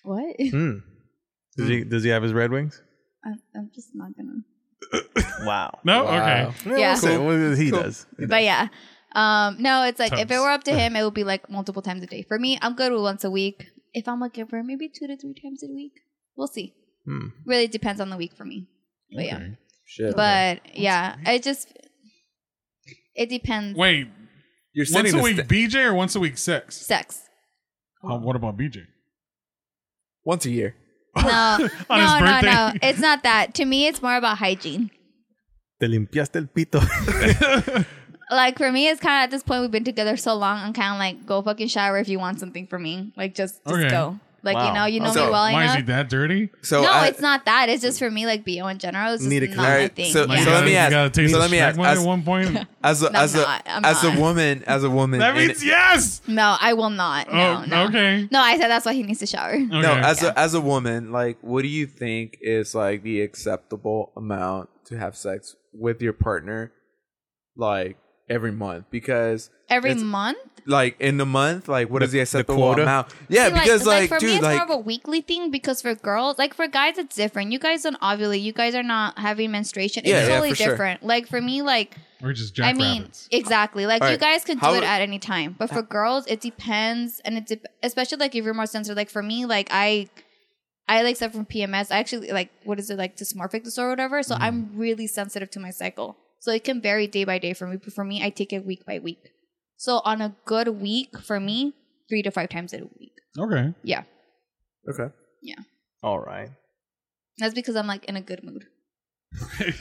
S5: what?
S3: cool. Hmm. Does he does he have his Red Wings?
S5: I'm, I'm just not gonna.
S3: Wow.
S2: No.
S4: Wow.
S2: Oh, Okay.
S5: Yeah.
S3: So what he does.
S5: But yeah. Um, no, it's like if it
S2: Tubs.
S5: were up to him, it would be like multiple times a day. For me, I'm good with once a week. If I'm a giver, maybe two to three times a week. We'll see.
S3: Hmm.
S5: Really depends on the week for me. But yeah.
S2: Okay.
S4: Shit.
S5: But yeah, it just it depends.
S2: Wait.
S4: You're
S2: Once
S4: sending
S2: a
S4: this
S2: week
S4: th-
S2: BJ or once a week sex?
S5: Sex.
S2: Uh, what about BJ?
S4: once a year.
S5: No, no,
S2: On his
S5: no, no.
S2: birthday.
S5: It's not that. To me, it's more about hygiene.
S3: Te limpiaste el pito.
S5: Like for me, it's kind of at this point we've been together so long. I'm kind of like, go fucking shower if you want something from me. Like just, just
S2: Okay.
S5: go. Like
S3: Wow.
S5: you know, you know
S4: So,
S5: me well
S2: Why is
S5: enough.
S2: he that dirty?
S4: So
S5: no,
S4: I,
S5: it's not that. It's just for me, like bo in general. It's just
S3: Need a
S5: not
S4: All
S5: my
S4: right,
S5: thing.
S4: so-
S2: Like,
S5: yeah.
S2: you gotta-
S4: let me
S2: you
S4: ask-
S2: gotta taste
S4: so
S2: the
S4: let me ask-
S2: shragma at
S4: as-
S2: one point.
S4: as a
S5: No, I'm
S4: as a
S5: not. I'm
S4: as
S5: not.
S4: a woman as a woman.
S2: that
S4: and-
S2: means yes.
S5: no, I will not. No,
S2: oh,
S5: no.
S2: okay.
S5: No, I said that's why he needs to shower.
S2: okay.
S4: No, as a as a woman, like, what do you think is like the acceptable amount to have sex with your partner, like every month? Because
S5: Every
S4: It's-
S5: month.
S4: like in the month, like what is
S3: The-
S4: the
S3: the
S4: acceptable
S3: quota?
S4: amount? Yeah,
S5: See,
S4: because like,
S5: for me,
S4: dude,
S5: it's
S4: like
S5: more of a weekly thing because for girls, like for guys, it's different. You guys don't ovulate. You guys are not having menstruation. It's
S4: Yeah, yeah,
S5: totally
S4: for sure.
S5: different. Like for me, like
S2: We're just
S5: I mean,
S2: jackrabbits.
S5: exactly. Like
S4: All
S5: you
S4: right,
S5: guys could do
S4: how-
S5: it at any time, but for girls, it depends, and it dep especially like if you're more sensitive. Like for me, like I. I like suffer from PMS. I actually like what is it like dysmorphic disorder or whatever. So I'm really sensitive to my cycle. So it can vary day by day for me. But for me, I take it week by week. So on a good week for me, three to five times a week.
S2: okay.
S5: Yeah.
S4: okay,
S3: All right.
S5: That's because I'm like in a good mood.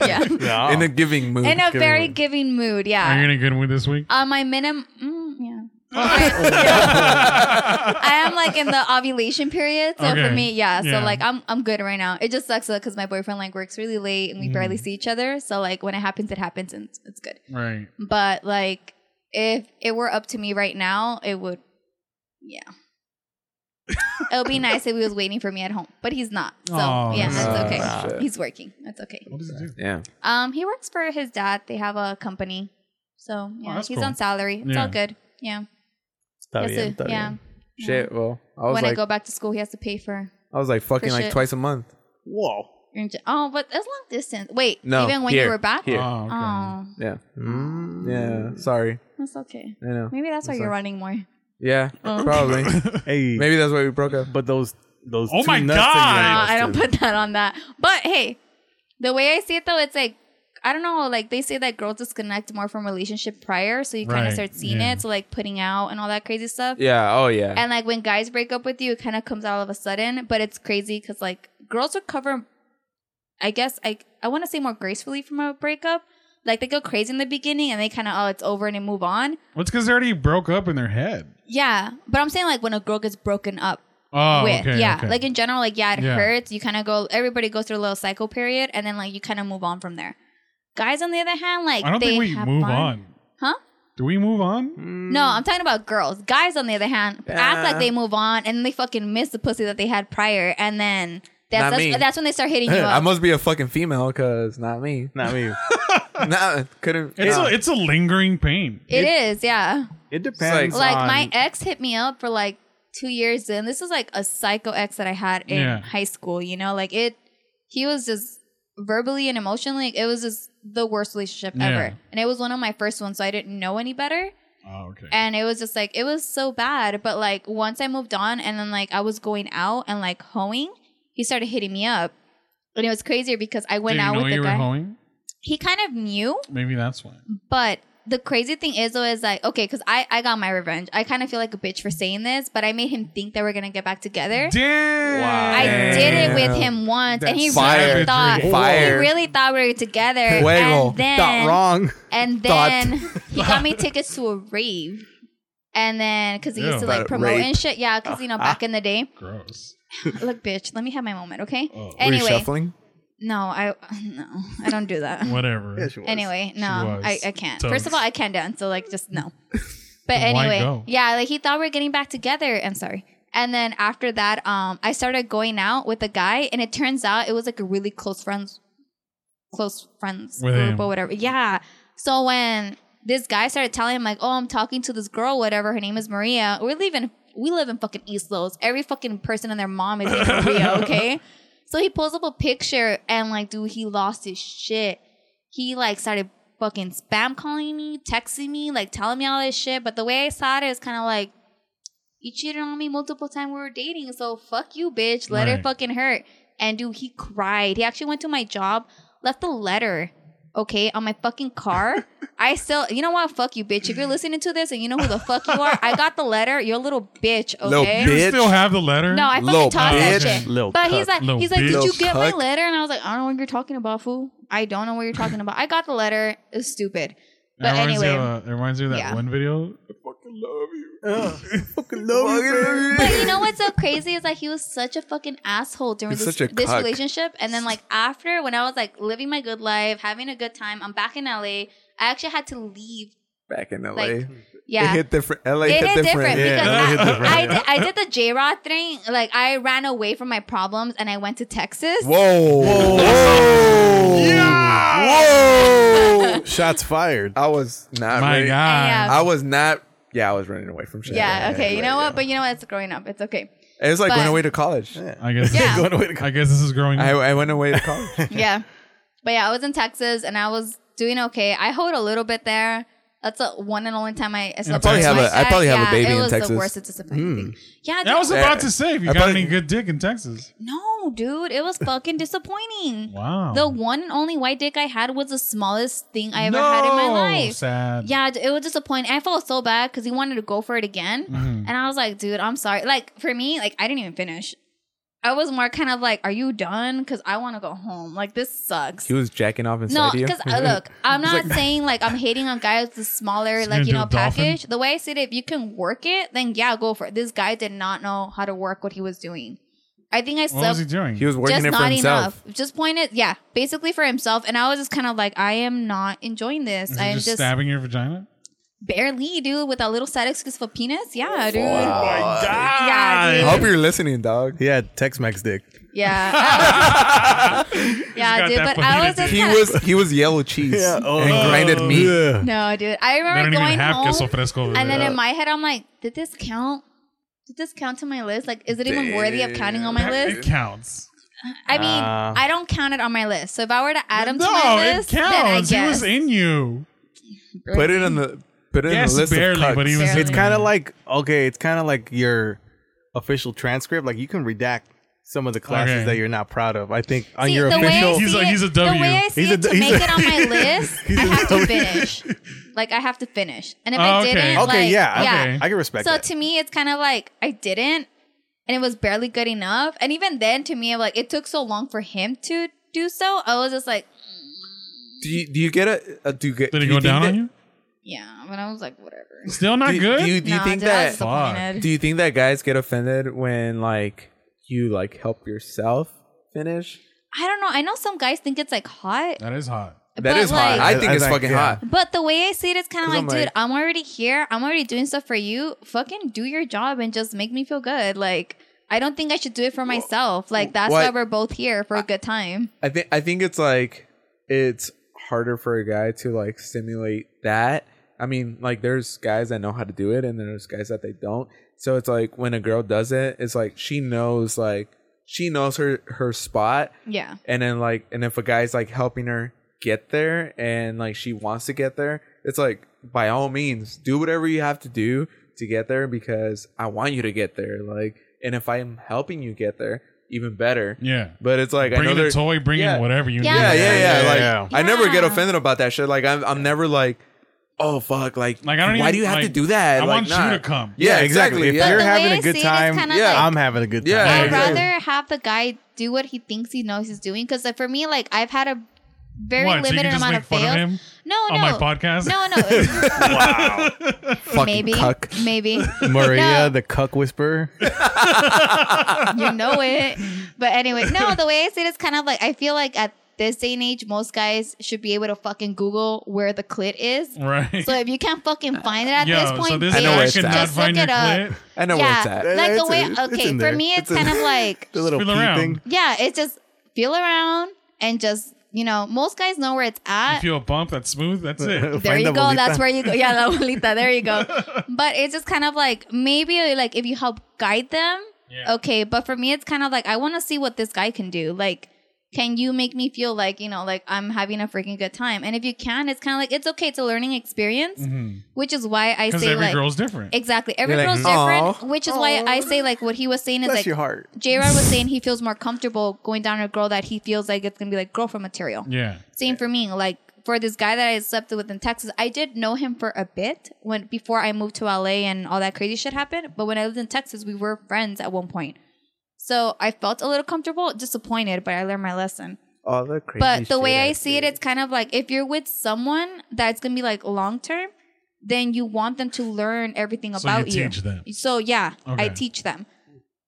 S5: yeah.
S3: Yeah.
S4: in a giving mood.
S5: in a
S4: Giving
S5: very
S4: mood.
S5: giving mood.
S2: Are you Oh,
S5: Yeah.
S2: in a good mood this week?
S5: On my minimum, mm, yeah. Well, I, yeah. I am like in the ovulation period, so
S2: Okay.
S5: for me, yeah. So
S2: Yeah.
S5: like I'm I'm good right now. It just sucks because my boyfriend like works really late and we
S2: Mm.
S5: barely see each other. So like when it happens, it happens and it's- it's good.
S2: Right.
S5: But like if it were up to me right now, it would, yeah. it would be nice if he was waiting for me at home, but he's not. So
S2: Aw,
S5: yeah,
S2: that's
S5: that's
S4: sad.
S5: okay.
S4: Ah, shit.
S5: He's working. That's okay.
S2: What does it do?
S4: yeah.
S5: Um, he works for his dad. They have a company, so yeah,
S2: that's
S5: he's
S2: cool.
S5: on salary. It's
S2: Yeah.
S5: all good. Yeah,
S3: Está
S5: He has
S3: bien,
S5: to-
S3: está
S5: yeah.
S3: bien.
S4: Shit. Well, I was
S5: When I
S4: like,
S5: go back to school, he has to pay for.
S4: I was like fucking like
S5: shit.
S4: twice a month.
S3: Whoa.
S5: your inje- Oh, but that's long distance. Wait,
S4: No,
S5: even when
S4: here,
S5: you were back.
S4: here.
S2: Oh, okay.
S5: Oh,
S4: Yeah,
S3: Mm.
S4: yeah. Sorry,
S5: that's okay.
S4: I know.
S5: Maybe that's why you're running more.
S4: Yeah,
S5: Oh.
S4: probably.
S3: Hey,
S4: Maybe that's why we broke up.
S3: but those those.
S2: Oh
S3: two
S2: my
S3: nuts
S2: God.
S5: Uh,
S3: that you
S5: I
S3: gave
S5: don't
S3: us, dude.
S5: put that on that. But hey, the way I see it though, it's like I don't know. Like they say that girls disconnect more from relationship prior, so you kind
S2: Right,
S5: of start seeing
S2: yeah.
S5: it. So like putting out and all that crazy stuff.
S4: Yeah. Oh yeah.
S5: And like when guys break up with you, it kind of comes out all of a sudden, but it's crazy because like girls recover, I guess I I want to say more gracefully from a breakup. Like they go crazy in the beginning and they kind of oh it's over and they move on.
S2: Well, it's because they already broke up in their head.
S5: Yeah, but I'm saying like when a girl gets broken up
S2: Oh,
S5: with,
S2: okay.
S5: yeah,
S2: okay.
S5: like in general, like yeah, it
S2: Yeah.
S5: hurts. You kind of go, everybody goes through a little cycle period, and then like you kind of move on from there. Guys, on the other hand, like
S2: I don't
S5: they
S2: think we
S5: have
S2: move
S5: fun.
S2: on.
S5: huh?
S2: Do we move on?
S4: Mm.
S5: No, I'm talking about girls. Guys, on the other hand, act like they move on and they fucking miss the pussy that they had prior, and then
S4: Not
S5: that's
S4: me.
S5: that's, that's when they start hitting you
S4: I
S5: up.
S4: must be a fucking female, cause not me.
S3: Not me.
S4: nah, couldn't.
S2: It's
S4: nah.
S2: a it's a lingering pain.
S5: it is, yeah.
S3: It depends.
S5: Like
S3: on-
S5: my ex hit me up for like two years, and this is like a psycho ex that I had in
S2: Yeah.
S5: high school. You know, like it. He was just verbally and emotionally. It was just the worst relationship
S2: Yeah.
S5: ever, and it was one of my first ones, so I didn't know any better.
S2: Oh, okay.
S5: and it was just like it was so bad but like once i moved on and then like i was going out and like hoeing he started hitting me up and it was crazier because i went
S2: Did you
S5: out
S2: know
S5: with
S2: you
S5: the
S2: were
S5: guy
S2: hoeing?
S5: he kind of knew
S2: Maybe that's why.
S5: but the crazy thing is though is like okay because i i got my revenge i kind of feel like a bitch for saying this but i made him think that we're gonna get back together
S2: Damn.
S3: Wow.
S5: I did it with
S4: Damn.
S5: him once, and he
S4: That's fire.
S5: really thought
S4: Fire.
S5: he really thought we were together.
S4: Fuego.
S5: And then,
S3: Got wrong.
S5: and
S4: Thought.
S5: then he got me tickets to a rave. And then, because he used to
S2: Ew.
S5: like
S4: But
S5: promote
S4: rape.
S5: and shit. Yeah, because, you know, back in the day.
S2: Gross.
S5: Look, bitch, let me have my moment, okay?
S2: Oh.
S4: Were you
S5: Anyway,
S4: shuffling?
S5: no, I no, I don't do that.
S2: Whatever.
S3: Yeah, she was.
S5: Anyway, no,
S2: was.
S5: I, I can't.
S2: Totes.
S5: First of all, I can't dance, so like just no. But
S2: Then why
S5: anyway,
S2: go?
S5: yeah, like he thought we are getting back together. I'm sorry. And then after that, um, I started going out with a guy, and it turns out it was like a really close friends, close friends
S2: With
S5: group
S2: him.
S5: or whatever. Yeah. So when this guy started telling him like, "Oh, I'm talking to this girl, whatever. Her name is Maria. We live in we live in fucking East Los. Every fucking person and their mom is in Maria, okay?" So he pulls up a picture, and like, dude, he lost his shit he like started fucking spam calling me, texting me, like telling me all this shit. But the way I saw it, it was kind of like, you cheated on me multiple times we were dating, so fuck you, bitch. Let
S2: Right.
S5: it fucking hurt. And dude, he cried. He actually went to my job, left a letter, okay, on my fucking car. I still, you know what? Fuck you, bitch. If you're listening to this and you know who the fuck you are, I got the letter. You're a little bitch, okay?
S4: Little
S2: You
S4: bitch.
S2: still have the letter?
S5: No, I fucking
S4: Little
S5: tossed that
S2: bitch.
S5: shit.
S3: Little
S5: but
S3: cuck.
S5: he's like,
S2: Little
S5: he's like, did
S4: bitch.
S5: you get my
S4: Cuck.
S5: letter? And I was like, I don't know what you're talking about, fool. I don't know what you're talking about. I got the letter. It was stupid. But
S2: It reminds you of,
S5: anyway,
S2: uh, it reminds you of that
S5: Yeah.
S2: one video.
S3: Fucking love you,
S5: but you know what's so crazy is like he was such a fucking asshole during
S4: He's
S5: this,
S4: such a
S5: this
S4: cuck.
S5: relationship, and then like after when I was like living my good life, having a good time, I'm back in LA. I actually had to leave.
S4: Back in LA.
S5: Like,
S4: It
S5: Yeah,
S4: hit different. LA
S5: it
S4: hit
S5: is
S4: different.
S5: different because
S3: Yeah, it hit
S5: I,
S3: different,
S5: I,
S3: yeah.
S5: did, I did the J Rod thing. Like I ran away from my problems and I went to Texas.
S4: Whoa. Whoa. Whoa.
S3: bitch. Shots fired.
S4: I was not
S2: My
S4: ready.
S5: Yeah.
S2: God.
S4: I was not. Yeah, I was running away from shit.
S5: Yeah, okay. You know
S4: yeah.
S5: what? But you know what? It's growing up. It's okay.
S4: It was like
S5: But-
S4: going away to college.
S2: I guess.
S5: Yeah.
S3: Going away to
S2: I guess this is growing.
S4: I,
S2: up.
S4: I went away to college.
S5: Yeah. But yeah, I was in Texas and I was doing okay. I hoed a little bit there. That's the one and only time I, I slept
S2: probably
S5: with
S2: have
S5: like
S4: a- I
S5: that.
S4: probably have a
S5: Yeah,
S4: baby
S5: it
S4: in
S5: was
S4: Texas. Hmm.
S5: the worst disappointing thing. Yeah, dude,
S2: I was about to say, if you
S4: I
S2: got
S4: probably-
S2: any good dick in Texas.
S5: no, dude, it was fucking disappointing.
S2: Wow.
S5: The one and only white dick I had was the smallest thing I ever
S2: no,
S5: had in my life.
S2: Sad.
S5: Yeah, d- it was disappointing. I felt so bad because he wanted to go for it again,
S2: Mhm.
S5: and I was like, "Dude, I'm sorry." Like for me, like I didn't even finish. I was more kind of like, "Are you done?" Because I want to go home. Like this sucks.
S4: He was jacking off
S5: No,
S4: inside you. Mm-hmm.
S5: because look, I'm not saying like I'm hating on guys with the smaller,
S2: He's
S5: like
S2: gonna
S5: you
S2: do
S5: know,
S2: a dolphin.
S5: package. The way I see it, if you can work it, then yeah, go for it. This guy did not know how to work what he was doing. I think I
S2: What was he
S5: slept
S2: doing?
S4: he was working
S5: just
S4: it for
S5: not
S4: himself.
S5: enough. Just pointed, yeah, basically for himself. And I was just kind of like, I am not enjoying this.
S2: Is he
S5: I'm
S2: just,
S5: just,
S2: stabbing your vagina.
S5: barely, dude, with a little side excuse for penis. Yeah, dude.
S2: Oh God.
S5: Yeah,
S4: I hope you're listening, dog.
S3: Yeah, Tex Mex dick.
S5: Yeah. I was- yeah,
S2: got
S5: dude.
S2: that
S5: But I was
S2: fajita
S5: just
S4: He
S5: kinda-
S4: was he was yellow cheese and grinded meat.
S3: Yeah.
S5: No, dude. I
S2: They
S5: remember
S2: don't even
S5: going
S2: have
S5: home.
S2: queso fresco. over
S5: And then
S2: there.
S5: in my head, I'm like, did this count? Did this count to my list? Like, is it even worthy of counting on my
S2: it
S5: list?
S2: counts.
S5: I mean,
S3: Uh.
S5: I don't count it on my list. So if I were to add him
S2: no,
S5: to my list,
S2: it
S5: then I
S2: counts. He
S5: guess.
S2: was in you.
S4: Put it in the put it
S2: Yes,
S4: in the list
S2: barely,
S4: of cucks.
S2: but he was.
S5: Barely.
S2: in
S3: It's kind of like okay, it's kind of like your official transcript. Like you can redact some of the classes
S2: Okay.
S3: that you're not proud of. I think on
S5: See,
S3: your
S5: the way I
S3: official,
S5: see
S2: He's a-
S5: it,
S2: he's a
S5: The
S2: W.
S5: way I see
S3: He's a
S5: it, to
S3: d- he's
S5: make
S3: a-
S5: it on my list,
S3: He's
S5: I
S3: a
S5: have
S3: W.
S5: to finish. Like, I have to finish. And if
S2: Oh,
S5: I
S2: okay.
S5: didn't,
S3: okay,
S5: like,
S3: yeah,
S5: yeah.
S2: okay.
S3: I can respect
S5: So
S3: that.
S5: to me, it's kind of like I didn't, and it was barely good enough. And even then, to me, I'm like, it took so long for him to do so. I was just like,
S4: Do you, do you get a, a do you get?
S2: Did
S4: do
S2: it
S4: you
S2: go
S4: think
S2: down
S4: that,
S2: on you?
S5: yeah. But I was like, whatever.
S2: Still not
S4: do,
S2: good.
S4: Do you, do you
S5: Nah,
S4: think
S5: dude, I was
S4: that?
S5: disappointed.
S4: Do you think that guys get offended when like you like help yourself finish?
S5: I don't know. I know some guys think it's like hot.
S2: that is hot.
S4: That
S5: but
S4: is
S5: like,
S4: hot. I think
S3: I
S4: it's
S3: think,
S4: fucking
S3: yeah.
S4: hot.
S5: But the way I see it is kind of like,
S4: 'Cause I'm
S5: dude,
S4: like-
S5: I'm already here. I'm already doing stuff for you. Fucking do your job and just make me feel good. Like, I don't think I should do it for myself. Like, that's why
S4: what-
S5: we're both here for a good time.
S4: I think I think it's like it's harder for a guy to like stimulate that. I mean, like there's guys that know how to do it, and then there's guys that they don't. So it's like when a girl does it, it's like she knows like she knows her her spot,
S5: Yeah.
S4: and then like and if a guy's like helping her get there, and like she wants to get there, it's like by all means, do whatever you have to do to get there because I want you to get there. Like, and if I'm helping you get there, even better.
S2: Yeah.
S4: But it's like I
S2: Bring
S4: know
S2: in a
S4: they're-
S2: toy, bring
S4: yeah.
S2: in whatever you
S5: Yeah.
S2: need.
S4: Yeah, yeah, yeah.
S3: Yeah,
S4: like
S3: yeah.
S4: I never get
S5: Yeah.
S4: offended about that shit. Like I'm, I'm never like, oh fuck, like,
S2: Like, I don't
S4: why
S2: even-
S4: do you have to
S2: like,
S4: do that?
S2: I
S4: like,
S2: want you
S4: nah.
S2: to come.
S4: Yeah, exactly.
S3: If
S4: Yeah.
S3: you're
S5: But the way
S3: having
S5: I
S3: a good
S5: see it, it's
S3: time,
S5: kinda
S4: Yeah. like-
S3: I'm having a good
S4: Yeah.
S3: time.
S5: I'd
S4: exactly.
S5: rather have the guy do what he thinks he knows he's doing. Because for me, like I've had a very
S2: What, so you can
S5: limited
S2: just
S5: amount
S2: make
S5: of
S2: fun of
S5: fails.
S2: him
S5: no, no,
S2: on my podcast?
S5: No, no,
S4: Fucking
S5: maybe,
S4: cuck.
S5: maybe
S3: Maria,
S5: No.
S3: the cuck whisperer.
S5: you know it. But anyway, no, the way I say it is kind of like I feel like at this day and age, most guys should be able to fucking Google where the clit is.
S2: Right.
S5: So if you can't fucking find it at
S2: Yo,
S5: this point,
S2: so this
S4: I know
S5: bitch,
S4: where
S2: guy
S4: it's
S2: could
S4: at.
S2: not
S5: just look
S2: find your
S5: it up.
S2: clit.
S4: I know
S5: yeah,
S4: where it's at.
S5: like the
S3: It's
S5: way.
S3: in- it's
S5: okay,
S3: in
S5: for
S3: there.
S5: me, it's,
S3: It's in-
S5: kind of like
S3: The little
S2: Feel
S3: pee
S2: around.
S3: thing.
S5: yeah, it's just feel around and just you know, most guys know where it's at.
S2: You feel a bump that's smooth, that's it.
S5: there
S3: Find
S5: you
S3: the
S5: go. That's
S3: bolita.
S5: where you go. Yeah, la bolita. There you go. But it's just kind of like maybe like if you help guide them,
S2: Yeah.
S5: okay. But for me, it's kind of like I want to see what this guy can do. Like, can you make me feel like you know, like I'm having a freaking good time? And if you can, it's kind of like it's okay. It's a learning experience,
S3: Mm-hmm.
S5: which is why I
S2: Because
S5: say
S2: every
S5: like
S2: girl's different.
S5: exactly every
S4: You're like,
S5: girl's
S4: "Aw,
S5: different, which is why I say like what he was saying is
S3: Bless
S5: like
S3: your heart.
S5: J Rod was saying he feels more comfortable going down a girl that he feels like it's gonna be like girlfriend material.
S2: yeah.
S5: Same for me. Like for this guy that I slept with in Texas, I did know him for a bit when before I moved to LA and all that crazy shit happened. But when I lived in Texas, we were friends at one point. So I felt a little comfortable, disappointed, but I learned my lesson.
S4: All the crazy
S5: But the way
S4: shit
S5: I see it,
S4: did.
S5: it's kind of like if you're with someone that's gonna be like long term, then you want them to learn everything
S2: So you
S5: about
S2: teach them.
S5: So yeah, I
S2: Okay.
S5: teach them.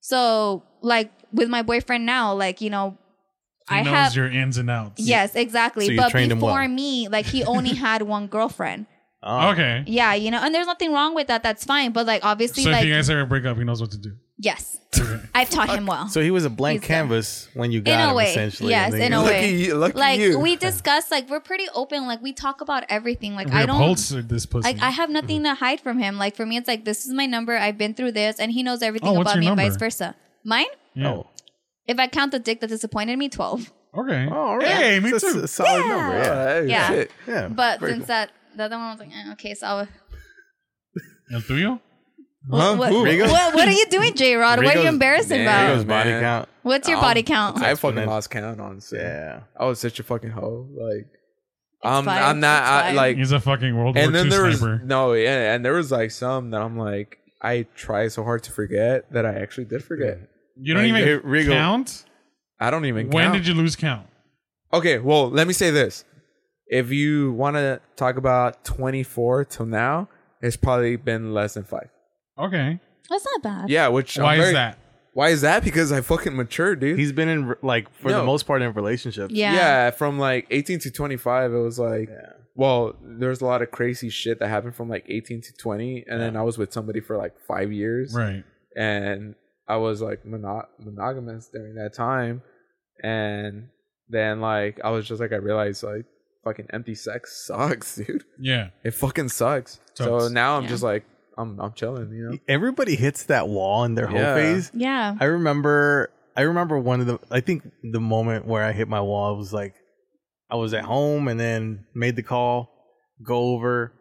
S5: So like with my boyfriend now, like you know,
S2: He
S5: I
S2: knows
S5: have
S2: your ins and outs.
S5: Yes, exactly.
S3: So you
S5: but
S3: trained
S5: before
S3: him well.
S5: me, like he only had one girlfriend.
S3: Oh.
S2: Okay.
S5: Yeah, you know, and there's nothing wrong with that. That's fine. But like obviously,
S2: So if
S5: like
S2: you guys ever break up, he knows what to do.
S5: yes,
S2: Okay.
S5: I've taught him well.
S3: So he was a blank
S5: He's done.
S3: canvas when you
S5: in
S3: got
S5: a
S3: him,
S5: way,
S3: essentially.
S5: yes,
S3: and then you-
S5: in a
S4: lucky
S5: way.
S4: you- lucky
S5: like
S4: you.
S5: we discuss, like we're pretty open. Like we talk about everything. Like
S2: We
S5: I don't.
S2: upholstered this pussy.
S5: Like I have nothing to hide from him. Like for me, it's like this is my number. I've been through this, and he knows everything
S2: Oh, what's your
S5: about me, and vice
S2: number?
S5: versa. Mine,
S2: yeah.
S3: Oh.
S5: if I count the dick that disappointed me, twelve.
S2: Okay.
S3: Oh, all right.
S2: Hey, me
S3: That's
S2: too.
S3: A solid
S5: Yeah.
S3: number.
S4: Oh,
S3: Yeah.
S4: hey,
S5: Yeah.
S4: shit.
S3: yeah.
S5: But since that the other one was like, eh, okay, so I'll-
S2: El tuyo?
S4: Huh?
S5: what,
S4: Who?
S5: what,
S3: Rigo's-
S5: what are you doing, J Rod? What are you
S3: Rigo's-
S5: embarrassed
S4: Damn.
S5: about?
S3: Rigo's body
S4: man.
S3: count.
S5: What's your
S4: Um,
S5: body count?
S4: I fucking
S3: exponential.
S4: lost count, honestly.
S3: Yeah.
S4: I was such a fucking hoe. Like, I'm,
S5: fine,
S4: I'm not
S5: it's
S4: I,
S5: fine.
S4: like.
S2: He's a fucking World
S4: and
S2: War
S4: then
S2: II
S4: there was
S2: sniper.
S4: no, yeah, and there was like some that I'm like, I try so hard to forget that I actually did forget.
S2: you don't
S3: Like,
S2: even
S3: hey, Rigo.
S2: count?
S4: I don't even.
S2: When
S4: count.
S2: did you lose count?
S4: Okay, well, let me say this. If you want to talk about 24 till now, it's probably been less than five.
S2: Okay.
S5: That's not bad.
S4: Yeah, which I'm
S2: Why is
S4: very-
S2: that?
S4: Why is that? Because I fucking matured, dude.
S3: He's been in, like, for
S4: No.
S3: the most part, in relationships.
S5: Yeah.
S4: yeah. from like 18 to 25, it was like, well, there's a lot of crazy shit that happened from like 18 to 20, and then I was with somebody for like five years,
S2: Right.
S4: and I was like mono- monogamous during that time, and then like I was just like I realized like fucking empty sex sucks, dude.
S2: Yeah.
S4: It fucking sucks. So
S2: Sucks.
S4: now I'm
S5: Yeah.
S4: just like, I'm I'm chilling, you know.
S3: Everybody hits that wall in their whole
S4: Yeah.
S3: phase.
S5: Yeah.
S3: I remember I remember one of the I think the moment where I hit my wall was like I was at home and then made the call, go over,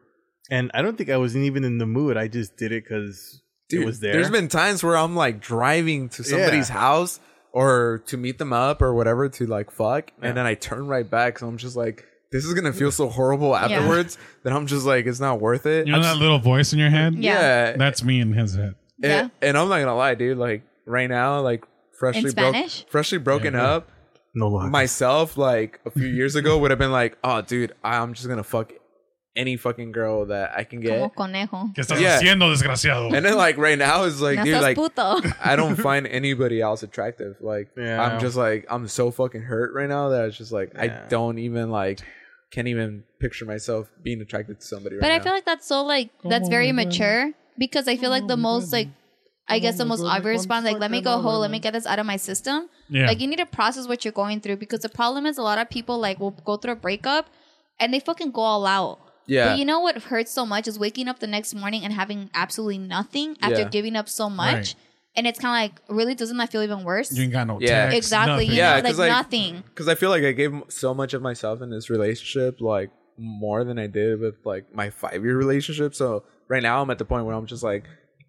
S3: and I don't think I was even in the mood. I just did it because it was there.
S4: There's been times where I'm like driving to somebody's house or to meet them up or whatever to like fuck,
S3: Yeah.
S4: and then I turn right back. So I'm just like, this is gonna feel so horrible afterwards that I'm just like, it's not worth it.
S2: You know
S4: I'm
S2: that
S4: just-
S2: little voice in your head?
S5: Yeah.
S4: yeah,
S2: That's me in his head.
S4: And,
S5: Yeah.
S4: and I'm not gonna lie, dude. Like right now, like freshly broke,
S5: Spanish?
S4: freshly broken
S2: Yeah.
S4: up.
S3: no luck.
S4: myself like a few years ago would have been like, oh, dude, I'm just gonna fuck any fucking girl that I can get.
S5: Como conejo.
S2: ¿Qué estás
S4: Yeah.
S2: haciendo, desgraciado?
S4: And then like right now it's like,
S5: No
S4: dude,
S5: seas
S4: like
S5: puto.
S4: I don't find anybody else attractive. Like
S3: Yeah.
S4: I'm just like I'm so fucking hurt right now that it's just like I
S3: Yeah.
S4: don't even like can't even picture myself being attracted to somebody
S5: But
S4: right
S5: I feel like that's so like that's
S2: Como
S5: very
S2: mi
S5: mature because I feel like the most like I guess the
S2: Como
S5: most
S2: mi
S5: obvious response like let me go
S2: motherfucker,
S5: home, let
S2: mother-
S5: me get this out of my system.
S2: yeah.
S5: Like you need to process what you're going through because the problem is a lot of people like will go through a breakup and they fucking go all out.
S4: Yeah.
S5: But you know what hurts so much is waking up the next morning and having absolutely nothing after
S4: Yeah.
S5: giving up so much.
S2: Right.
S5: And it's kind of like, really, doesn't that feel even worse?
S2: you ain't got no
S4: Yeah.
S2: text,
S5: exactly.
S2: nothing.
S5: You
S4: Yeah,
S5: know, like,
S4: 'cause, like-
S5: nothing.
S4: because I feel like I gave so much of myself in this relationship, like more than I did with like my five year relationship. So right now I'm at the point where I'm just like,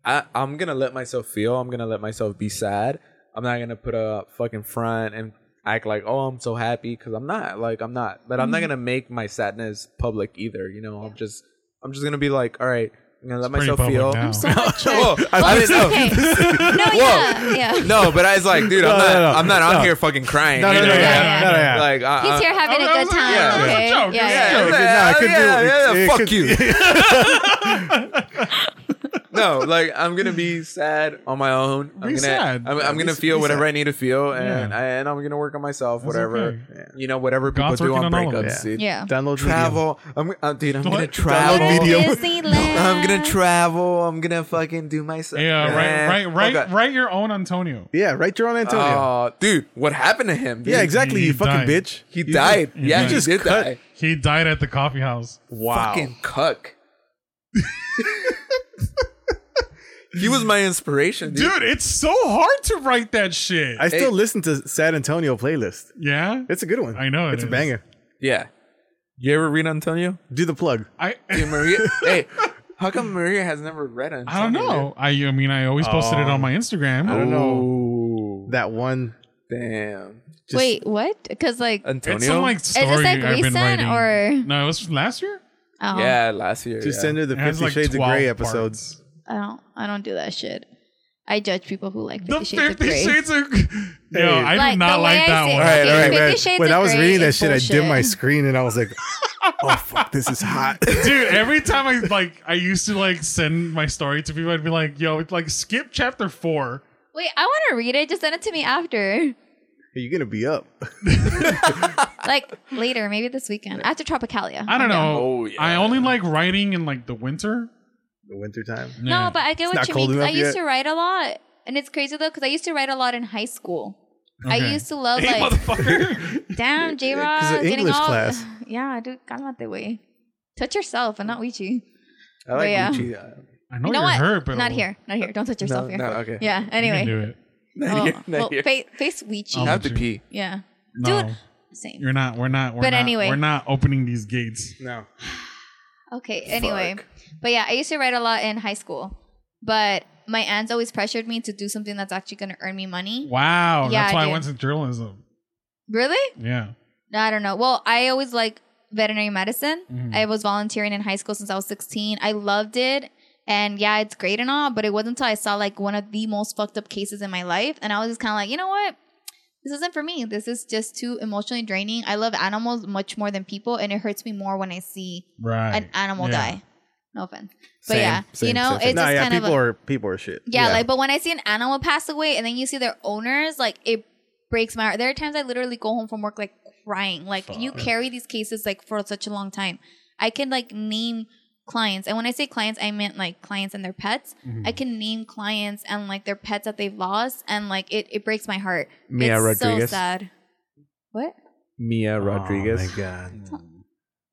S4: I, I'm gonna let myself feel. I'm gonna let myself be sad. I'm not gonna put a fucking front and act like, oh, I'm so happy because I'm not. Like I'm not. But I'm not gonna make my sadness public either. You know, I'm just I'm just gonna be like, all right, I'm gonna let
S2: pretty
S4: myself
S2: public
S4: feel.
S2: now.
S5: So much
S4: Whoa, I, I didn't know.
S5: okay. No, yeah, Oh, yeah.
S4: No, but I was like, dude, I'm
S3: No,
S4: not,
S3: no, no.
S4: I'm not out
S3: No.
S4: here fucking crying.
S3: No, no, no,
S4: either.
S3: no,
S5: yeah,
S3: no, no, yeah.
S4: Like, uh,
S5: He's here
S2: I- I
S5: having a
S2: was
S5: good
S2: like,
S5: time.
S4: yeah, it was a
S5: okay.
S2: joke,
S5: yeah,
S2: it was a
S5: yeah.
S4: yeah,
S3: joke.
S4: yeah,
S3: I could do it.
S4: yeah, yeah, yeah,
S3: It
S4: fuck
S3: could-
S4: you. no, like I'm gonna be sad on my own. I'm
S2: Be
S4: gonna,
S2: sad.
S4: I'm, I'm
S2: Be
S4: gonna
S2: s-
S4: feel
S2: be
S4: whatever
S2: sad.
S4: I need to feel, and
S2: Yeah.
S4: I, and I'm gonna work on myself.
S2: That's
S4: whatever
S2: okay.
S4: you know, whatever people
S2: God's
S4: do
S2: working
S4: on
S2: on all of
S4: breakups.
S3: us.
S4: dude.
S5: Yeah.
S3: Download Medium.
S4: Travel, I'm, uh, dude. I'm gonna
S2: Download
S4: travel.
S3: Medium.
S5: Disneyland.
S4: I'm gonna travel. I'm gonna fucking do myself.
S2: Yeah,
S4: Eh,
S2: right, right, right,
S4: okay.
S2: write your own Antonio.
S3: Yeah, write your own Antonio.
S4: Oh, dude, what happened to him? dude?
S3: yeah, exactly.
S2: He
S3: You
S2: died.
S3: fucking bitch.
S4: He
S3: You-
S4: died.
S2: you
S4: yeah,
S2: just
S4: he did
S3: cut-
S4: die.
S2: He died at the coffee house.
S3: Wow.
S4: Fucking cuck. he was my inspiration, dude.
S2: Dude, it's so hard to write that shit.
S3: I still
S4: Hey.
S3: listen to Sad Antonio playlist.
S2: yeah,
S3: It's a good one.
S2: I know it
S3: it's a
S2: is.
S3: banger.
S4: Yeah. You ever read Antonio?
S3: Do the plug.
S2: I
S4: Dude, Maria. hey, how come Maria has never read Antonio?
S2: I don't know. I I mean, I always posted it on
S5: Oh.
S2: my Instagram.
S3: I don't know
S4: know.
S3: that one.
S4: Damn.
S3: Just,
S5: Wait, what? Because like,
S4: Antonio?
S2: It's some like story
S5: is this like
S2: I've been
S5: recent
S2: writing.
S5: or?
S2: No, it was last year.
S5: Oh,
S4: yeah, last year.
S3: Just
S4: yeah.
S3: send her the
S2: It has,
S3: Fifty
S2: like,
S3: Shades of
S2: 12
S3: Grey
S2: parts.
S3: episodes.
S5: I don't. I don't do that shit. I judge people who like Fifty
S2: The
S5: Shades of
S2: Fifty
S5: Grey.
S2: Shades of Yo, I do
S5: Like,
S2: not
S5: the
S2: like
S5: way
S2: that one.
S5: I say- All right,
S3: Alright,
S5: Okay,
S3: alright,
S5: Fifty
S3: alright.
S5: Shades
S3: When
S5: of
S3: I was
S5: Grey
S3: reading that
S5: is
S3: shit, I
S5: bullshit.
S3: dimmed my screen and I was like, "Oh fuck, this is hot."
S2: Dude, every time I like, I used to like send my story to people. I'd be like, "Yo, it's like skip chapter four.
S5: Wait, I want to read it. Just send it to me after.
S3: You're gonna be up.
S5: Like later, maybe this weekend after Tropicalia.
S2: I don't
S5: I'm down.
S2: know.
S4: Oh, yeah.
S2: I only like writing in like the winter.
S3: The winter time.
S2: Yeah.
S5: No, but I get
S3: not
S5: what you
S3: cold
S5: mean. 'cause I
S3: enough
S5: used
S3: yet.
S5: to write a lot, and it's crazy though because I used to write a lot in high school.
S2: Okay.
S5: I used to love
S2: hey,
S5: like,
S2: motherfucker.
S5: damn, J
S3: Because
S5: Rod
S3: of
S5: getting
S3: English
S5: all.
S3: class.
S5: Yeah, dude, cálmate, way. Touch yourself and not Uchi.
S4: I like
S5: Oh, yeah.
S4: Gucci. Uh,
S2: I know
S5: You
S2: you're
S5: know what?
S2: hurt, but
S5: not here, not here. Don't touch yourself here.
S4: no, okay.
S5: Yeah.
S2: You can
S5: Anyway,
S2: do it.
S5: well,
S4: Not here, not
S5: well,
S4: here. Um,
S5: fa- face Weechi.
S2: Oh.
S4: I have to pee.
S5: Yeah.
S2: No,
S5: Dude, same.
S2: you're not. We're not. We're
S5: But
S2: not,
S5: anyway.
S2: we're not opening these gates.
S3: No.
S5: Okay, anyway.
S4: Fuck.
S5: But yeah, I used to write a lot in high school. But my aunts always pressured me to do something that's actually going to earn me money.
S2: Wow,
S5: Yeah,
S2: that's why I
S5: dude.
S2: went to journalism.
S5: Really?
S2: Yeah,
S5: I don't know. Well, I always like veterinary medicine.
S4: Mm-hmm.
S2: Mhm.
S3: Mm-hmm.
S5: I was volunteering in high school since I was 16. I loved it. And yeah, it's great and all, but it wasn't until I saw like one of the most fucked up cases in my life. And I was just kind of like, you know what? This isn't for me. This is just too emotionally draining. I love animals much more than people, and it hurts me more when I see
S2: right.
S5: an animal
S2: Yeah.
S5: die. No offense. But
S4: Same,
S5: yeah, you
S4: same,
S5: know,
S4: same,
S5: it's
S4: same.
S5: just
S3: no, yeah.
S5: kind
S3: People
S5: of a,
S3: are people are shit.
S5: yeah,
S4: yeah.
S5: like but when I see an animal pass away and then you see their owners, like it breaks my heart. There are times I literally go home from work like crying. Like you carry these cases like for such a long time. I can like name clients, and when I say clients, I meant like clients and their pets.
S3: Mm-hmm.
S5: I can name clients and like their pets that they've lost, and like it, it breaks my heart.
S4: Mia
S5: It's
S4: Rodriguez.
S5: So sad. What?
S4: Mia Rodriguez.
S3: Oh my god.
S2: Mm-hmm.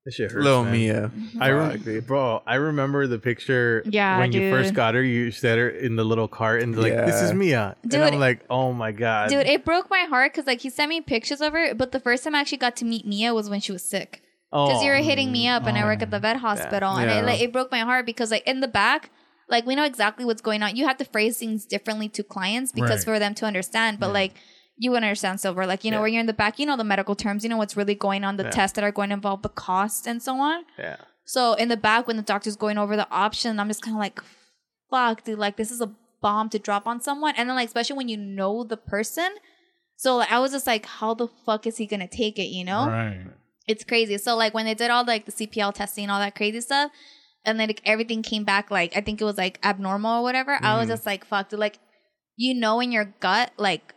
S3: That shit hurts.
S4: Little
S3: man.
S4: Mia.
S3: I
S4: Fuck,
S3: rem-
S4: dude.
S3: bro, I remember the picture
S5: Yeah,
S3: when you first
S5: dude.
S3: got her. You said her in the little cart and like, this
S4: Yeah.
S3: is Mia.
S5: Dude,
S3: and I'm like, oh my god,
S5: Dude, it broke my heart because like he sent me pictures of her, but the first time I actually got to meet Mia was when she was sick. because
S3: oh,
S5: you were hitting me up and I work at the vet hospital and
S4: Yeah.
S5: it, like, it broke my heart because like in the back like we know exactly what's going on you have to phrase things differently to clients because
S2: Right.
S5: for them to understand but like you understand silver like you know
S3: Yeah.
S5: where you're in the back you know the medical terms you know what's really going on the
S3: Yeah.
S5: tests that are going to involve the cost and so on
S3: yeah.
S5: so in the back when the doctor's going over the option i'm just kind of like fuck dude like this is a bomb to drop on someone and then like especially when you know the person so like, i was just like how the fuck is he gonna take it you know
S2: Right.
S5: it's crazy. So like when they did all like the CPL testing and all that crazy stuff, and then like, everything came back like I think it was like abnormal or whatever. I was just like, fuck, dude, like you know in your gut like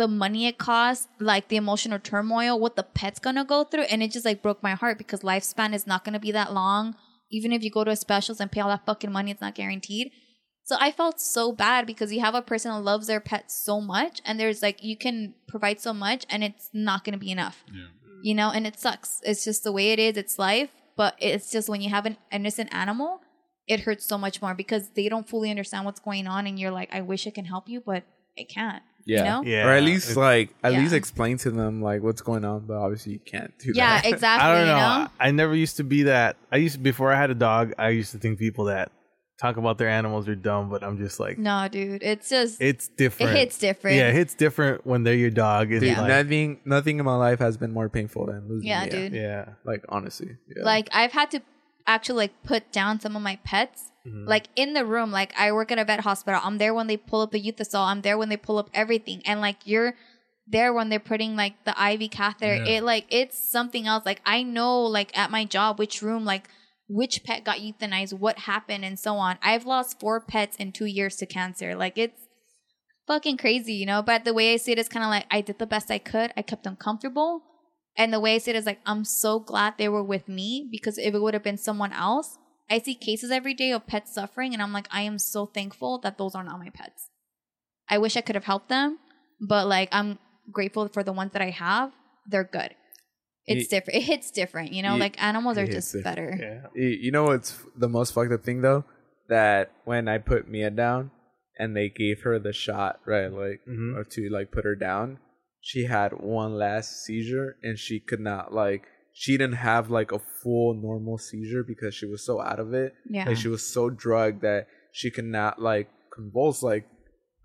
S5: the money it costs, like the emotional turmoil, what the pet's gonna go through, and it just like broke my heart because lifespan is not gonna be that long. Even if you go to a specials and pay all that fucking money, it's not guaranteed. So I felt so bad because you have a person who loves their pet so much, and there's like you can provide so much, and it's not gonna be enough you know, and it sucks. It's just the way it is. It's life. But it's just when you have an innocent animal, it hurts so much more because they don't fully understand what's going on, and you're like, I wish I can help you, but I can't.
S4: Yeah.
S5: You know?
S3: Yeah.
S4: Or at least
S3: It's-
S4: like at
S5: Yeah.
S4: least explain to them like what's going on, but obviously you can't do
S5: Yeah,
S4: that.
S5: exactly.
S3: I don't know.
S5: You
S3: I
S5: know?
S3: I never used to be that. I used before I had a dog. I used to think people that talk about their animals are dumb, but I'm just like,
S5: No, dude. It's just it,
S3: it's different.
S5: hits different.
S3: Yeah, it hits different when they're your dog. It's
S4: Dude,
S3: like,
S4: nothing nothing in my life has been more painful than losing.
S5: Yeah,
S4: Mia.
S5: dude.
S3: yeah,
S4: Like honestly. Yeah.
S5: Like I've had to actually like put down some of my pets.
S3: Mm-hmm.
S5: Like in the room, like I work at a vet hospital. I'm there when they pull up a euthasol. I'm there when they pull up everything. And like you're there when they're putting like the IV catheter.
S3: Yeah.
S5: It like it's something else. Like I know like at my job which room like which pet got euthanized, what happened and so on. I've lost four pets in 2 years to cancer. Like it's fucking crazy, you know? But the way I see it is kind of like I did the best I could. I kept them comfortable. And the way I see it is like, I'm so glad they were with me because if it would have been someone else, I see cases every day of pets suffering. And I'm like, I am so thankful that those are not my pets. I wish I could have helped them, but like, I'm grateful for the ones that I have. They're good. It's
S4: Ye-
S5: different. It hits different, you know?
S4: Ye-
S5: like, animals
S4: it
S5: are
S4: hits
S5: just
S4: different.
S5: better.
S3: yeah.
S4: You you know what's the most fucked up thing though? That when I put Mia down and they gave her the shot, right, like
S3: Mhm.
S5: Mm-hmm.
S4: or to like put her down, she had one last seizure and she could not like she didn't have like a full normal seizure because she was so out of it.
S5: Yeah.
S4: Like she was so drugged that she could not like convulse like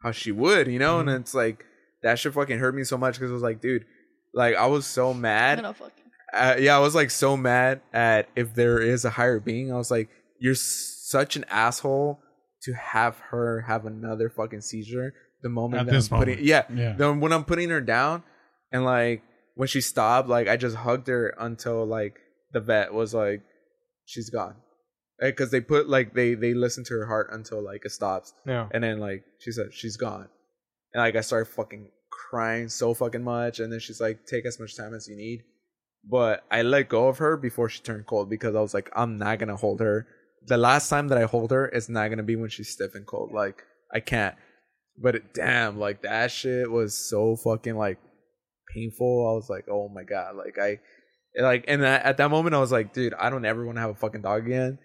S4: how she would, you know?
S5: Mm-hmm.
S4: And it's like that shit fucking hurt me so much because it was like, dude, like I was so mad
S5: Little fucking-
S4: uh, yeah, I was like so mad at if there is a higher being. I was like, you're s- such an asshole to have her have another fucking seizure. The moment
S2: At
S4: that
S2: this
S4: I'm putting,
S2: moment.
S4: yeah,
S2: Yeah.
S4: Then when I'm putting her down, and like when she stopped, like I just hugged her until like the vet was like, she's gone, because they put like they they listen to her heart until like it stops,
S3: Yeah.
S4: and then like she said she's gone, and like I started fucking crying so fucking much, and then she's like, take as much time as you need, but I let go of her before she turned cold because I was like, I'm not gonna hold her. The last time that I hold her is not gonna be when she's stiff and cold. Like I can't. But it, damn, like that shit was so fucking like painful. I was like, oh my god, like I, and, like, and I, at that moment I was like, dude, I don't ever want to have a fucking dog again.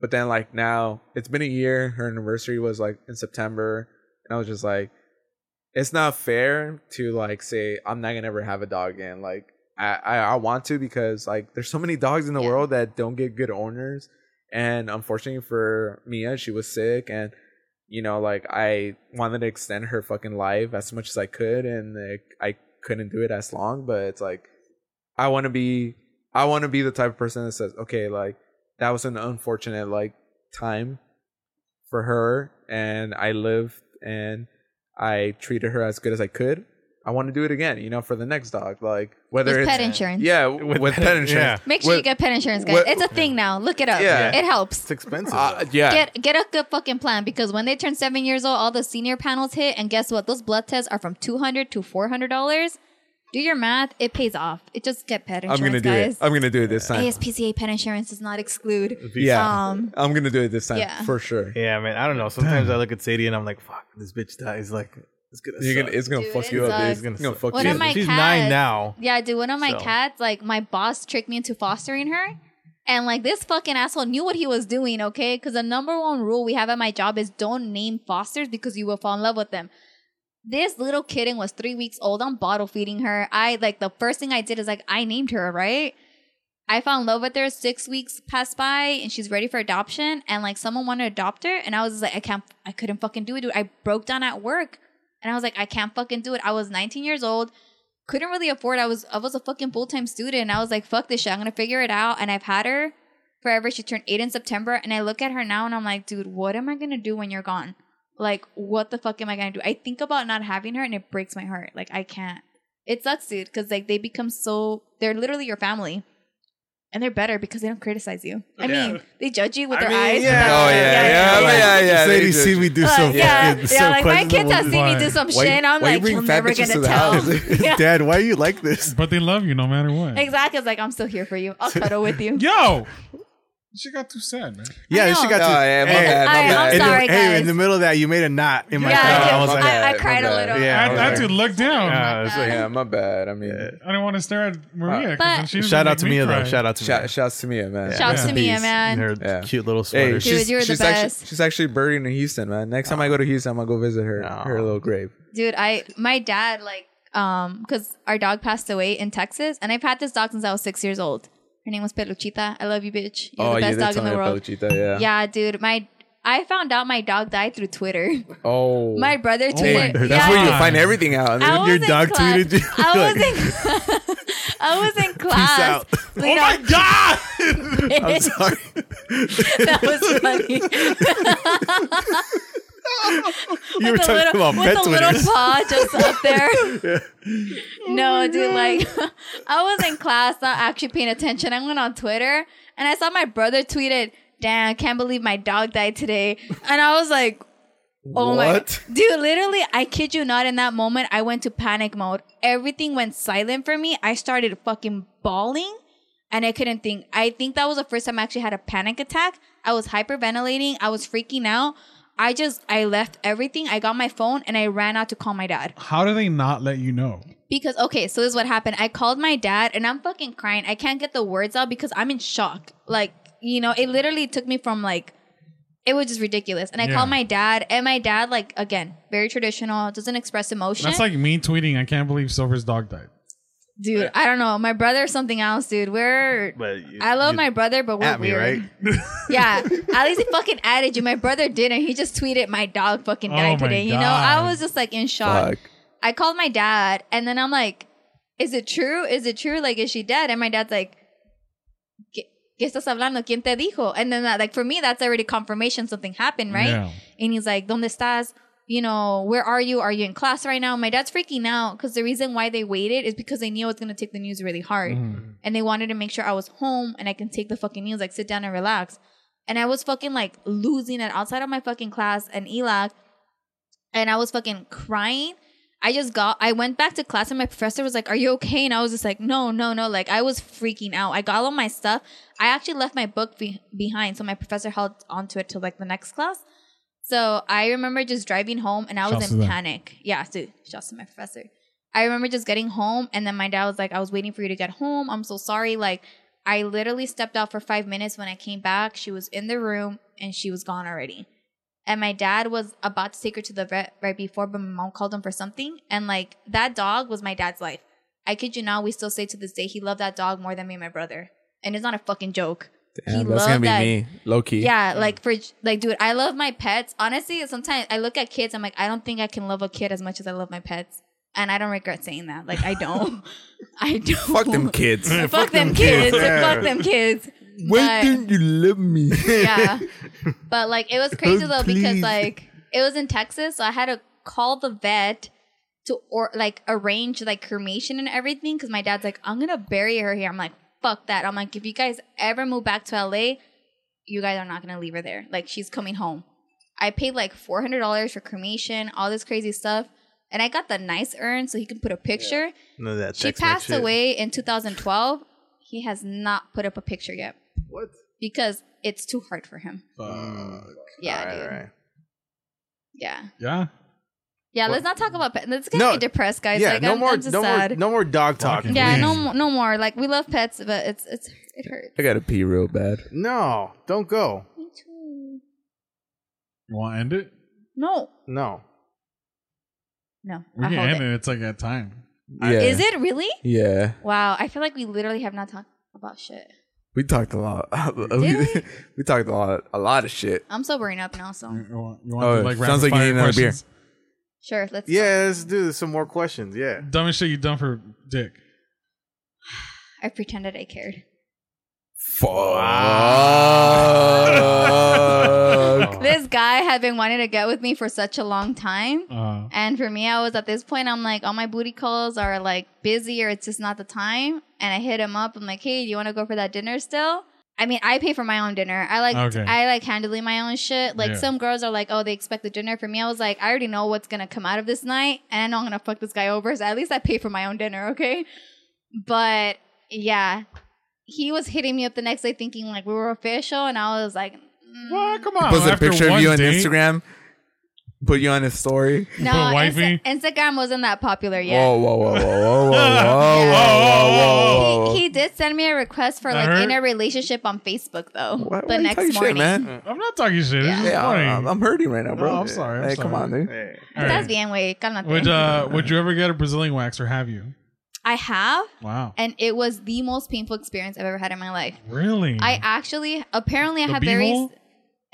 S4: But then like now it's been a year. Her anniversary was like in September, and I was just like, it's not fair to like say I'm not gonna ever have a dog again. Like I I, I want to because like there's so many dogs in the
S5: Yeah.
S4: world that don't get good owners, and unfortunately for Mia, she was sick and. You know, like I wanted to extend her fucking life as much as I could, and like, I couldn't do it as long. But it's like, I want to be, I want to be the type of person that says, okay, like that was an unfortunate like time for her and I lived and I treated her as good as I could. I want to do it again, you know, for the next dog. Like whether
S5: With
S4: it's
S5: pet insurance.
S4: Yeah, w- with, pet insurance.
S5: Make sure you
S4: With-
S5: get pet insurance, guys.
S4: what-
S5: it's a thing now. Look it up.
S4: Yeah.
S5: It helps.
S3: It's expensive.
S4: Uh,
S3: though.
S4: yeah.
S5: Get get a good fucking plan because when they turn seven years old, all the senior panels hit, and guess what? Those blood tests are from two hundred to four hundred dollars. Do your math; it pays off. It just get pet
S4: I'm
S5: insurance,
S4: going to do
S5: guys.
S4: it. I'm going to do it this time.
S5: ASPCA pet insurance does not exclude.
S4: Yeah.
S5: Um,
S4: I'm going to do it this time
S5: yeah.
S4: for sure.
S3: yeah, man. I don't know. Sometimes I look at Sadie and I'm like, fuck, this bitch dies. Like, it's gonna.
S4: You're gonna,
S3: suck.
S4: it's going to
S5: Dude,
S4: fuck
S5: it
S4: you up. dude.
S5: sucks.
S4: It's going to fuck
S5: One
S4: you
S5: of
S4: up.
S5: my
S3: She's
S5: cats-
S3: nine now.
S5: yeah, dude. One of my
S3: So-
S5: cats, like my boss, tricked me into fostering her, and like this fucking asshole knew what he was doing. Okay, because the number one rule we have at my job is don't name fosters because you will fall in love with them. this little kitten was three weeks old. I'm bottle feeding her. I like the first thing I did is like I named her, right? I fell in love with her. Six weeks passed by and she's ready for adoption. And like someone wanted to adopt her. And I was just like, I can't, I couldn't fucking do it, dude. I broke down at work and I was like, I can't fucking do it. I was 19 years old. Couldn't really afford. I was, I was a fucking full time student. And I was like, fuck this shit. I'm going to figure it out. And I've had her forever. She turned eight in September. And I look at her now and I'm like, dude, what am I going to do when you're gone? like what the fuck am i gonna do i think about not having her and it breaks my heart like i can't it sucks dude because like they become so they're literally your family and they're better because they don't criticize you i mean they judge you with
S3: I
S5: their
S3: mean,
S5: eyes
S3: yeah.
S4: Oh, yeah, yeah, yeah, yeah.
S3: Sadie
S4: they do.
S3: see me do
S5: Like,
S3: some
S5: yeah,
S3: fucking-
S5: yeah,
S3: some
S5: like my kids
S3: questionable
S5: have seen me
S2: design.
S5: do some
S4: Why-
S5: shit, and I'm
S4: why you
S5: like,
S4: bring
S5: you're
S4: fat
S5: never
S4: bitches to
S5: gonna
S4: the
S5: tell.
S4: house?
S5: yeah,
S3: Dad, why you like this?
S2: But they love you no matter what.
S5: exactly. It's like I'm still here for you. I'll cuddle with you.
S2: Yo, She got too sad, man.
S3: Yeah, she got
S4: Oh,
S3: to.
S4: yeah, my bad,
S5: Alright,
S4: my
S5: I'm
S4: bad.
S3: in the- Hey,
S5: sorry, guys.
S3: in the middle of that, you made a knot in my
S5: yeah,
S4: bad.
S5: I,
S3: throat.
S5: did.
S3: I was like,
S4: My
S5: I, I
S4: bad,
S5: cried
S4: my
S5: a
S4: bad.
S5: little.
S3: Yeah,
S2: I,
S4: okay.
S2: I had to look down.
S3: Yeah, it's
S4: So, yeah, my bad. I mean,
S3: Yeah.
S2: I didn't want to stare at Maria. 'cause
S5: But-
S2: then she was
S3: shout
S2: gonna
S3: out to
S2: make me
S3: Mia though.
S2: cry.
S3: Shout out to
S4: shout,
S3: Mia.
S4: shouts to Mia, man.
S5: Shouts
S3: She's
S5: to
S3: a
S5: Mia,
S3: beast.
S5: man.
S3: Her
S4: Yeah.
S3: cute little sweater.
S4: Hey, she's,
S5: Dude, you're the
S4: she's actually,
S5: best.
S4: She's actually buried in Houston, man. Next time I go to Houston, I'm gonna go visit her,
S3: Aw.
S4: her little grave.
S5: dude i my dad like um because our dog passed away in texas and i've had this dog since i was six years old her name was peluchita i love you bitch
S3: Oh,
S5: you're the best
S4: did
S5: dog in
S4: tell
S5: the
S4: me about
S5: world
S4: Luchita, yeah.
S5: yeah dude my i found out my dog died through twitter
S4: Oh,
S5: my brother tweeted
S3: God.
S4: that's
S5: yeah,
S4: where you
S2: God.
S4: find everything out.
S5: I was
S3: Your
S5: in
S3: dog
S5: class.
S3: tweeted you?
S5: I was
S3: Like-
S5: in. I was in class.
S3: out.
S5: You
S2: Oh
S5: know,
S2: my god!
S3: I'm sorry.
S5: that was funny.
S3: you were
S5: with a
S3: talking
S5: little,
S3: about
S5: with
S3: pet
S5: a little
S3: Twitters.
S5: paw just up there. no,
S3: Oh,
S5: dude, like I was in class, not actually paying attention. I went on Twitter and I saw my brother tweeted, "Damn, can't believe my dog died today," and I was like. Oh
S4: What?
S5: my dude, literally, I kid you not. In that moment, I went to panic mode. Everything went silent for me. I started fucking bawling and I couldn't think. I think that was the first time I actually had a panic attack. I was hyperventilating, I was freaking out. I just I left everything. I got my phone and I ran out to call my dad.
S2: How do they not let you know?
S5: Because okay, so this is what happened. I called my dad and I'm fucking crying. I can't get the words out because I'm in shock. Like, you know, it literally took me from like it was just ridiculous. And I
S2: Yeah.
S5: called my dad and my dad like again, very traditional, doesn't express emotion.
S2: That's like me tweeting, I can't believe Silver's dog died.
S5: dude, I don't know. My brother or something else, dude. We're
S3: But you-
S5: I love
S3: you
S5: my brother, but we're
S3: At me,
S5: weird.
S3: right?
S5: Yeah. At least he fucking added you. My brother didn't. He just tweeted, My dog fucking
S2: Oh
S5: died
S2: my
S5: today. You know,
S2: God.
S5: I was just like in shock.
S4: Fuck.
S5: I called my dad and then I'm like, Is it true? Is it true? Like, is she dead? And my dad's like, ¿Qué, qué estás hablando? ¿Quién te dijo? And then, that, like, for me, that's already confirmation something happened, right?
S2: Yeah.
S5: And he's like, ¿Dónde estás? You know, where are you? Are you in class right now? My dad's freaking out because the reason why they waited is because they knew it was going to take the news really hard and they wanted to make sure I was home and I can take the fucking news, like sit down and relax. And I was fucking like losing it outside of my fucking class and E ELAC, and I was fucking crying. I just got, I went back to class and my professor was like, Are you okay? And I was just like, No, no, no. Like, I was freaking out. I got all of my stuff. I actually left my book be- behind. So my professor held onto it till like the next class. So I remember just driving home and I was
S2: Shouts to
S5: in
S2: them.
S5: panic. Yeah, dude. Shouts to my professor. I remember just getting home and then my dad was like, I was waiting for you to get home. I'm so sorry. Like, I literally stepped out for five minutes. When I came back, she was in the room and she was gone already. And my dad was about to take her to the vet right before, but my mom called him for something. And like, that dog was my dad's life. I kid you not, we still say to this day, he loved that dog more than me and my brother. And it's not a fucking joke.
S4: Damn,
S5: he
S4: that's gonna
S5: loved
S4: be
S5: that-
S4: me, low key.
S5: Yeah, like for like, dude, I love my pets. Honestly, sometimes I look at kids, I'm like, I don't think I can love a kid as much as I love my pets, and I don't regret saying that. Like, I don't, I don't.
S4: Fuck them kids.
S5: Fuck, them kids. Fuck them kids. But-
S4: you love me?
S5: yeah. But like it was crazy though because
S3: Please.
S5: like it was in Texas, so I had to call the vet to or like arrange like cremation and everything because my dad's like, I'm gonna bury her here. I'm like, fuck that. I'm like, if you guys ever move back to LA, you guys are not gonna leave her there. Like she's coming home. I paid like four hundred dollars for cremation, all this crazy stuff. And I got the nice urn so he can put a picture.
S3: None of that
S5: She
S3: Tex-Mex
S5: passed
S3: shit.
S5: away in 2012. He has not put up a picture yet. What? Because it's too hard for him. Yeah,
S3: Alright,
S5: dude.
S3: alright.
S5: Yeah.
S2: Yeah.
S5: Yeah, let's not talk about pet. Let's get
S3: No.
S5: me depressed, guys.
S3: Yeah,
S5: like,
S3: no
S5: I'm,
S3: more,
S5: I'm just
S3: no more,
S5: sad.
S3: no more dog talk.
S2: Fucking
S5: yeah,
S2: please.
S5: no, mo- no more. Like we love pets, but it's it's it hurts.
S4: I gotta pee real bad.
S3: No, don't go.
S5: Me too.
S2: You want to end it?
S5: No,
S3: No.
S5: no.
S2: We
S5: I'll
S2: can
S5: hold
S2: end
S5: it.
S2: it. It's like that time.
S4: Yeah.
S5: Uh, Is it really?
S4: Yeah.
S5: Wow, I feel like we literally have not talked about shit.
S4: We talked a lot.
S5: Did we?
S4: we talked a lot, a lot of shit.
S5: I'm sobering up now, so
S2: You
S3: Mm.
S2: want, you want
S4: Oh,
S2: to like rapid
S4: sounds like you
S2: fire
S4: need another beer.
S2: questions?
S5: sure. Let's.
S3: Yeah, let's do some more questions. Yeah.
S2: Dumbest shit you done for dick.
S5: I pretended I cared.
S4: Fuck.
S5: This guy had been wanting to get with me for such a long time.
S2: Uh,
S5: And for me, I was at this point, I'm like, all my booty calls are like busy or it's just not the time. And I hit him up. I'm like, hey, do you want to go for that dinner still? I mean, I pay for my own dinner. I like,
S2: Okay.
S5: I like handling my own shit. Like
S2: Yeah.
S5: some girls are like, oh, they expect the dinner. For me, I was like, I already know what's gonna come out of this night, and I know I'm gonna fuck this guy over. So at least I pay for my own dinner, okay? But yeah, he was hitting me up the next day thinking like we were official, and I was like, mm,
S2: Well, come on.
S4: Post a
S2: after
S4: picture of
S2: one
S4: you on
S2: date-
S4: Instagram. Put you on his story.
S5: no,
S2: But wifey?
S5: Insta- Instagram wasn't that popular yet.
S4: Whoa, whoa, whoa, whoa, whoa, whoa, whoa,
S2: whoa,
S4: whoa, whoa, whoa.
S5: He, he did send me a request for
S2: That
S5: like
S2: hurt?
S5: in a relationship on Facebook though.
S4: Why- why
S5: the
S4: you
S5: next
S4: talking shit,
S5: morning,
S4: man.
S2: I'm not talking shit. It's just
S4: Yeah,
S2: funny.
S4: I'm, I'm hurting right now, bro.
S2: No, I'm sorry, I'm
S4: hey, come
S2: sorry.
S4: on, dude.
S3: Hey.
S2: All right.
S5: That's bien, way. Cálmate.
S2: Would uh, would you ever get a Brazilian wax or have you?
S5: I have,
S2: Wow.
S5: and it was the most painful experience I've ever had in my life.
S2: Really?
S5: I actually, apparently, I
S2: Mm. The
S5: have very
S2: beehole?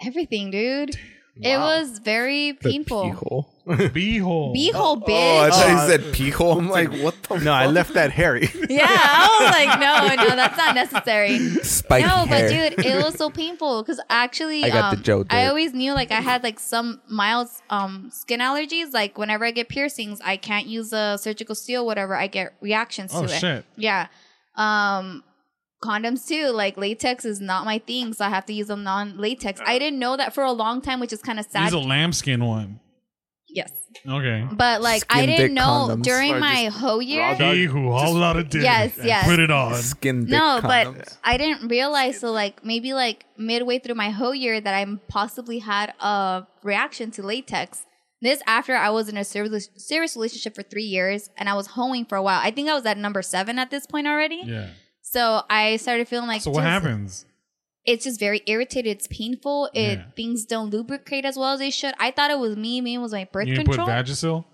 S5: everything, dude. It
S3: Wow.
S5: was very
S4: The
S5: painful.
S4: peehole.
S2: Beehole.
S5: Beehole,
S4: Oh, I
S5: bitch.
S4: thought he said peehole. I'm like, what the
S3: No, I left that hairy.
S5: yeah, I was like, no, no, that's not necessary.
S4: spiky
S5: no,
S4: hair.
S5: but dude, it was so painful because actually,
S4: I got
S5: um,
S4: the Joe dirt.
S5: I always knew like I had like some mild um, skin allergies. Like whenever I get piercings, I can't use a surgical steel, whatever. I get reactions
S2: Oh
S5: to it.
S2: shit.
S5: Yeah. Um, condoms too. Like latex is not my thing, so I have to use a non-latex. I didn't know that for a long time, which is kind of sad.
S2: He's a lambskin one.
S5: yes,
S2: Okay.
S5: but like I
S4: Skin dick
S5: didn't know
S4: condoms.
S5: during
S3: Or
S5: my
S3: just
S5: whole year.
S3: raw dog
S2: He who hauled out a dick.
S5: Yes,
S2: and
S5: yes.
S2: Put it on.
S4: Skin dick
S5: No,
S4: condoms.
S5: but I didn't realize so like maybe like midway through my whole year that I possibly had a reaction to latex. This after I was in a serious serious relationship for three years and I was hoeing for a while. I think I was at number seven at this point already.
S2: Yeah.
S5: So I started feeling like
S2: So what
S5: just-
S2: happens?
S5: It's just very irritated. It's painful. It
S2: Yeah.
S5: things don't lubricate as well as they should. I thought it was me. Me was my birth
S2: You didn't put
S5: control.
S2: Vagisil.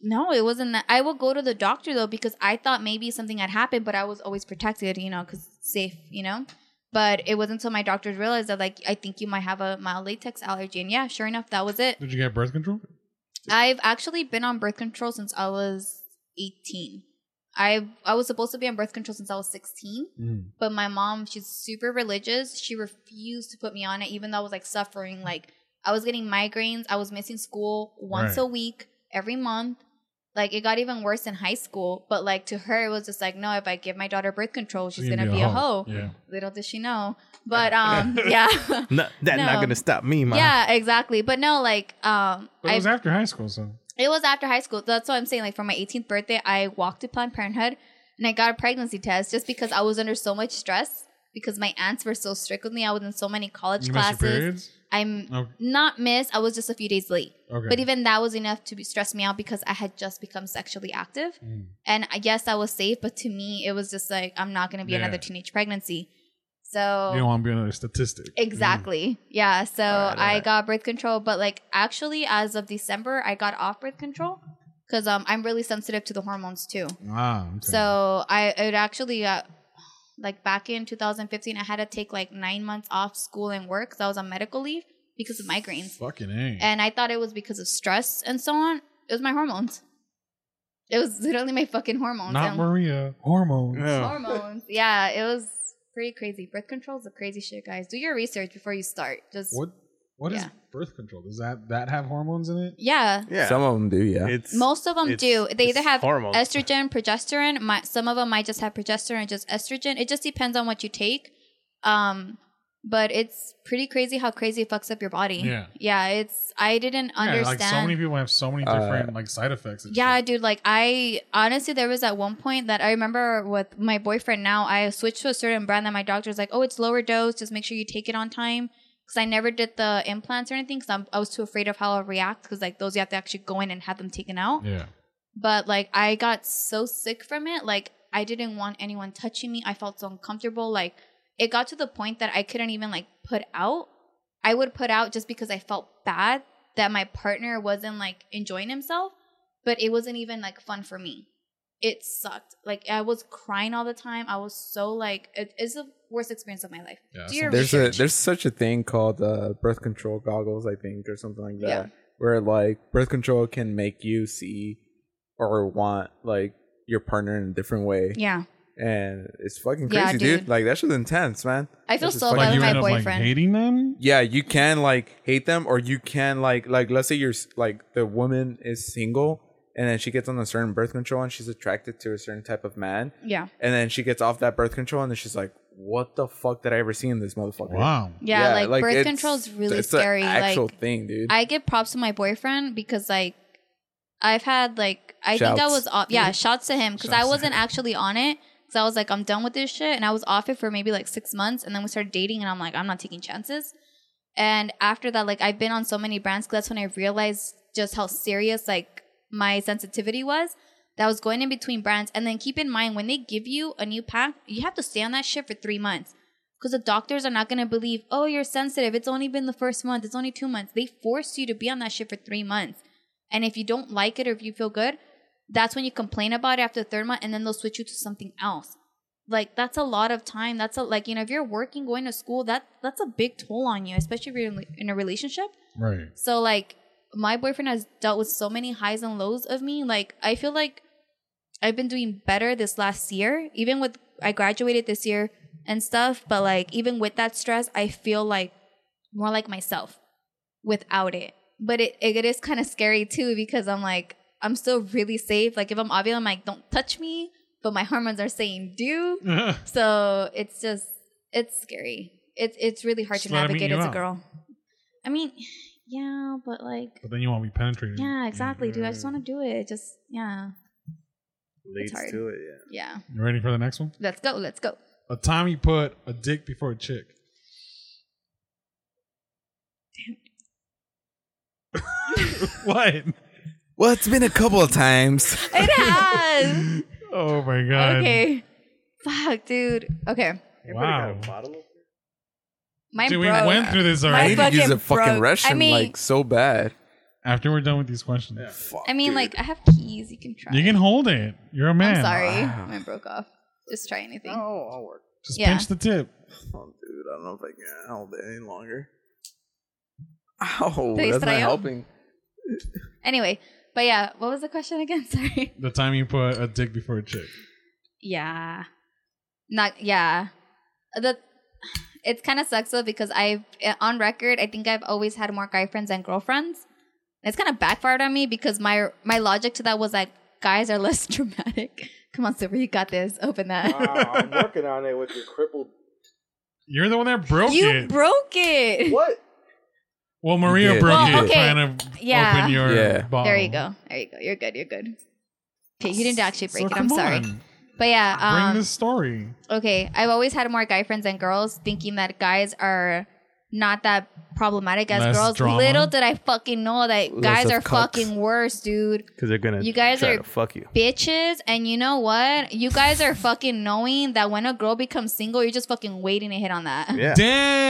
S5: No, it wasn't that. I will go to the doctor though because I thought maybe something had happened, but I was always protected, you know, because safe, you know. But it wasn't until my doctors realized that, like, I think you might have a mild latex allergy. And yeah, sure enough, that was it.
S2: Did you get birth control?
S5: I've actually been on birth control since I was 18. I I was supposed to be on birth control since I was 16, but my mom, she's super religious. She refused to put me on it, even though I was like suffering. Like I was getting migraines. I was missing school once
S2: Right.
S5: a week, every month. Like it got even worse in high school. But like to her, it was just like, no, if I give my daughter birth control, she's gonna, be a hoe.
S2: Yeah.
S5: Little does she know. But um, yeah,
S3: No, that's
S5: No.
S3: not gonna stop me, man.
S5: yeah, exactly. But no, like um,
S2: But it was
S5: I've-
S2: after high school, so
S5: it was after high school. That's what I'm saying. Like for my 18th birthday, I walked to Planned Parenthood and I got a pregnancy test just because I was under so much stress because my aunts were so strict with me. I was in so many college
S2: you missed your
S5: classes.
S2: periods.
S5: I'm
S2: Okay.
S5: not missed. I was just a few days late.
S2: Okay.
S5: But even that was enough to be, stress me out because I had just become sexually active.
S2: Mm.
S5: And I- yes, I was safe, but to me, it was just like, I'm not going to be
S2: Yeah.
S5: another teenage pregnancy.
S2: you
S5: So
S2: don't want to be another statistic.
S5: Exactly. Yeah. So
S3: Alright,
S5: I
S3: alright.
S5: got birth control, but like actually, as of December, I got off birth control because um, I'm really sensitive to the hormones too.
S2: Mm. Ah. okay.
S5: So I it actually uh, like back in 2015, I had to take like nine months off school and work because I was on medical leave because of migraines,
S2: Fucking a.
S5: and I thought it was because of stress and so on. It was my hormones. It was literally my fucking hormones.
S2: Not
S5: and-
S2: Maria. Hormones.
S3: No.
S5: hormones. Yeah, it was pretty crazy. Birth control is a crazy shit, guys. Do your research before you start. Just
S2: What? What is
S5: Yeah.
S2: birth control? Does that that have hormones in it?
S5: yeah.
S3: Yeah.
S4: Some of them do, yeah.
S3: it's
S5: Most of them
S3: it's-
S5: do. They either
S3: it's
S5: have
S3: hormones.
S5: estrogen, progesterone. My, some of them might just have progesterone, just estrogen. It just depends on what you take. Um, but it's pretty crazy how crazy it fucks up your body.
S2: Yeah.
S5: Yeah. It's I didn't
S2: Yeah,
S5: understand.
S2: like so many people have so many
S4: Uh,
S2: different like side effects. and
S5: Yeah,
S2: shit.
S5: dude. Like I honestly, there was at one point that I remember with my boyfriend. Now I switched to a certain brand that my doctor's like, "Oh, it's lower dose. Just make sure you take it on time." Because I never did the implants or anything. Because I was too afraid of how I'll react. Because like those, you have to actually go in and have them taken out.
S2: Yeah.
S5: But like I got so sick from it. Like I didn't want anyone touching me. I felt so uncomfortable. Like it got to the point that I couldn't even like put out. I would put out just because I felt bad that my partner wasn't like enjoying himself, but it wasn't even like fun for me. It sucked. Like I was crying all the time. I was so like it is the worst experience of my life.
S2: Yeah,
S5: Do your
S4: there's
S5: research.
S4: a there's such a thing called uh, birth control goggles, I think, or something like that,
S5: Yeah.
S4: where like birth control can make you see or want like your partner in a different way,
S5: yeah.
S4: and it's fucking
S5: Yeah,
S4: crazy, dude.
S5: dude.
S4: Like that shit's intense, man.
S5: I feel
S4: This is
S5: so
S4: fucking-
S5: bad
S2: Like
S5: with
S2: you
S5: my
S2: end up like
S5: boyfriend.
S2: hating them.
S4: Yeah, you can like hate them, or you can like like let's say you're s- like the woman is single, and then she gets on a certain birth control, and she's attracted to a certain type of man,
S5: yeah.
S4: and then she gets off that birth control, and then she's like, "What the fuck did I ever see in this motherfucker?"
S2: Wow.
S5: Yeah, like, birth
S4: it's-
S5: control is really
S4: it's a
S5: scary.
S4: actual
S5: like
S4: thing, dude.
S5: I give props to my boyfriend because like I've had like I think I
S4: Shouts.
S5: was off yeah shouts to him because I
S2: Shouts to
S5: wasn't actually on it So I was like, I'm done with this shit. And I was off it for maybe like six months. And then we started dating, and I'm like, I'm not taking chances. And after that, like, I've been on so many brands 'cause that's when I realized just how serious, like, my sensitivity was that I was going in between brands. And then keep in mind, when they give you a new pack, you have to stay on that shit for three months because the doctors are not going to believe, oh, you're sensitive. It's only been the first month, it's only two months. They force you to be on that shit for three months. And if you don't like it or if you feel good, that's when you complain about it after the third month and then they'll switch you to something else. Like that's a lot of time. That's a like you know if you're working, going to school, that that's a big toll on you, especially if you're in- in a relationship.
S2: Right.
S5: So like my boyfriend has dealt with so many highs and lows of me. Like I feel like I've been doing better this last year. Even with I graduated this year and stuff, but like even with that stress, I feel like more like myself without it. But it it is kind of scary too because I'm like I'm still really safe. Like if I'm ovulating, I'm like don't touch me, but my hormones are saying do. So it's just it's scary. It's it's really hard
S2: Just
S5: to
S2: let 'em eat
S5: navigate
S2: you
S5: as a
S2: out.
S5: girl. I mean, yeah, but like
S2: but then you want to be penetrated.
S5: yeah, exactly, dude. I just want to do it. It Just yeah,
S3: Leads
S5: hard.
S3: to it, yeah.
S5: yeah.
S2: You ready for the next one?
S5: Let's go. Let's go.
S2: A time you put a dick before a chick. what?
S4: Well, it's been a couple of times.
S5: It has.
S2: Oh my god.
S5: okay. Fuck, dude. Okay.
S2: Wow.
S5: My
S2: Dude, we
S5: bro.
S2: went through this
S5: I
S4: I
S2: already.
S4: need to use
S5: fucking
S4: a fucking
S5: broke-
S4: Russian
S5: I mean-
S4: like so bad.
S2: After we're done with these questions,
S4: Fuck,
S5: I mean,
S4: dude.
S5: like I have keys. You can try.
S2: you can hold it. You're a man.
S5: I'm sorry.
S4: Wow.
S5: Mine broke off. Just try anything.
S4: Oh, I'll work.
S2: Just
S5: Yeah.
S2: pinch the tip.
S4: Oh, dude, I don't know if I can hold it any longer. Ow,
S5: Please,
S4: that's not
S5: Rayo.
S4: helping.
S5: Anyway, but yeah, what was the question again? Sorry.
S2: The time you put a dick before a chick.
S5: Yeah. Not yeah. The it's kind of sucks though because I've eh, on record I think I've always had more guy friends than girlfriends. It's kind of backfired on me because my my logic to that was like guys are less dramatic. Come on, Silver, you got this. Open that.
S3: I'm working on it with your crippled.
S2: You're the one that broke
S5: you
S2: it.
S5: broke it.
S3: What?
S2: well, Maria
S4: You did.
S2: broke
S4: Well,
S2: it
S5: okay.
S2: trying to
S5: Yeah.
S2: open your
S4: Yeah.
S2: bottle.
S5: There you go. There you go. You're good. You're good. Okay, you didn't actually break
S2: So
S5: it. I'm
S2: come
S5: sorry.
S2: on.
S5: But yeah, um,
S2: Bring this story.
S5: okay, I've always had more guy friends than girls, thinking that guys are not that problematic as
S2: Less
S5: girls.
S2: drama?
S5: Little did I fucking know that
S4: Less
S5: guys
S4: of
S5: are
S4: cucks.
S5: fucking worse, dude.
S3: Because they're gonna.
S5: You guys
S3: try
S5: are-
S3: to fuck you.
S5: Bitches, and you know what? You guys are fucking knowing that when a girl becomes single, you're just fucking waiting to hit on that.
S3: Yeah.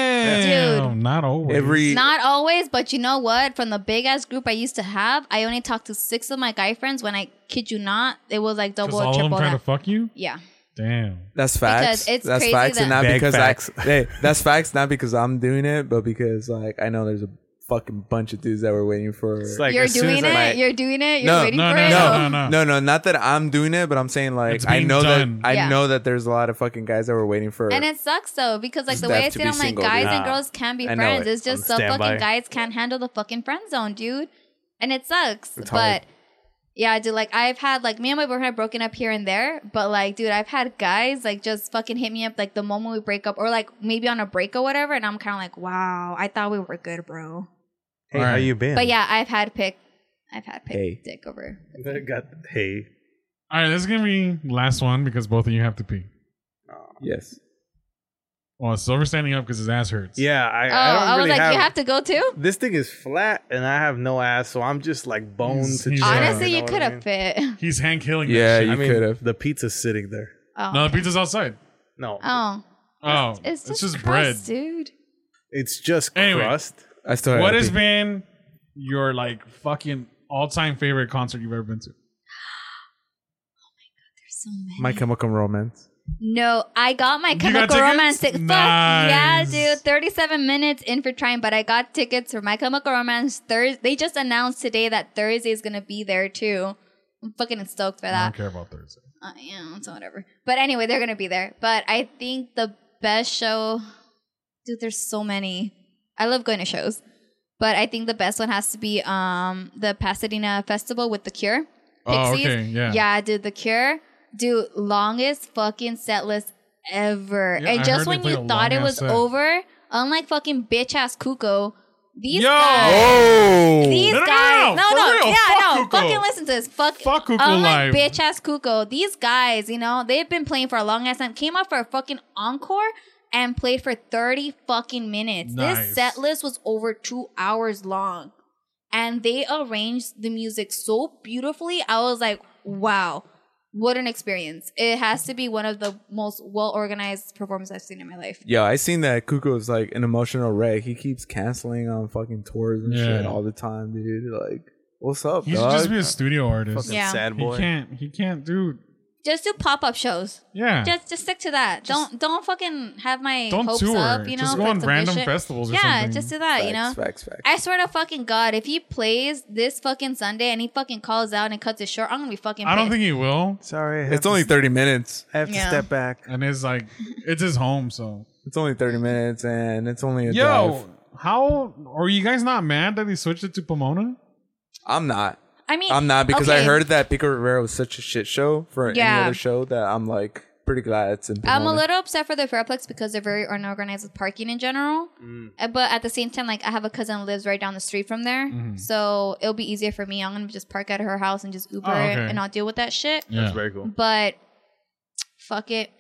S2: Damn. Not always.
S4: Every
S5: Not always, but you know what? From the big ass group I used to have, I only talked to six of my guy friends. When I kid you not, it was like
S2: Because
S5: double,
S2: all of them
S5: triple.
S2: trying to
S5: That.
S2: fuck you?
S5: yeah.
S2: Damn.
S4: that's facts.
S5: it's
S4: that's
S5: crazy
S4: facts, and
S5: that-
S4: not
S3: Big
S4: because
S3: facts.
S4: I. Hey, that's facts, not because I'm doing it, but because like I know there's a fucking bunch of dudes that were waiting for.
S3: It's like
S5: you're
S3: as soon
S5: doing
S3: as
S5: it.
S3: I-
S4: I-
S5: you're doing it. You're
S4: No,
S5: waiting
S2: no,
S5: for
S2: no,
S5: it.
S2: no, no,
S5: Oh.
S2: no.
S4: no, no, not that I'm doing it, but I'm saying
S2: It's
S4: like I
S2: being
S4: know
S2: done.
S4: that I
S5: Yeah.
S4: know that there's a lot of fucking guys that were waiting for.
S5: And it sucks though because like
S4: Just
S5: the way
S4: have
S5: I
S4: to
S5: see it,
S4: be
S5: I'm like
S4: single,
S5: guys
S4: dude.
S5: and
S3: Nah.
S5: girls can be
S4: I know
S5: friends.
S4: it.
S5: It's just
S3: On
S5: so fucking
S3: standby.
S5: guys can't handle the fucking friend zone, dude. And it sucks.
S4: It's hard.
S5: but yeah, dude, like I've had like me and my boyfriend have broken up here and there, but like, dude, I've had guys like just fucking hit me up like the moment we break up or like maybe on a break or whatever, and I'm kinda like, Wow, I thought we were good, bro.
S3: Hey,
S2: All
S3: how
S2: right.
S3: you been?
S5: But yeah, I've had pick I've had pick
S4: Hey.
S5: dick over.
S3: Got hey.
S2: All right, this is going to be last one because both of you have to pee.
S4: yes,
S2: Well, Silver standing up because his ass hurts.
S3: Yeah, I.
S5: Oh,
S3: I,
S5: I,
S3: don't
S5: was
S3: really
S5: like,
S3: have,
S5: You have to go too?
S3: This thing is flat, and I have no ass, so I'm just like bones.
S2: He's-
S3: to
S2: he's-
S3: chin,
S2: Yeah,
S5: Honestly,
S3: know
S5: you
S3: what I
S5: could have
S3: mean?
S5: fit.
S2: He's Hank Hilling. that
S4: Yeah,
S2: shit.
S4: you
S3: I mean,
S4: could've.
S3: the pizza's sitting there.
S5: Oh.
S2: No, the pizza's outside.
S3: No,
S5: Oh.
S2: Oh,
S5: It's just,
S2: bread.
S5: crust, dude.
S3: it's just
S2: Anyway.
S3: crust.
S4: I still. had
S2: What
S4: a
S2: has
S4: pee.
S2: been your like fucking all-time favorite concert you've ever been to?
S5: There's so many.
S4: My Chemical Romance?
S5: no, I got my
S2: You
S5: Chemical
S2: got tickets?
S5: Romance ticket.
S2: Nice.
S5: Fuck yeah, dude. 37 minutes in for trying, but I got tickets for my Chemical Romance Thursday. They just announced today that Thursday is going to be there too. I'm fucking stoked for
S2: I
S5: that.
S2: don't care about Thursday.
S5: Uh, yeah,
S2: Mm.
S5: so whatever. But anyway, they're going to be there. But I think the best show, dude, there's so many. I love going to shows. But I think the best one has to be um, the Pasadena Festival with The Cure.
S2: Oh,
S5: Pixies.
S2: okay, yeah.
S5: Yeah, dude, The Cure, dude, longest fucking set list ever.
S2: Yeah,
S5: and
S2: I
S5: just
S2: heard
S5: when
S2: they
S5: you
S2: played a
S5: thought it
S2: long-ass
S5: was
S2: set.
S5: over, unlike fucking bitch ass Cuckoo, These
S2: Yo!
S5: guys.
S4: Oh,
S5: These
S2: No, no, no, no,
S5: guys. No,
S2: for
S5: no.
S2: real,
S5: Yeah,
S2: fuck
S5: no.
S2: Kuko.
S5: Fucking listen to this. Fuck,
S2: Fuck Kuko
S5: unlike
S2: Live.
S5: bitch ass Kuko. These guys, you know, they've been playing for a long ass time. Came out for a fucking encore and played for 30 fucking minutes.
S2: Nice.
S5: This set list was over two hours long. And they arranged the music so beautifully. I was like, wow. What an experience. It has to be one of the most well organized performances I've seen in my life.
S4: yeah. I seen that Kuko's like an emotional wreck. He keeps canceling on fucking tours and shit
S2: Yeah.
S4: all the time, dude. Like, what's up,
S2: He should
S4: dog?
S2: just be a studio artist.
S3: Fucking
S5: Yeah.
S3: sad
S2: He
S3: boy.
S2: can't. He can't do.
S5: Just do pop up shows.
S2: Yeah.
S5: just just stick to that. don't don't fucking have my
S2: Don't
S5: hopes
S2: tour.
S5: up. You know,
S2: Just go
S5: for
S2: on
S5: some
S2: random
S5: good shit.
S2: festivals or
S5: yeah,
S2: something.
S5: just do that.
S4: facts,
S5: you know,
S4: facts, facts.
S5: I swear to fucking God, if he plays this fucking Sunday and he fucking calls out and cuts it short, I'm gonna be fucking.
S2: I don't
S5: pissed.
S2: think he will.
S3: Sorry, I have
S4: it's
S3: to
S4: only
S3: s-
S4: thirty minutes.
S3: I have to
S5: Yeah.
S3: step back.
S2: And it's like it's his home, so
S4: It's only thirty minutes, and it's only a
S2: Yo,
S4: drive.
S2: how are you guys not mad that they switched it to Pomona?
S4: I'm not.
S5: I mean,
S4: I'm not because I
S5: okay,
S4: heard that Pico Rivera was such a shit show for
S5: Yeah.
S4: any other show that I'm like pretty glad it's in.
S5: I'm a
S4: Pomona.
S5: little upset for the Fairplex because they're very unorganized with parking in general.
S4: Mm.
S5: Uh, But at the same time, like I have a cousin who lives right down the street from there,
S2: Mm-hmm.
S5: so it'll be easier for me. I'm gonna just park at her house and just Uber
S2: Oh,
S5: it,
S2: okay.
S5: and I'll deal with that shit.
S2: Yeah.
S3: very cool.
S5: but fuck it.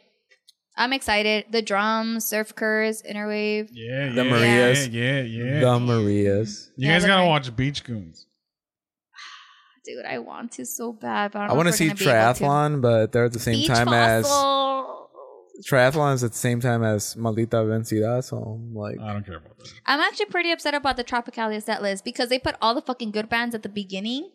S5: I'm excited. The drums, surf curves, interwave.
S2: Yeah,
S4: The
S2: yeah,
S4: Marias.
S2: Yeah, yeah, yeah.
S4: The Marias.
S2: you
S5: Yeah,
S2: guys
S5: the
S2: gotta
S5: Mar-
S2: watch Beach Goons.
S5: Dude, I want to so bad, but I,
S4: I,
S5: don't know
S4: want to
S5: if we're
S4: see
S5: gonna be able to.
S4: triathlon, but they're at the same
S5: Beach
S4: time
S5: Fossil.
S4: as triathlon is at the same time as Maldita Vencida. So I'm like,
S2: I don't care about that.
S5: I'm actually pretty upset about the Tropicalia set list because they put all the fucking good bands at the beginning.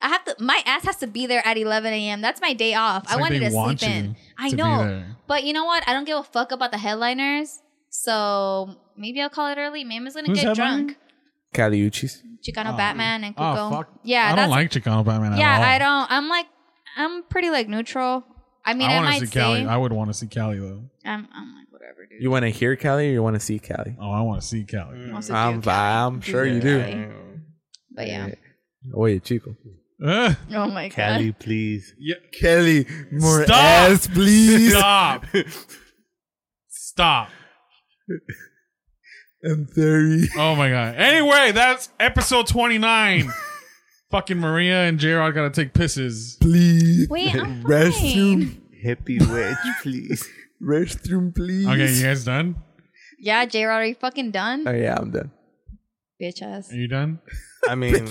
S5: I have to. My ass has to be there at 11 a.m. That's my day off.
S2: It's
S5: I
S2: like
S5: wanted
S2: they
S5: to
S2: want
S5: sleep in.
S2: you
S5: I
S2: to be
S5: know,
S2: there.
S5: but you know what? I don't give a fuck about the headliners. So maybe I'll call it early. Mama's gonna
S2: Who's
S5: get
S2: headlining?
S5: drunk.
S4: Caliuchis.
S5: Chicano
S2: Oh.
S5: Batman and Cuco.
S2: Oh fuck.
S5: Yeah,
S2: I
S5: that's
S2: don't like Chicano Batman. at
S5: Yeah,
S2: all.
S5: I don't. I'm like, I'm pretty like neutral. I mean, I,
S2: wanna
S5: might
S2: see
S5: say,
S2: Cali. I would want to see Cali though.
S5: I'm, I'm like whatever, dude.
S4: You want to hear Cali or you want to see Cali?
S2: Oh, I want to see Cali.
S5: Wants to
S4: I'm,
S5: do Cali.
S4: I'm sure
S5: Yeah.
S4: you do.
S5: Cali. But yeah.
S4: Oye, chico.
S2: Ugh.
S5: Oh my god.
S3: Cali, please.
S2: Yeah.
S4: Kelly, more
S2: Stop!
S4: ass, please.
S2: Stop. Stop.
S4: I'm sorry.
S2: Oh my god. Anyway, that's episode 29. Fucking Maria and J-Rod gotta take pisses.
S4: Please.
S5: Wait, I'm
S4: restroom.
S5: fine.
S3: Hippie witch, please.
S4: Restroom, please.
S2: Okay, you guys done?
S5: Yeah, J Rod, are you fucking done?
S4: Oh, yeah, I'm done.
S5: Bitch ass.
S2: Are you done?
S3: I mean,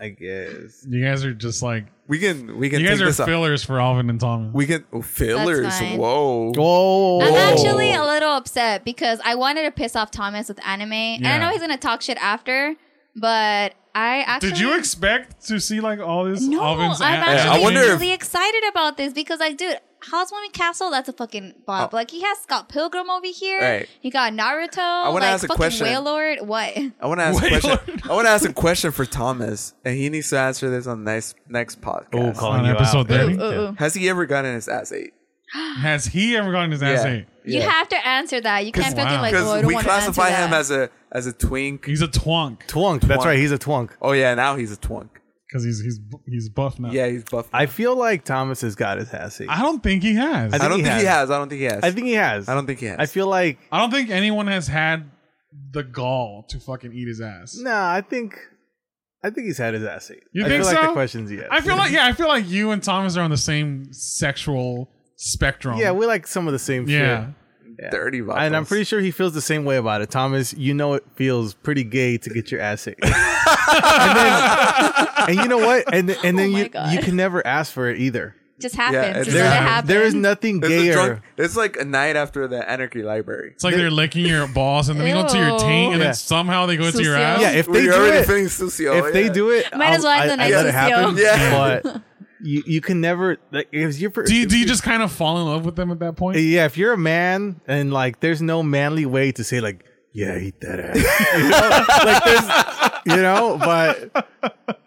S3: I guess.
S2: You guys are just like
S4: We can, we can
S2: you guys
S4: take
S2: are
S4: this up.
S2: fillers for Alvin and Thomas.
S4: We can, oh, fillers.
S5: fine.
S4: Whoa.
S3: Whoa.
S5: I'm
S4: Whoa.
S5: actually a little upset because I wanted to piss off Thomas with anime, and I
S2: Yeah.
S5: know he's gonna talk shit after, but I actually
S2: Did you expect to see like all this
S5: No,
S2: Alvin's
S5: I'm
S2: ass?
S5: actually
S4: I wonder if-
S5: really excited about this because, like, dude, Housewarming Castle, that's a fucking bop. Like, he has Scott Pilgrim over here.
S4: Oh. Right.
S5: He got Naruto.
S4: I
S5: I like,
S4: wanna ask a
S5: fucking
S4: question.
S5: Wailord. What?
S4: I want to ask
S2: Wait,
S4: a question.
S2: what?
S4: I want to ask a question for Thomas, and he needs to answer this on next next
S3: Oh,
S4: podcast.
S3: calling
S2: On
S3: you
S2: episode
S3: out.
S2: 30? Ooh,
S5: ooh, ooh.
S4: Has he ever gotten his ass ate?
S2: Has he ever gotten his ass
S4: Yeah.
S2: ate?
S5: You
S4: Yeah.
S5: have to answer that. You can't fucking,
S2: Wow.
S5: like, oh, I
S4: Because
S5: don't
S4: we
S5: want to answer
S4: classify him
S5: that.
S4: as a as a twink.
S2: He's a twonk.
S3: Twunk. That's right. He's a twunk.
S4: Oh yeah, now he's a twink.
S2: Because he's he's he's buff now.
S4: Yeah, he's buff. I,
S3: I feel like Thomas has got his ass ate.
S2: I don't think he has.
S3: I
S2: I
S3: think
S2: don't,
S4: don't
S3: he
S4: think he
S3: has.
S4: has. I don't think he has.
S3: I think he has.
S4: I don't think he has.
S3: I feel like
S2: think anyone has had the gall to fucking eat his ass.
S3: nah. I think I think he's had his ass ate.
S2: You
S3: I
S2: think
S3: feel like
S2: so?
S3: the question's yes.
S2: I feel like yeah, I feel like you and Thomas are on the same sexual spectrum.
S3: yeah, we like some of the
S2: yeah.
S3: same shit. Yeah.
S4: dirty vatos.
S3: And I'm pretty sure he feels the same way about it. Thomas, you know it feels pretty gay to get your ass ate. and, then, and you know what? And and then
S5: Oh my
S3: you
S5: God.
S3: you can never ask for it either.
S5: Just happens.
S4: Yeah,
S5: Just let
S4: it's-
S5: it
S3: There,
S5: happen.
S3: Um, there is nothing
S4: It's, a
S3: gayer.
S4: drunk, it's like a night after the Anarchy Library.
S2: It's like they're licking your balls and then they go to your
S5: Ew.
S2: taint and
S3: Yeah.
S2: then somehow they go to your
S5: Sucio.
S2: ass.
S3: yeah, if
S4: We're
S3: they do
S4: already Oh,
S3: it,
S4: feeling socio.
S3: if they do it,
S5: Might as well
S3: I'll-
S5: have the
S3: I, I let it
S5: next
S3: happen.
S5: CCO.
S4: Yeah.
S3: but you you can never like if you're
S2: Do you, do you just kind of fall in love with them at that point?
S3: yeah if you're a man and like there's no manly way to say like yeah eat that ass you know but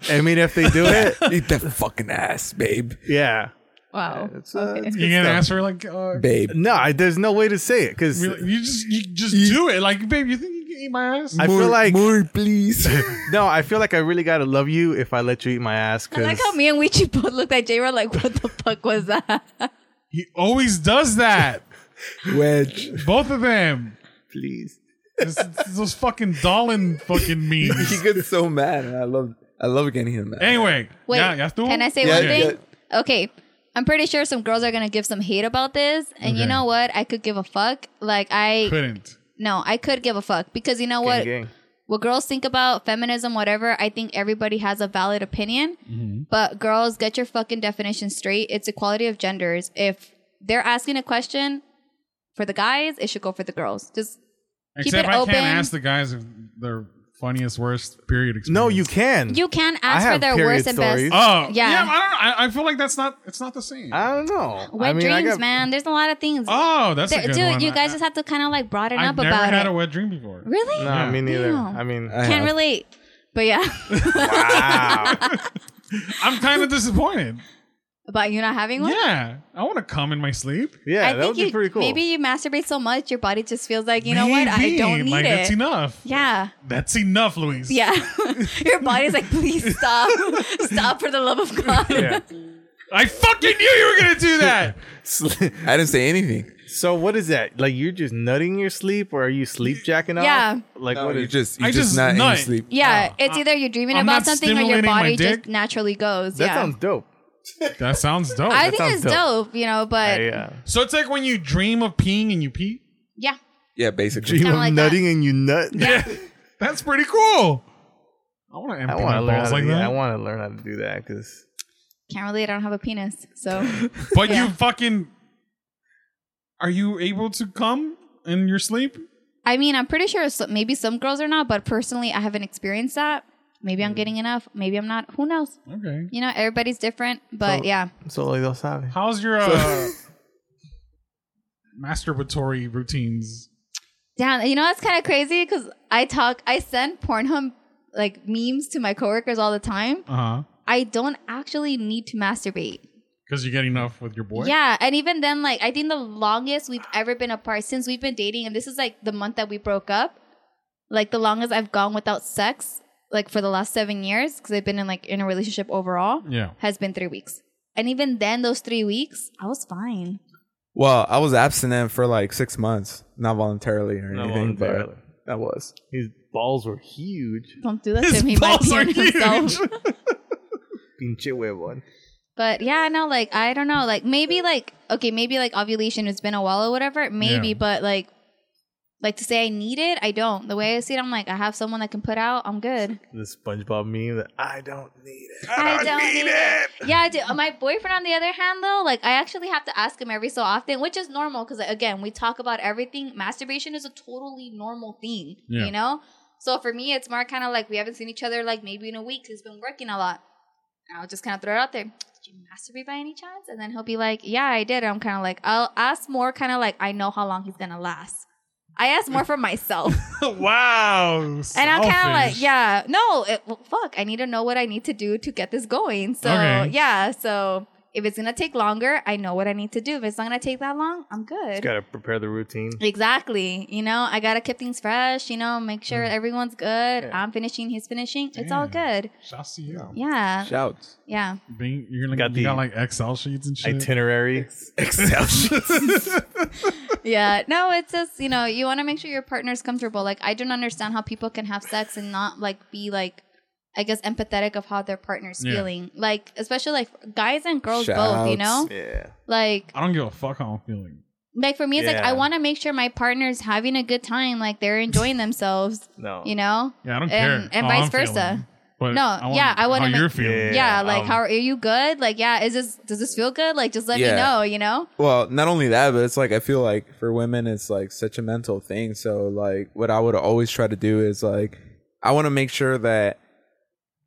S3: I mean if they do it
S4: eat that fucking ass, babe,
S3: yeah
S5: Wow.
S4: It's, uh, it's
S2: You gonna
S4: good stuff.
S2: ask for like, uh,
S4: babe.
S3: no I, there's no way to say it because
S2: really- you just you just do it, like, babe. You think you can eat my ass?
S3: I feel like
S4: more, please.
S3: no I feel like I really gotta love you if I let you eat my ass
S5: I like
S3: because
S5: how me and Weechi both looked at J Rod like, what the fuck was that?
S2: he always does that.
S4: Wedge,
S2: Both of them.
S4: please.
S2: It's, it's those fucking Dolan fucking memes.
S4: he gets so mad, and I love I love getting him mad.
S2: Anyway,
S5: Wait,
S2: yeah, yeah, tú?
S5: can I say
S4: Yeah,
S5: one
S4: yeah.
S5: thing? Okay, I'm pretty sure some girls are gonna give some hate about this, and you
S2: Okay.
S5: know what? I could give a fuck. Like I
S2: Couldn't.
S5: no, I could give a fuck because you know what?
S3: gang.
S5: What girls think about feminism, whatever. I think everybody has a valid opinion,
S2: Mm-hmm.
S5: but girls, get your fucking definition straight. It's equality of genders. If they're asking a question for the guys, it should go for the girls. Just
S2: Except
S5: it
S2: I
S5: open.
S2: can't ask the guys if their funniest, worst period experience.
S3: No, you can.
S5: you can
S3: I
S5: ask for
S3: have
S5: their
S3: period
S5: worst and
S3: stories.
S5: best.
S2: Oh, yeah. I
S5: Yeah.
S2: don't know. I, I feel like that's not. It's not the same.
S3: I don't know.
S5: Wet
S3: I mean, I
S5: dreams,
S3: got,
S5: man. There's a lot of things.
S2: oh, that's a
S5: Th-
S2: good
S5: dude,
S2: one.
S5: you guys
S2: I,
S5: just have to kind of like broaden
S2: I've
S5: up
S2: never
S5: about
S2: had
S5: it.
S2: a wet dream before.
S5: really?
S3: No,
S2: Yeah.
S3: me neither.
S5: Damn.
S3: I mean,
S4: I
S5: Can't
S4: have.
S5: relate. But yeah,
S3: wow.
S2: I'm kind of disappointed.
S5: about you not having one.
S2: yeah, I want to come in my sleep.
S3: Yeah,
S5: I
S3: that would
S5: think
S3: be
S5: you,
S3: pretty cool.
S5: maybe you masturbate so much, your body just feels like you know what, I
S2: Maybe.
S5: don't need
S2: like, That's
S5: it.
S2: enough.
S5: Yeah,
S2: That's enough, Luis.
S5: yeah. your body's like, please stop, stop for the love of God.
S3: Yeah.
S2: I fucking knew you were gonna do that.
S4: I didn't say anything.
S3: So what is that? Like you're just nutting your sleep, or are you sleep jacking off?
S5: Yeah.
S3: Like
S4: No,
S3: what
S4: you
S3: is
S4: just you
S2: I
S4: just,
S2: just
S4: not in your
S2: nut.
S4: sleep.
S3: Oh,
S5: Yeah, it's either you're dreaming
S2: I'm
S5: about
S2: not
S5: something or your
S2: stimulating my
S5: body
S2: dick.
S5: just naturally goes.
S3: that
S5: yeah,
S3: sounds dope.
S2: That sounds dope.
S5: I
S3: that
S5: think it's
S3: sounds dope. uh,
S5: dope. you know, but
S3: Yeah.
S2: so it's like when you dream of peeing and you pee.
S5: yeah,
S4: Yeah, basically.
S3: Dream
S5: Kinda
S3: of
S5: like
S3: nutting and you nut.
S2: Yeah, that's pretty cool. I want to
S3: I
S2: empty
S3: want
S2: my
S3: to learn. How
S2: balls
S3: to,
S2: like
S3: yeah, I
S2: that.
S3: want to learn how to do that because
S5: can't really. I don't have a penis, so
S2: But
S5: Yeah.
S2: you fucking are you able to come in your sleep?
S5: I mean, I'm pretty sure so, maybe some girls are not, but personally, I haven't experienced that. Maybe
S3: Mm.
S5: I'm getting enough. Maybe I'm not. Who knows?
S2: Okay.
S5: You know, everybody's different, but
S3: So-
S5: yeah.
S3: solo lo sabe.
S2: How's your uh, masturbatory routines?
S5: Damn, you know that's kind of crazy because I talk, I send Pornhub like memes to my coworkers all the time.
S2: Uh huh.
S5: I don't actually need to masturbate.
S2: Because you get enough with your boy.
S5: Yeah, and even then, like I think the longest we've ever been apart since we've been dating, and this is like the month that we broke up. Like the longest I've gone without sex, like for the last seven years, because I've been in like in a relationship overall,
S2: Yeah.
S5: has been three weeks. And even then, those three weeks, I was fine.
S4: Well, I was abstinent for like six months, not voluntarily or
S3: Not
S4: anything,
S3: voluntarily.
S4: but I was.
S3: His balls were huge.
S5: Don't do that to me. He might pee on himself.
S3: Pinche huevón.
S5: But yeah, no, like I don't know, like maybe like okay, maybe like ovulation has been a while or whatever, maybe,
S2: Yeah.
S5: but like like to say I need it, I don't. The way I see it, I'm like I have someone that can put out, I'm good.
S3: The SpongeBob meme that I don't need it.
S5: I don't, need, it. Yeah, I do. My boyfriend, on the other hand, though, like I actually have to ask him every so often, which is normal because again, we talk about everything. Masturbation is a totally normal thing,
S2: Yeah.
S5: you know. So for me, it's more kind of like we haven't seen each other like maybe in a week. He's been working a lot. And I'll just kind of throw it out there. Did you masturbate by any chance? And then he'll be like, Yeah, I did. I'm kind of like, I'll ask more, kind of like I know how long he's gonna last. I ask more for myself.
S2: wow.
S5: And I'm kind of like, yeah, no, it, well, fuck. I need to know what I need to do to get this going. So
S2: Okay.
S5: yeah, so if it's gonna take longer, I know what I need to do. If it's not gonna take that long, I'm
S3: Just
S5: good.
S3: gotta prepare the routine.
S5: Exactly. You know, I gotta keep things fresh. You know, make sure everyone's good. I'm finishing, he's finishing. It's all
S2: Mm. Damn.
S5: good.
S2: Shouts to you.
S5: Yeah,
S4: Shouts.
S5: yeah.
S2: Being, you're gonna
S3: Got
S2: you got
S3: the
S2: like Excel sheets and shit.
S3: Itinerary.
S4: Excel sheets.
S5: yeah no it's just you know you want to make sure your partner's comfortable like i don't understand how people can have sex and not like be like i guess empathetic of how their partner's
S2: Yeah.
S5: feeling like especially like guys and girls both you
S4: Shouts.
S5: know
S3: Yeah.
S5: like
S2: I don't give a fuck how I'm feeling.
S5: like for me it's like
S3: Yeah.
S5: i want to make sure my partner's having a good time like they're enjoying themselves
S3: No.
S5: you know
S2: Yeah, I don't care.
S5: And- and
S2: how
S5: vice
S2: I'm
S5: versa.
S2: feeling, but
S5: No,
S2: I wanna-
S5: yeah, I wanna
S2: How
S5: make-
S2: you're feeling.
S5: yeah,
S3: Yeah,
S5: like
S3: um,
S5: how are you good like yeah is this does this feel good like just let me
S4: Yeah.
S5: know you know
S4: well, not only that, but it's like I feel like for women, it's like such a mental thing. So like, what I would always try to do is like, I want to make sure that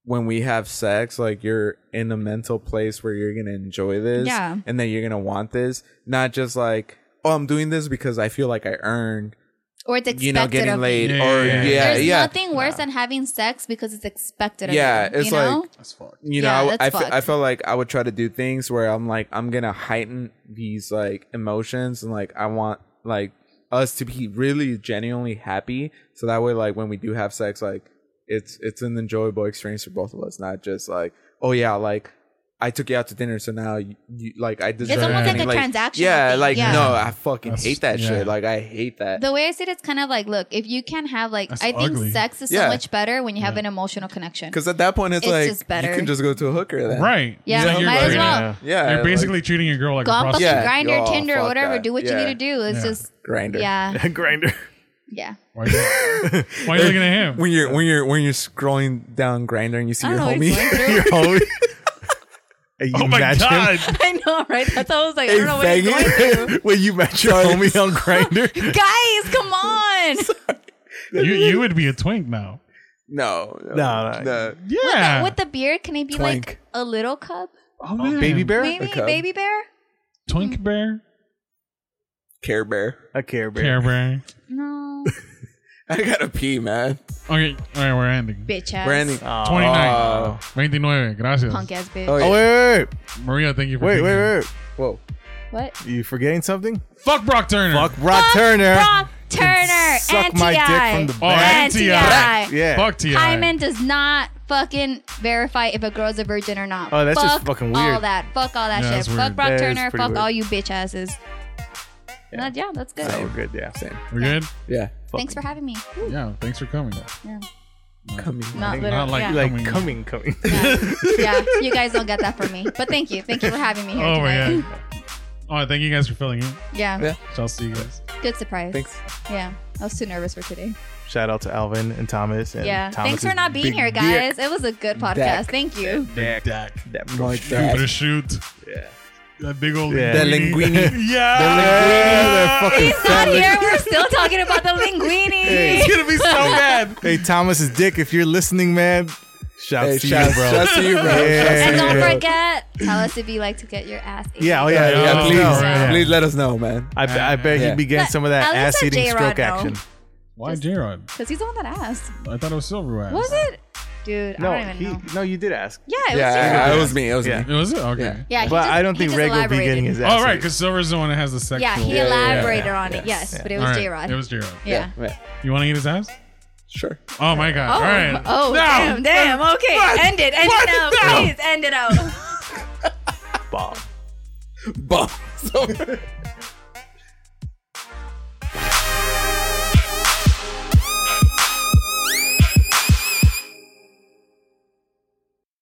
S4: when we have sex, like you're in a mental place where you're gonna enjoy this,
S5: Yeah.
S4: and that you're gonna want this, not just like, oh, I'm doing this because I feel like I earned,
S5: or it's expected
S4: you know,
S5: of
S4: getting
S5: you.
S4: laid,
S2: Yeah,
S4: or
S2: yeah,
S4: yeah,
S2: yeah.
S4: yeah,
S5: there's nothing worse than having sex because it's expected of
S4: Yeah,
S5: you
S4: it's
S5: you know
S4: like-
S2: That's fucked.
S4: you
S5: Yeah,
S4: know, I I,
S5: that's
S4: fe-
S5: fucked.
S4: I felt like I would try to do things where I'm like, I'm gonna heighten these like emotions and like I want like us to be really genuinely happy. So that way, like when we do have sex, like it's it's an enjoyable experience for both of us, not just like, oh yeah, like I took you out to dinner, so now you, you like I deserve.
S5: almost
S4: money.
S5: like a transactional
S4: Yeah,
S5: thing,
S4: like
S5: yeah.
S4: no, I fucking
S2: That's-
S4: hate that
S2: yeah.
S4: shit. Like I hate that.
S5: The way I see it, it's kind of like, look, if you can have like,
S2: That's
S5: I think
S2: ugly.
S5: sex is
S4: Yeah.
S5: so much better when you have an emotional connection.
S4: Because at that point, it's,
S5: It's
S4: like
S5: just better.
S4: you can just go to a hooker then.
S2: Right.
S5: Yeah,
S2: Like, you're
S5: might as
S2: treating-
S5: well.
S4: Yeah.
S2: You're basically treating your girl like
S5: Go
S2: a
S5: on
S2: prostitute.
S5: fucking
S4: Yeah.
S5: grinder,
S4: Oh,
S5: Tinder, or
S4: fuck
S5: whatever.
S4: that.
S5: Do what you
S4: Yeah.
S5: need to do. It's
S2: Yeah.
S5: just,
S4: grinder.
S5: yeah,
S3: grinder.
S5: yeah.
S2: Why are you, why are you looking at him?
S4: When you're when you're when you're scrolling down grinder and you see
S5: I
S4: your
S5: don't know what he's
S4: homie.
S5: going through.
S3: And you
S2: Oh my
S3: match him-
S2: god.
S5: I know, right? That's what I was like. I
S4: Hey,
S5: don't know what he's going
S4: faggot.
S5: through.
S3: Wait, you match your homie on grinder?
S5: Guys, come on.
S2: You you would be a twink now.
S4: No,
S3: No,
S4: no,
S3: no.
S5: With, the,
S2: Yeah.
S5: with the beard, can he be
S4: Twink.
S5: like a little cub?
S2: Oh,
S3: Oh,
S2: man.
S3: baby bear?
S5: Maybe
S4: cub.
S5: baby bear? Mm.
S2: Twink bear?
S4: Care Bear.
S3: A care bear.
S2: Care bear.
S5: No.
S4: I gotta pee, man.
S2: Okay, all right, we're ending.
S5: bitch ass.
S4: Brandon.
S3: Aw.
S2: 29. 29. Gracias.
S5: Punk ass bitch.
S4: Oh, yeah.
S3: Oh, wait,
S2: Maria, thank you for
S3: wait, wait,
S2: being here.
S3: wait, wait.
S4: Whoa.
S5: What?
S3: You forgetting something?
S2: Fuck Brock Turner.
S3: Fuck Brock
S5: Fuck
S3: Turner.
S5: Brock Turner.
S3: Suck
S5: and
S3: my dick
S5: T.I.
S3: from the
S2: Oh,
S3: back.
S2: and
S5: And
S2: T.I.
S5: T.I.
S3: Yeah.
S2: Fuck T.I.
S5: Hyman does not fucking verify if a girl's a virgin or not.
S3: Oh, that's
S5: Fuck
S3: just fucking
S5: All
S3: weird.
S5: that. Fuck all that
S2: Yeah,
S5: shit.
S2: that's
S5: Fuck
S2: weird.
S5: Brock
S3: That is
S5: Turner.
S3: pretty
S5: Fuck
S3: weird.
S5: all you bitch asses. Yeah, yeah that's good.
S3: Oh, we're good, yeah.
S4: Same.
S2: We're good?
S4: Yeah.
S5: Thanks for having me. Woo.
S2: Yeah, thanks for coming.
S5: Yeah.
S4: Coming.
S5: Not literally.
S2: Not like
S5: yeah.
S3: You like
S2: Coming.
S3: coming, coming.
S5: yeah. Yeah, you guys don't get that from me. But thank you. Thank you for having me here
S2: Oh, my
S5: tonight.
S2: God. Oh, thank you guys for filling in.
S5: Yeah.
S4: Yeah.
S2: I'll see you guys.
S5: Good surprise.
S4: Thanks.
S5: Yeah. I was too nervous for today.
S3: Shout out to Alvin and Thomas. And
S5: yeah.
S3: Thomas
S5: Thanks for not being here, guys. It was a good podcast.
S4: Dick.
S5: Thank you.
S3: Dak.
S4: Like
S2: Give
S4: that.
S2: it a shoot.
S3: Yeah.
S2: That big old
S3: Yeah.
S4: The
S2: linguine.
S4: linguine.
S2: yeah.
S3: The linguine, they're fucking-
S5: He's not here. We're still talking about the linguini.
S3: Hey.
S2: It's gonna be so bad.
S3: Hey, Thomas's dick, if you're listening, man, shouts
S4: Hey,
S3: to
S4: shouts-
S3: you, bro.
S4: shouts to you, bro.
S3: Yeah.
S5: And don't
S3: Yeah.
S5: forget, tell us if you like to get your ass. eaten.
S3: Yeah, oh, yeah.
S4: Yeah, yeah,
S2: Oh,
S4: please,
S2: yeah.
S4: please let us know, man.
S3: I, be- I bet
S4: Yeah.
S3: he began
S5: But
S3: some of that
S5: at least
S3: ass
S5: let
S3: eating
S5: J-Rod
S3: stroke
S5: know.
S3: action.
S2: Why
S5: Just-
S2: J-Rod?
S5: Because he's the one that asked.
S2: I thought it was Silver Ass.
S5: Was it? Dude,
S3: No,
S5: I don't even
S3: he,
S5: know.
S3: no, you did ask.
S5: Yeah, it was
S4: Yeah,
S5: Jared.
S4: it was me. It was
S3: Yeah.
S4: me.
S2: It was it? Okay.
S5: Yeah, he
S3: But
S5: just-
S3: I don't
S5: he
S3: think
S5: just
S3: Reg will be
S5: elaborated.
S3: getting his ass.
S2: All right,
S3: eaten.
S2: because Silver's the one that has the sexual.
S5: Yeah, he
S4: Yeah, yeah, yeah,
S5: elaborated
S3: yeah.
S5: on
S3: Yes,
S5: it. Yes,
S3: yeah.
S5: but it
S2: All
S5: was
S2: right,
S5: J Rod.
S2: It was J-Rod.
S5: Yeah.
S4: yeah.
S2: You want to eat his ass?
S4: Sure.
S2: Oh my god!
S5: Oh,
S2: All right.
S5: oh,
S2: No!
S5: damn, damn. Okay, end it, end it out, please, end it out.
S3: Bob.
S4: Bomb.